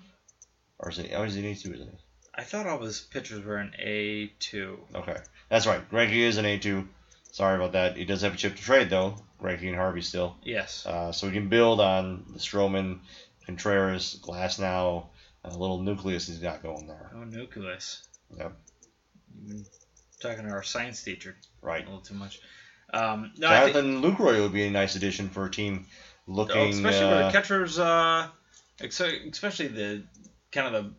[SPEAKER 2] Or is he? Oh, he's an A two, isn't he?
[SPEAKER 1] I thought all his pitchers were in A2.
[SPEAKER 2] Okay, that's right. Granky is an A two. Sorry about that. He does have a chip to trade though. Granky and Harvey still.
[SPEAKER 1] Yes.
[SPEAKER 2] Uh, so we can build on the Strowman, Contreras, Glass now, a little nucleus he's got going there.
[SPEAKER 1] Oh, nucleus.
[SPEAKER 2] Yep.
[SPEAKER 1] You've been talking to our science teacher a
[SPEAKER 2] Right.
[SPEAKER 1] little too much. Um, no, I thi-
[SPEAKER 2] Jonathan Lucroy would be a nice addition for a team looking.
[SPEAKER 1] oh, especially where
[SPEAKER 2] uh,
[SPEAKER 1] the catchers, uh, ex- especially the kind of the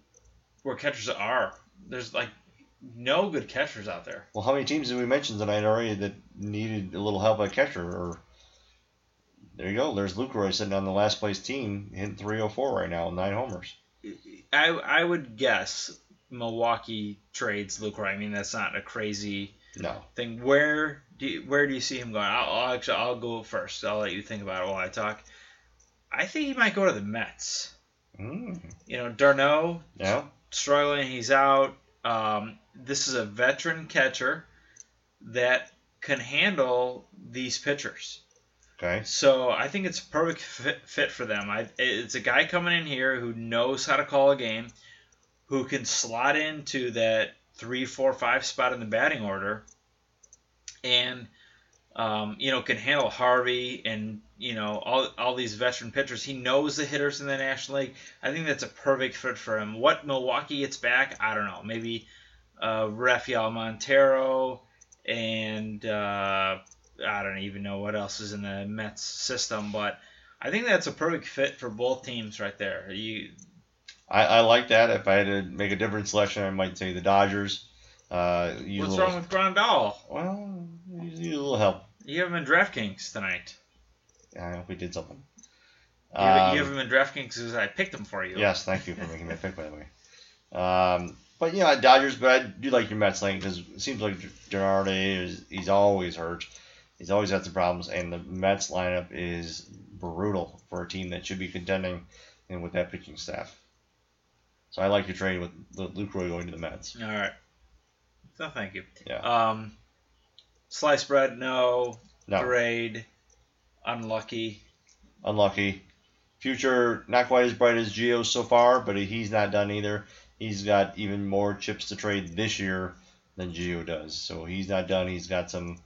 [SPEAKER 1] where catchers are. There's like no good catchers out there.
[SPEAKER 2] well, how many teams did we mention tonight already that needed a little help at catcher? Or there you go. There's Lucroy sitting on the last place team, hitting 304 right now, nine homers.
[SPEAKER 1] I I would guess Milwaukee trades Lucroy. I mean, that's not a crazy
[SPEAKER 2] No,
[SPEAKER 1] thing. Where do you, where do you see him going? I'll, I'll actually I'll go first. I'll let you think about it while I talk. I think he might go to the Mets.
[SPEAKER 2] mm.
[SPEAKER 1] You know, Darno
[SPEAKER 2] no,
[SPEAKER 1] struggling. He's out. Um, this is a veteran catcher that can handle these pitchers.
[SPEAKER 2] okay,
[SPEAKER 1] So I think it's a perfect fit, fit for them. I, it's a guy coming in here who knows how to call a game, who can slot into that three, four, five spot in the batting order, and um, you know can handle Harvey and you know all all these veteran pitchers. He knows the hitters in the National League. I think that's a perfect fit for him. What Milwaukee gets back, I don't know. Maybe uh, Rafael Montero and. Uh, I don't even know what else is in the Mets system, but I think that's a perfect fit for both teams right there. You
[SPEAKER 2] I, I like that. If I had to make a different selection, I might say the Dodgers. Uh, use a
[SPEAKER 1] what's
[SPEAKER 2] little,
[SPEAKER 1] wrong with Grandal?
[SPEAKER 2] Well, use, use a little help.
[SPEAKER 1] You have him in DraftKings tonight.
[SPEAKER 2] I hope we did something.
[SPEAKER 1] You, have- you
[SPEAKER 2] Um,
[SPEAKER 1] have him in DraftKings because I picked him for you.
[SPEAKER 2] Yes, thank you for making that pick, by the way. Um, but yeah, Dodgers. But I do like your Mets lane because it seems like Gennard is he's always hurt. He's always had some problems, and the Mets lineup is brutal for a team that should be contending and with that pitching staff. So I like your trade with the Luke Roy going to the Mets.
[SPEAKER 1] All right. So thank you.
[SPEAKER 2] Yeah.
[SPEAKER 1] Um, slice bread, no.
[SPEAKER 2] No,
[SPEAKER 1] Parade, unlucky.
[SPEAKER 2] unlucky. Future not quite as bright as Geo's so far, but he's not done either. He's got even more chips to trade this year than Geo does, so he's not done. He's got some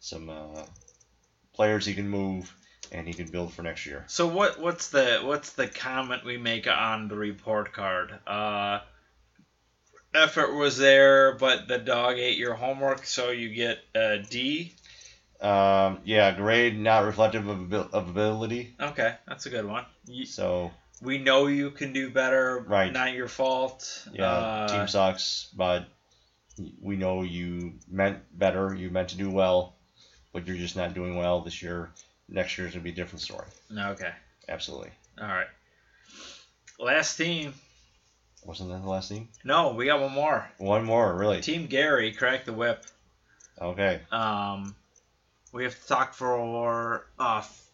[SPEAKER 2] some uh, players he can move and he can build for next year.
[SPEAKER 1] So what what's the what's the comment we make on the report card? Uh, effort was there, but the dog ate your homework, so you get a D.
[SPEAKER 2] Um, yeah, grade not reflective of, abil- of ability.
[SPEAKER 1] Okay, that's a good one. You,
[SPEAKER 2] So
[SPEAKER 1] we know you can do better.
[SPEAKER 2] Right.
[SPEAKER 1] Not your fault.
[SPEAKER 2] yeah,
[SPEAKER 1] Uh,
[SPEAKER 2] team sucks, but we know you meant better. You meant to do well, but you're just not doing well this year. Next year's gonna be a different story.
[SPEAKER 1] Okay.
[SPEAKER 2] Absolutely.
[SPEAKER 1] All right. Last team.
[SPEAKER 2] Wasn't that the last team?
[SPEAKER 1] No, we got one more.
[SPEAKER 2] One more, really.
[SPEAKER 1] Team Gary cracked the whip.
[SPEAKER 2] Okay.
[SPEAKER 1] Um, we have to talk for uh, f-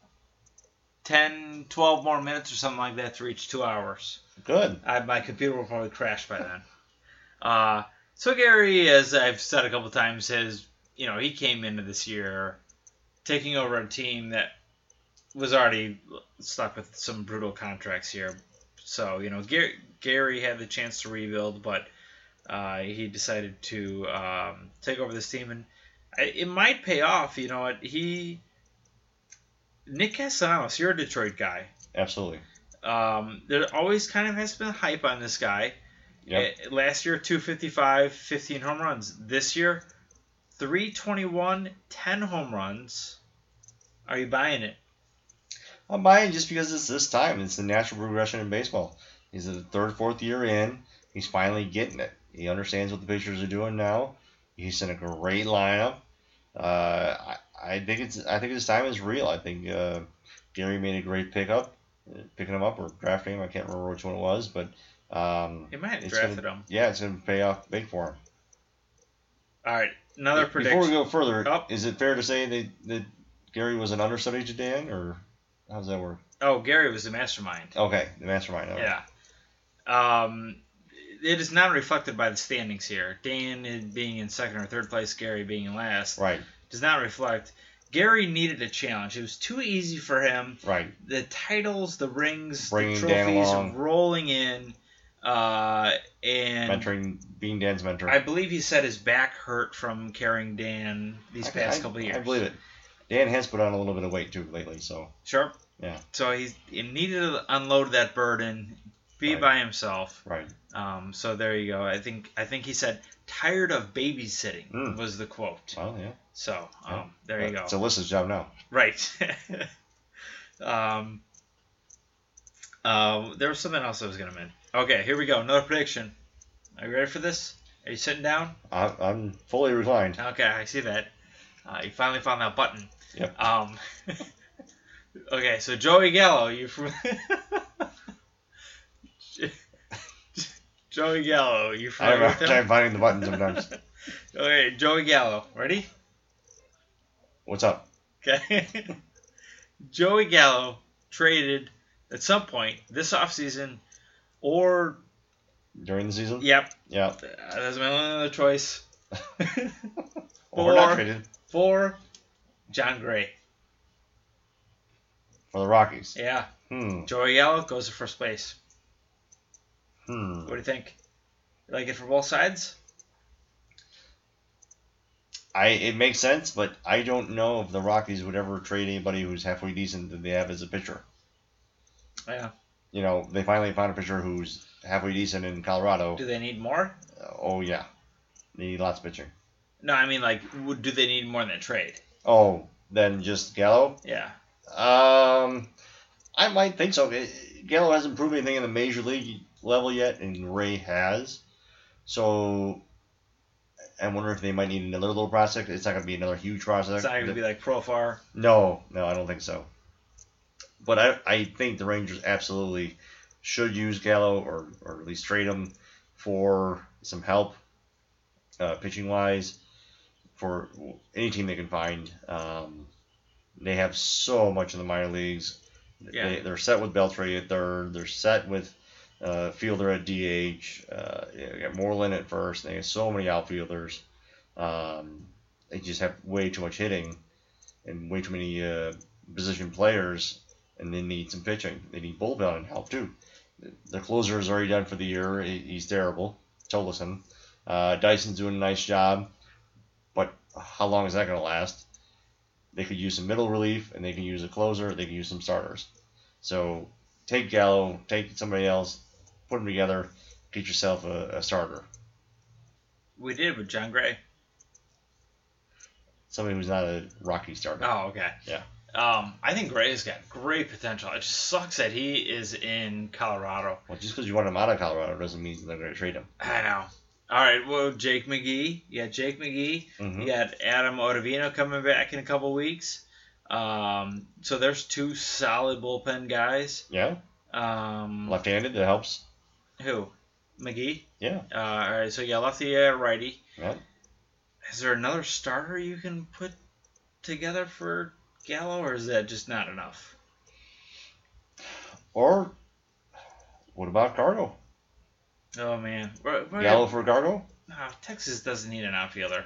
[SPEAKER 1] 10, 12 more minutes or something like that to reach two hours.
[SPEAKER 2] Good.
[SPEAKER 1] I, my computer will probably crash by then. Uh, so Gary, as I've said a couple times, has you know he came into this year taking over a team that was already stuck with some brutal contracts here. So you know Gary, Gary had the chance to rebuild, but uh, he decided to um, take over this team, and I- it might pay off. You know what he. Nick Castellanos, you're a Detroit guy.
[SPEAKER 2] Absolutely.
[SPEAKER 1] Um, there always kind of has been hype on this guy.
[SPEAKER 2] Yep.
[SPEAKER 1] Eh, Last year, 255, 15 home runs. This year, 321, 10 home runs. Are you buying it?
[SPEAKER 2] I'm buying just because it's this time. It's the natural progression in baseball. He's the third, fourth year in. He's finally getting it. He understands what the pitchers are doing now. He's in a great lineup. Uh, I, I think it's I think his time is real. I think uh, Gary made a great pickup, uh, picking him up or drafting him. I can't remember which one it was, but um,
[SPEAKER 1] You might have
[SPEAKER 2] It's
[SPEAKER 1] drafted him.
[SPEAKER 2] yeah, it's gonna pay off big for him.
[SPEAKER 1] All right, another prediction.
[SPEAKER 2] Before we go further,
[SPEAKER 1] Oh.
[SPEAKER 2] is it fair to say that, that Gary was an understudy to Dan, or how does that work?
[SPEAKER 1] Oh, Gary was the mastermind.
[SPEAKER 2] Okay, the mastermind. all right.
[SPEAKER 1] Yeah. Um, it is not reflected by the standings here. Dan is being in second or third place, Gary being in last,
[SPEAKER 2] Right,
[SPEAKER 1] does not reflect. Gary needed a challenge. It was too easy for him.
[SPEAKER 2] right.
[SPEAKER 1] the titles, the rings,
[SPEAKER 2] Bringing
[SPEAKER 1] the
[SPEAKER 2] Dan along.
[SPEAKER 1] trophies rolling in, uh, and
[SPEAKER 2] Mentoring, being Dan's mentor.
[SPEAKER 1] I believe he said his back hurt from carrying Dan these
[SPEAKER 2] I-
[SPEAKER 1] past
[SPEAKER 2] I-
[SPEAKER 1] couple years.
[SPEAKER 2] I believe it. Dan has put on a little bit of weight too lately, so
[SPEAKER 1] Sure.
[SPEAKER 2] Yeah.
[SPEAKER 1] So he's, he needed to unload that burden, be
[SPEAKER 2] Right.
[SPEAKER 1] by himself.
[SPEAKER 2] right.
[SPEAKER 1] Um, so there you go. I think I think he said tired of babysitting
[SPEAKER 2] Mm.
[SPEAKER 1] was the quote.
[SPEAKER 2] Well, yeah.
[SPEAKER 1] So um,
[SPEAKER 2] Yeah.
[SPEAKER 1] there you go.
[SPEAKER 2] It's Alyssa's job now.
[SPEAKER 1] Right. um, uh, there was something else I was going to mention. Okay, here we go. Another prediction. Are you ready for this? Are you sitting down?
[SPEAKER 2] I, I'm fully reclined.
[SPEAKER 1] Okay, I see that. Uh, you finally found that button.
[SPEAKER 2] Yep.
[SPEAKER 1] Um, okay, so Joey Gallo, you from. Joey Gallo, you
[SPEAKER 2] I have a
[SPEAKER 1] familiar with
[SPEAKER 2] hard
[SPEAKER 1] him?
[SPEAKER 2] time finding the button sometimes.
[SPEAKER 1] Okay, Joey Gallo, ready?
[SPEAKER 2] What's up?
[SPEAKER 1] Okay. Joey Gallo traded at some point this offseason or
[SPEAKER 2] During the season?
[SPEAKER 1] yep,
[SPEAKER 2] Yeah.
[SPEAKER 1] that's my only other choice
[SPEAKER 2] Well, we're not
[SPEAKER 1] Or-
[SPEAKER 2] traded
[SPEAKER 1] for John Gray.
[SPEAKER 2] for the Rockies.
[SPEAKER 1] Yeah,
[SPEAKER 2] Hmm.
[SPEAKER 1] Joey Gallo goes to first base.
[SPEAKER 2] Hmm.
[SPEAKER 1] What do you think? You like it for both sides?
[SPEAKER 2] I it makes sense, but I don't know if the Rockies would ever trade anybody who's halfway decent that they have as a pitcher.
[SPEAKER 1] Yeah.
[SPEAKER 2] You know, they finally found a pitcher who's halfway decent in Colorado.
[SPEAKER 1] Do they need more?
[SPEAKER 2] Oh yeah, they need lots of pitching.
[SPEAKER 1] No, I mean like, would, do they need more than a trade?
[SPEAKER 2] Oh, then just Gallo.
[SPEAKER 1] Yeah.
[SPEAKER 2] Um, I might think so. Gallo hasn't proven anything in the major league level yet, and Ray has. So I wonder if they might need another little prospect. It's not going to be another huge prospect.
[SPEAKER 1] It's not going to be like Profar.
[SPEAKER 2] No, no, I don't think so. But I, I think the Rangers absolutely should use Gallo or, or at least trade him for some help, uh, pitching wise, for any team they can find. Um, they have so much in the minor leagues.
[SPEAKER 1] Yeah.
[SPEAKER 2] They, they're set with Beltray at third. They're set with uh, Fielder at DH. Uh, they got Moreland at first. They have so many outfielders. Um, they just have way too much hitting and way too many uh, position players, and they need some pitching. They need bullpen help too. The closer is already done for the year. He- He's terrible. Tolleson. Uh, Dyson's doing a nice job, but how long is that going to last? They could use some middle relief, and they can use a closer. They can use some starters. So take Gallo, take somebody else, put them together, get yourself a, a starter,
[SPEAKER 1] We did with John Gray.
[SPEAKER 2] somebody who's not a Rocky starter.
[SPEAKER 1] Oh, okay.
[SPEAKER 2] Yeah.
[SPEAKER 1] Um, I think Gray's got great potential. It just sucks that he is in Colorado.
[SPEAKER 2] Well, just because you want him out of Colorado doesn't mean they're going to trade him.
[SPEAKER 1] I know. All right. Well, Jake McGee. You got Jake McGee.
[SPEAKER 2] Mhm.
[SPEAKER 1] You got Adam Ottavino coming back in a couple weeks. Um, so there's two solid bullpen guys.
[SPEAKER 2] Yeah,
[SPEAKER 1] Um,
[SPEAKER 2] left-handed that helps.
[SPEAKER 1] Who? McGee.
[SPEAKER 2] Yeah,
[SPEAKER 1] Uh, all right. So yeah, lefty, uh, righty.
[SPEAKER 2] yeah.
[SPEAKER 1] Is there another starter you can put together for Gallo, or is that just not enough?
[SPEAKER 2] Or what about Cargo?
[SPEAKER 1] Oh man. We're, we're-
[SPEAKER 2] Gallo for Cargo?
[SPEAKER 1] No, Texas doesn't need an outfielder.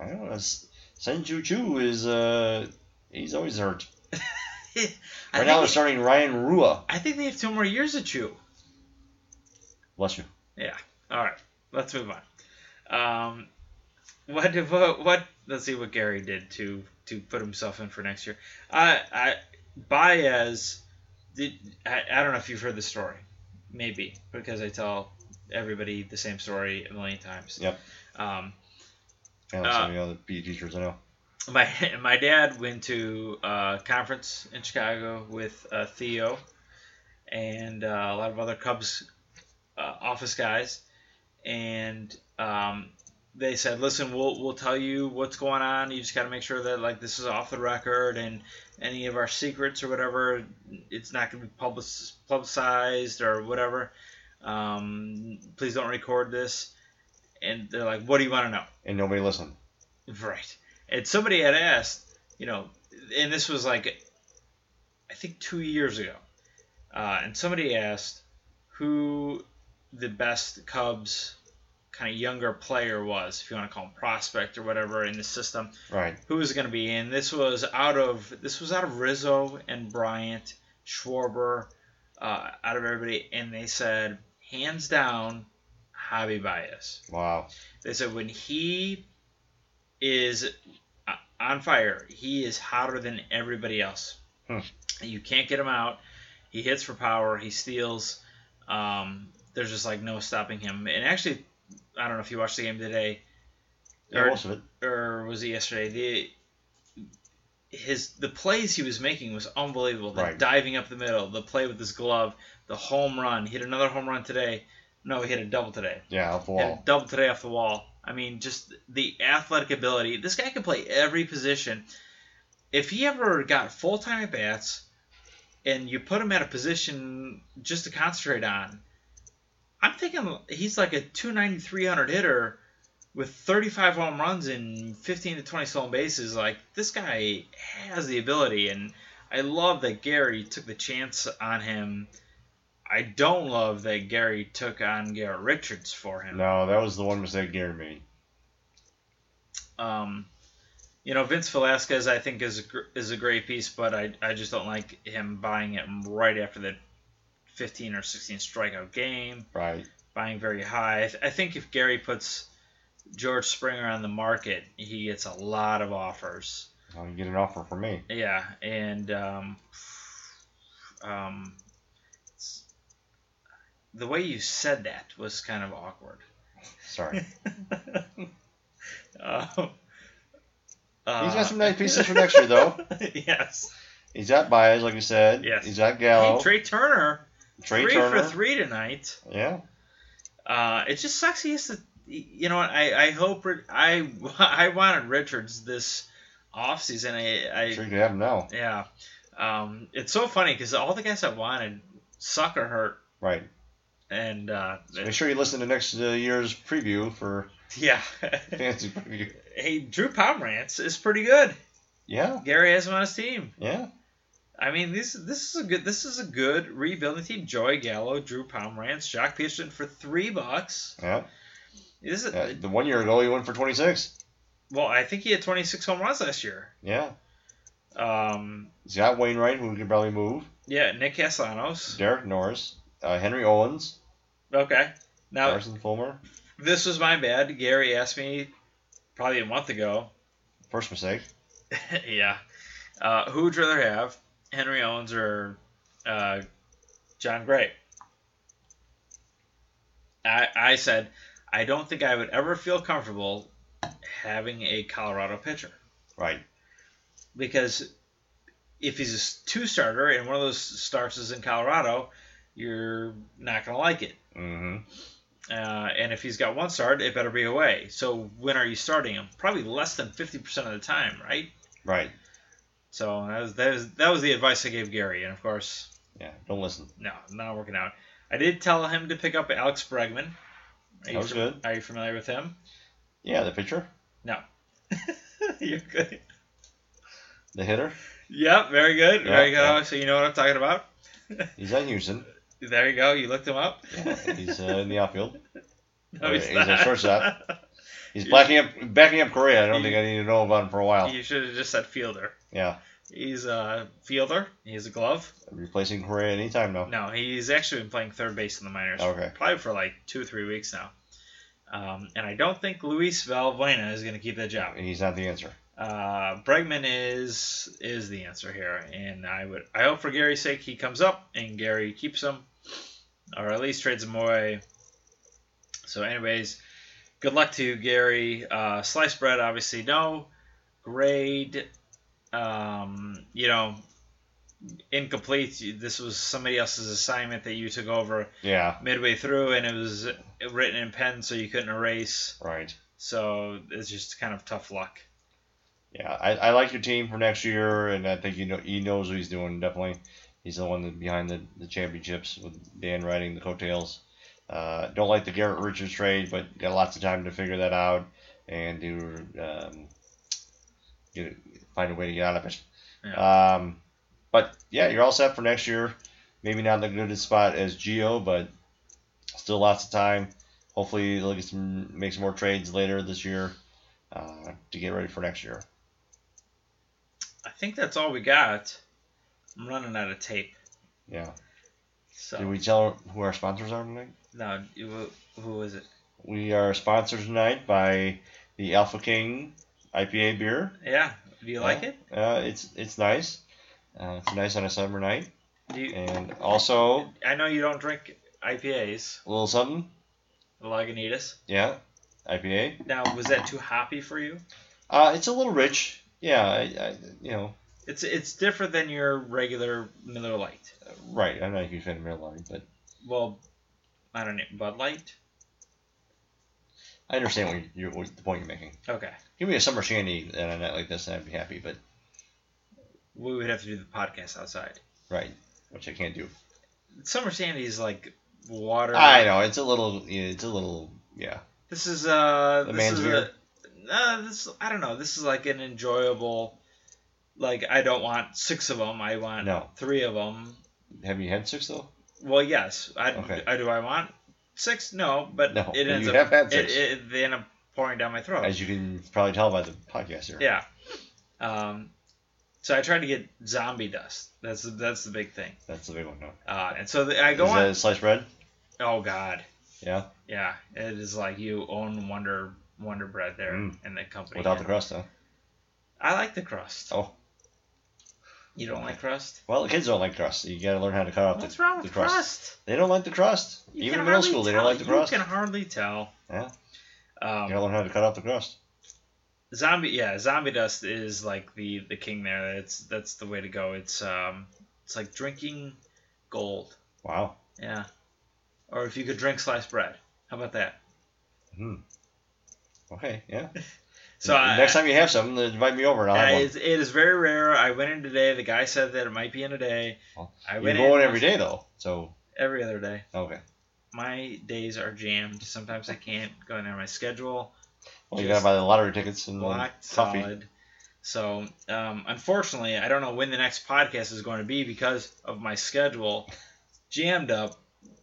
[SPEAKER 2] I don't know. S- Sen Chu Chu is uh, he's always hurt.
[SPEAKER 1] I,
[SPEAKER 2] Right
[SPEAKER 1] think,
[SPEAKER 2] now they're starting Ryan Rua.
[SPEAKER 1] I think they have two more years to chew.
[SPEAKER 2] Bless you.
[SPEAKER 1] Yeah. All right. Let's move on. Um, what, what what let's see what Gary did to to put himself in for next year. I I Baez did I, I don't know if you've heard the story. Maybe because I tell everybody the same story a million times.
[SPEAKER 2] Yep.
[SPEAKER 1] Um,
[SPEAKER 2] Yeah,
[SPEAKER 1] Ah.
[SPEAKER 2] like some of the other PE teachers I know.
[SPEAKER 1] my my dad went to a conference in Chicago with uh, Theo and uh, a lot of other Cubs uh, office guys, and um, they said, "Listen, we'll we'll tell you what's going on. You just got to make sure that like this is off the record and any of our secrets or whatever, it's not going to be public publicized or whatever. Um, please don't record this." And they're like, "What do you want to know?"
[SPEAKER 2] And nobody listened.
[SPEAKER 1] Right. And somebody had asked, you know, and this was like, I think two years ago, uh, and somebody asked who the best Cubs kind of younger player was, if you want to call him prospect or whatever in the system,
[SPEAKER 2] Right.
[SPEAKER 1] who was going to be in. This was out of this was out of Rizzo and Bryant, Schwarber, uh, out of everybody, and they said hands down, Javi Baez.
[SPEAKER 2] Wow.
[SPEAKER 1] They said when he is o- on fire, he is hotter than everybody else.
[SPEAKER 2] Hmm.
[SPEAKER 1] You can't get him out. He hits for power. He steals. Um, there's just like no stopping him. And actually, I don't know if you watched the game today,
[SPEAKER 2] Yeah, most of it.
[SPEAKER 1] or was it yesterday? The his the plays he was making was unbelievable. The
[SPEAKER 2] Right.
[SPEAKER 1] diving up the middle, the play with his glove, the home run. He hit another home run today. No, he hit a double today
[SPEAKER 2] Yeah, off the
[SPEAKER 1] and
[SPEAKER 2] wall.
[SPEAKER 1] double today off the wall. I mean, just the athletic ability. This guy can play every position. If he ever got full time at bats, and you put him at a position just to concentrate on, I'm thinking he's like a 290, 300 hitter with 35 home runs and 15 to 20 stolen bases. Like this guy has the ability, and I love that Gary took the chance on him. I don't love that Gary took on Garrett Richards for him.
[SPEAKER 2] No, that was the one mistake Gary made.
[SPEAKER 1] Um, you know, Vince Velasquez, I think, is a, gr- is a great piece, but I, I just don't like him buying it right after the 15 or 16 strikeout game,
[SPEAKER 2] Right.
[SPEAKER 1] buying very high. I, th- I think if Gary puts George Springer on the market, he gets a lot of offers.
[SPEAKER 2] I'll get an offer from me.
[SPEAKER 1] Yeah, and um, um, it's- the way you said that was kind of awkward.
[SPEAKER 2] Sorry.
[SPEAKER 1] um,
[SPEAKER 2] He's
[SPEAKER 1] uh,
[SPEAKER 2] got some nice pieces for next year, though.
[SPEAKER 1] yes.
[SPEAKER 2] He's got Baez, like you said.
[SPEAKER 1] Yes.
[SPEAKER 2] He's got
[SPEAKER 1] Hey,
[SPEAKER 2] Gallo.
[SPEAKER 1] Trey Turner,
[SPEAKER 2] Trey
[SPEAKER 1] three
[SPEAKER 2] Turner.
[SPEAKER 1] for three tonight.
[SPEAKER 2] Yeah.
[SPEAKER 1] Uh, it just sucks. He has to. You know what? I I hope Ri- I I wanted Richards this offseason. I I
[SPEAKER 2] Sure, you can have him now.
[SPEAKER 1] yeah. Um, it's so funny because all the guys I wanted suck or hurt,
[SPEAKER 2] Right.
[SPEAKER 1] and uh,
[SPEAKER 2] So make sure you listen to next uh, year's preview for
[SPEAKER 1] yeah.
[SPEAKER 2] fancy preview.
[SPEAKER 1] hey, Drew Pomerantz is pretty good.
[SPEAKER 2] Yeah.
[SPEAKER 1] Gary has him on his team.
[SPEAKER 2] Yeah.
[SPEAKER 1] I mean, this this is a good this is a good rebuilding team. Joy Gallo, Drew Pomerantz, Jacques Peterson for three bucks.
[SPEAKER 2] Yeah.
[SPEAKER 1] This is,
[SPEAKER 2] yeah. The one year ago, he went for 26.
[SPEAKER 1] Well, I think he had 26 home runs last year.
[SPEAKER 2] Yeah.
[SPEAKER 1] Um,
[SPEAKER 2] He's got Wainwright, who we can probably move.
[SPEAKER 1] yeah, Nick Castellanos.
[SPEAKER 2] Derek Norris. Uh, Henry Owens.
[SPEAKER 1] Okay. Now,
[SPEAKER 2] Carson Fulmer.
[SPEAKER 1] this was my bad. Gary asked me probably a month ago.
[SPEAKER 2] First mistake.
[SPEAKER 1] yeah. Uh, who would you rather have, Henry Owens or uh, John Gray? I, I said, I don't think I would ever feel comfortable having a Colorado pitcher.
[SPEAKER 2] Right.
[SPEAKER 1] because if he's a s- two starter and one of those starts is in Colorado, you're not going to like it.
[SPEAKER 2] Mm-hmm.
[SPEAKER 1] Uh, and if he's got one start, it better be away. So when are you starting him? Probably less than 50% of the time, right?
[SPEAKER 2] Right.
[SPEAKER 1] So that was, that was, that was the advice I gave Gary. And of course,
[SPEAKER 2] Yeah. Don't listen.
[SPEAKER 1] no, not working out. I did tell him to pick up Alex Bregman. Are you
[SPEAKER 2] That was
[SPEAKER 1] fam-
[SPEAKER 2] good.
[SPEAKER 1] Are you familiar with him?
[SPEAKER 2] Yeah, the pitcher,
[SPEAKER 1] You're good.
[SPEAKER 2] the hitter.
[SPEAKER 1] Yep, very good.
[SPEAKER 2] Yeah,
[SPEAKER 1] very good.
[SPEAKER 2] yeah.
[SPEAKER 1] So you know what I'm talking about.
[SPEAKER 2] He's at Houston.
[SPEAKER 1] There you go. You looked him up.
[SPEAKER 2] Yeah, he's uh, in the outfield.
[SPEAKER 1] No, he's,
[SPEAKER 2] he's
[SPEAKER 1] not.
[SPEAKER 2] a shortstop. He's backing up backing up Correa. I don't
[SPEAKER 1] He-
[SPEAKER 2] think I need to know about him for a while.
[SPEAKER 1] You should have just said fielder.
[SPEAKER 2] Yeah,
[SPEAKER 1] He's a fielder. He's a glove.
[SPEAKER 2] replacing Correa anytime now.
[SPEAKER 1] No, he's actually been playing third base in the minors.
[SPEAKER 2] Okay.
[SPEAKER 1] Probably for like two, three weeks now. Um, and I don't think Luis Valbuena is going to keep that job.
[SPEAKER 2] He's not the answer.
[SPEAKER 1] Uh, Bregman is is the answer here, and I would I hope for Gary's sake he comes up and Gary keeps him, or at least trades him away. So, anyways, good luck to Gary. Uh, sliced bread, obviously no. Grade, um, you know, incomplete. This was somebody else's assignment that you took over
[SPEAKER 2] Yeah,
[SPEAKER 1] midway through, and it was written in pen, so you couldn't erase.
[SPEAKER 2] right.
[SPEAKER 1] So it's just kind of tough luck.
[SPEAKER 2] Yeah, I, I like your team for next year, and I think you know he knows what he's doing. Definitely, he's the one that behind the, the championships with Dan riding the coattails. Uh, don't like the Garrett Richards trade, but got lots of time to figure that out and to um, get, find a way to get out of it. Um, but yeah, you're all set for next year. Maybe not in the good spot as Geo, but Still lots of time. Hopefully they'll get some make some more trades later this year uh, to get ready for next year.
[SPEAKER 1] I think that's all we got. I'm running out of tape.
[SPEAKER 2] Yeah.
[SPEAKER 1] So
[SPEAKER 2] Did we tell who our sponsors are tonight?
[SPEAKER 1] no, you- who is it?
[SPEAKER 2] We are sponsored tonight by the Alpha King IPA beer.
[SPEAKER 1] Yeah. Do you like it?
[SPEAKER 2] Uh, it's it's nice. Uh, it's nice on a summer night.
[SPEAKER 1] Do you,
[SPEAKER 2] And also a
[SPEAKER 1] I know you don't drink IPAs,
[SPEAKER 2] little something.
[SPEAKER 1] Lagunitas.
[SPEAKER 2] Yeah, IPA.
[SPEAKER 1] Now, was that too hoppy for you?
[SPEAKER 2] Uh, it's a little rich. Yeah, I, I, you know,
[SPEAKER 1] It's it's different than your regular Miller Lite.
[SPEAKER 2] right. I'm not a huge fan of Miller Lite, but
[SPEAKER 1] Well, I don't know Bud Light.
[SPEAKER 2] I understand what, you're, what the point you're making.
[SPEAKER 1] Okay,
[SPEAKER 2] Give me a summer shandy and a night like this, and I'd be happy. But
[SPEAKER 1] we would have to do the podcast outside.
[SPEAKER 2] right, which I can't do.
[SPEAKER 1] Summer Sandy is like water.
[SPEAKER 2] I know it's a little. Yeah, it's a little. Yeah.
[SPEAKER 1] This is uh.
[SPEAKER 2] The
[SPEAKER 1] this
[SPEAKER 2] man's
[SPEAKER 1] is
[SPEAKER 2] beer?
[SPEAKER 1] A, uh, this I don't know. This is like an enjoyable. Like I don't want six of them. I want
[SPEAKER 2] No.
[SPEAKER 1] three of them.
[SPEAKER 2] Have you had six though?
[SPEAKER 1] Well, yes. I,
[SPEAKER 2] Okay.
[SPEAKER 1] I do. I want six. No, but
[SPEAKER 2] No,
[SPEAKER 1] it
[SPEAKER 2] you
[SPEAKER 1] ends up.
[SPEAKER 2] have had
[SPEAKER 1] it-
[SPEAKER 2] six.
[SPEAKER 1] it- they end up pouring down my throat.
[SPEAKER 2] As you can probably tell by the podcast here.
[SPEAKER 1] Yeah. Um, so I tried to get zombie dust. That's the, that's the big thing.
[SPEAKER 2] That's the big one. No.
[SPEAKER 1] Uh, and so the, I go
[SPEAKER 2] Is
[SPEAKER 1] on.
[SPEAKER 2] that sliced bread?
[SPEAKER 1] Oh God.
[SPEAKER 2] Yeah.
[SPEAKER 1] Yeah. It is like you own Wonder Wonder Bread there
[SPEAKER 2] Mm.
[SPEAKER 1] in the company.
[SPEAKER 2] Without the crust, huh?
[SPEAKER 1] I like the crust.
[SPEAKER 2] Oh.
[SPEAKER 1] You don't like crust?
[SPEAKER 2] Well, the kids don't like crust. You got to learn how to cut off
[SPEAKER 1] What's
[SPEAKER 2] the,
[SPEAKER 1] wrong
[SPEAKER 2] the
[SPEAKER 1] with
[SPEAKER 2] crust.
[SPEAKER 1] crust?
[SPEAKER 2] They don't like the crust.
[SPEAKER 1] You can
[SPEAKER 2] Even in middle
[SPEAKER 1] hardly
[SPEAKER 2] school, they don't
[SPEAKER 1] tell.
[SPEAKER 2] like the crust.
[SPEAKER 1] You can hardly tell.
[SPEAKER 2] Yeah. You got to
[SPEAKER 1] Um,
[SPEAKER 2] learn how to cut off the crust.
[SPEAKER 1] zombie, yeah, zombie dust is like the the king there. That's that's the way to go. It's um, it's like drinking gold.
[SPEAKER 2] Wow.
[SPEAKER 1] Yeah. Or if you could drink sliced bread. How about that?
[SPEAKER 2] Hmm. Okay. Yeah.
[SPEAKER 1] So
[SPEAKER 2] N-
[SPEAKER 1] I,
[SPEAKER 2] next time you have something, then invite me over and I'll
[SPEAKER 1] I,
[SPEAKER 2] have
[SPEAKER 1] it's- it is very rare. I went in today. The guy said that it might be in today.
[SPEAKER 2] Well,
[SPEAKER 1] I
[SPEAKER 2] one. You
[SPEAKER 1] went
[SPEAKER 2] go in
[SPEAKER 1] in
[SPEAKER 2] every day though, so
[SPEAKER 1] every other day.
[SPEAKER 2] okay.
[SPEAKER 1] My days are jammed. Sometimes I can't go in there. My schedule
[SPEAKER 2] Well, you gotta
[SPEAKER 1] Just
[SPEAKER 2] buy the lottery tickets and the
[SPEAKER 1] blocked
[SPEAKER 2] coffee.
[SPEAKER 1] solid. So um, unfortunately, I don't know when the next podcast is going to be because of my schedule jammed up.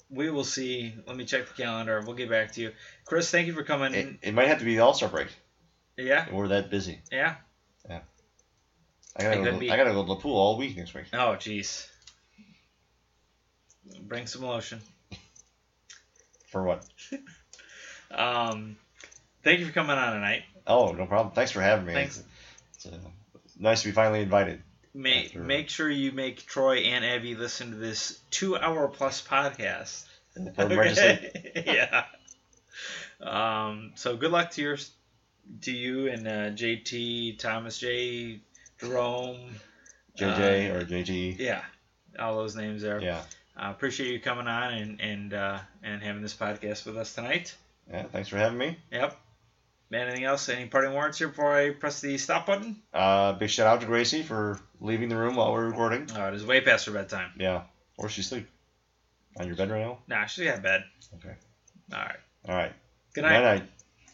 [SPEAKER 1] We will see. Let me check the calendar. We'll get back to you, Chris. Thank you for coming.
[SPEAKER 2] It, it might have to be the All Star break.
[SPEAKER 1] yeah,
[SPEAKER 2] We're that busy.
[SPEAKER 1] yeah.
[SPEAKER 2] I gotta,
[SPEAKER 1] It
[SPEAKER 2] go,
[SPEAKER 1] could be.
[SPEAKER 2] I gotta go to the pool all week next week.
[SPEAKER 1] Oh, jeez. Bring some lotion.
[SPEAKER 2] For what?
[SPEAKER 1] Um, thank you for coming on tonight.
[SPEAKER 2] Oh, no problem. Thanks for having me.
[SPEAKER 1] Thanks.
[SPEAKER 2] It's, uh, nice to be finally invited.
[SPEAKER 1] Make
[SPEAKER 2] After-
[SPEAKER 1] make sure you make Troy and Abby listen to this two-hour plus podcast.
[SPEAKER 2] For emergency.
[SPEAKER 1] yeah. Um. So good luck to yours, to you and uh, JT Thomas J Jerome.
[SPEAKER 2] JJ
[SPEAKER 1] Uh,
[SPEAKER 2] or JG.
[SPEAKER 1] Yeah, all those names there.
[SPEAKER 2] Yeah.
[SPEAKER 1] I appreciate you coming on and and uh, and having this podcast with us tonight.
[SPEAKER 2] Yeah. Thanks for having me.
[SPEAKER 1] Yep. Anything else? Any parting words here before I press the stop button?
[SPEAKER 2] Uh, big shout out to Gracie for leaving the room while we're recording.
[SPEAKER 1] Oh, it is way past her bedtime.
[SPEAKER 2] Yeah. Or she's asleep. On your bed right now?
[SPEAKER 1] Nah, she's got bed.
[SPEAKER 2] Okay.
[SPEAKER 1] All right.
[SPEAKER 2] All right.
[SPEAKER 1] Good night.
[SPEAKER 2] Night night.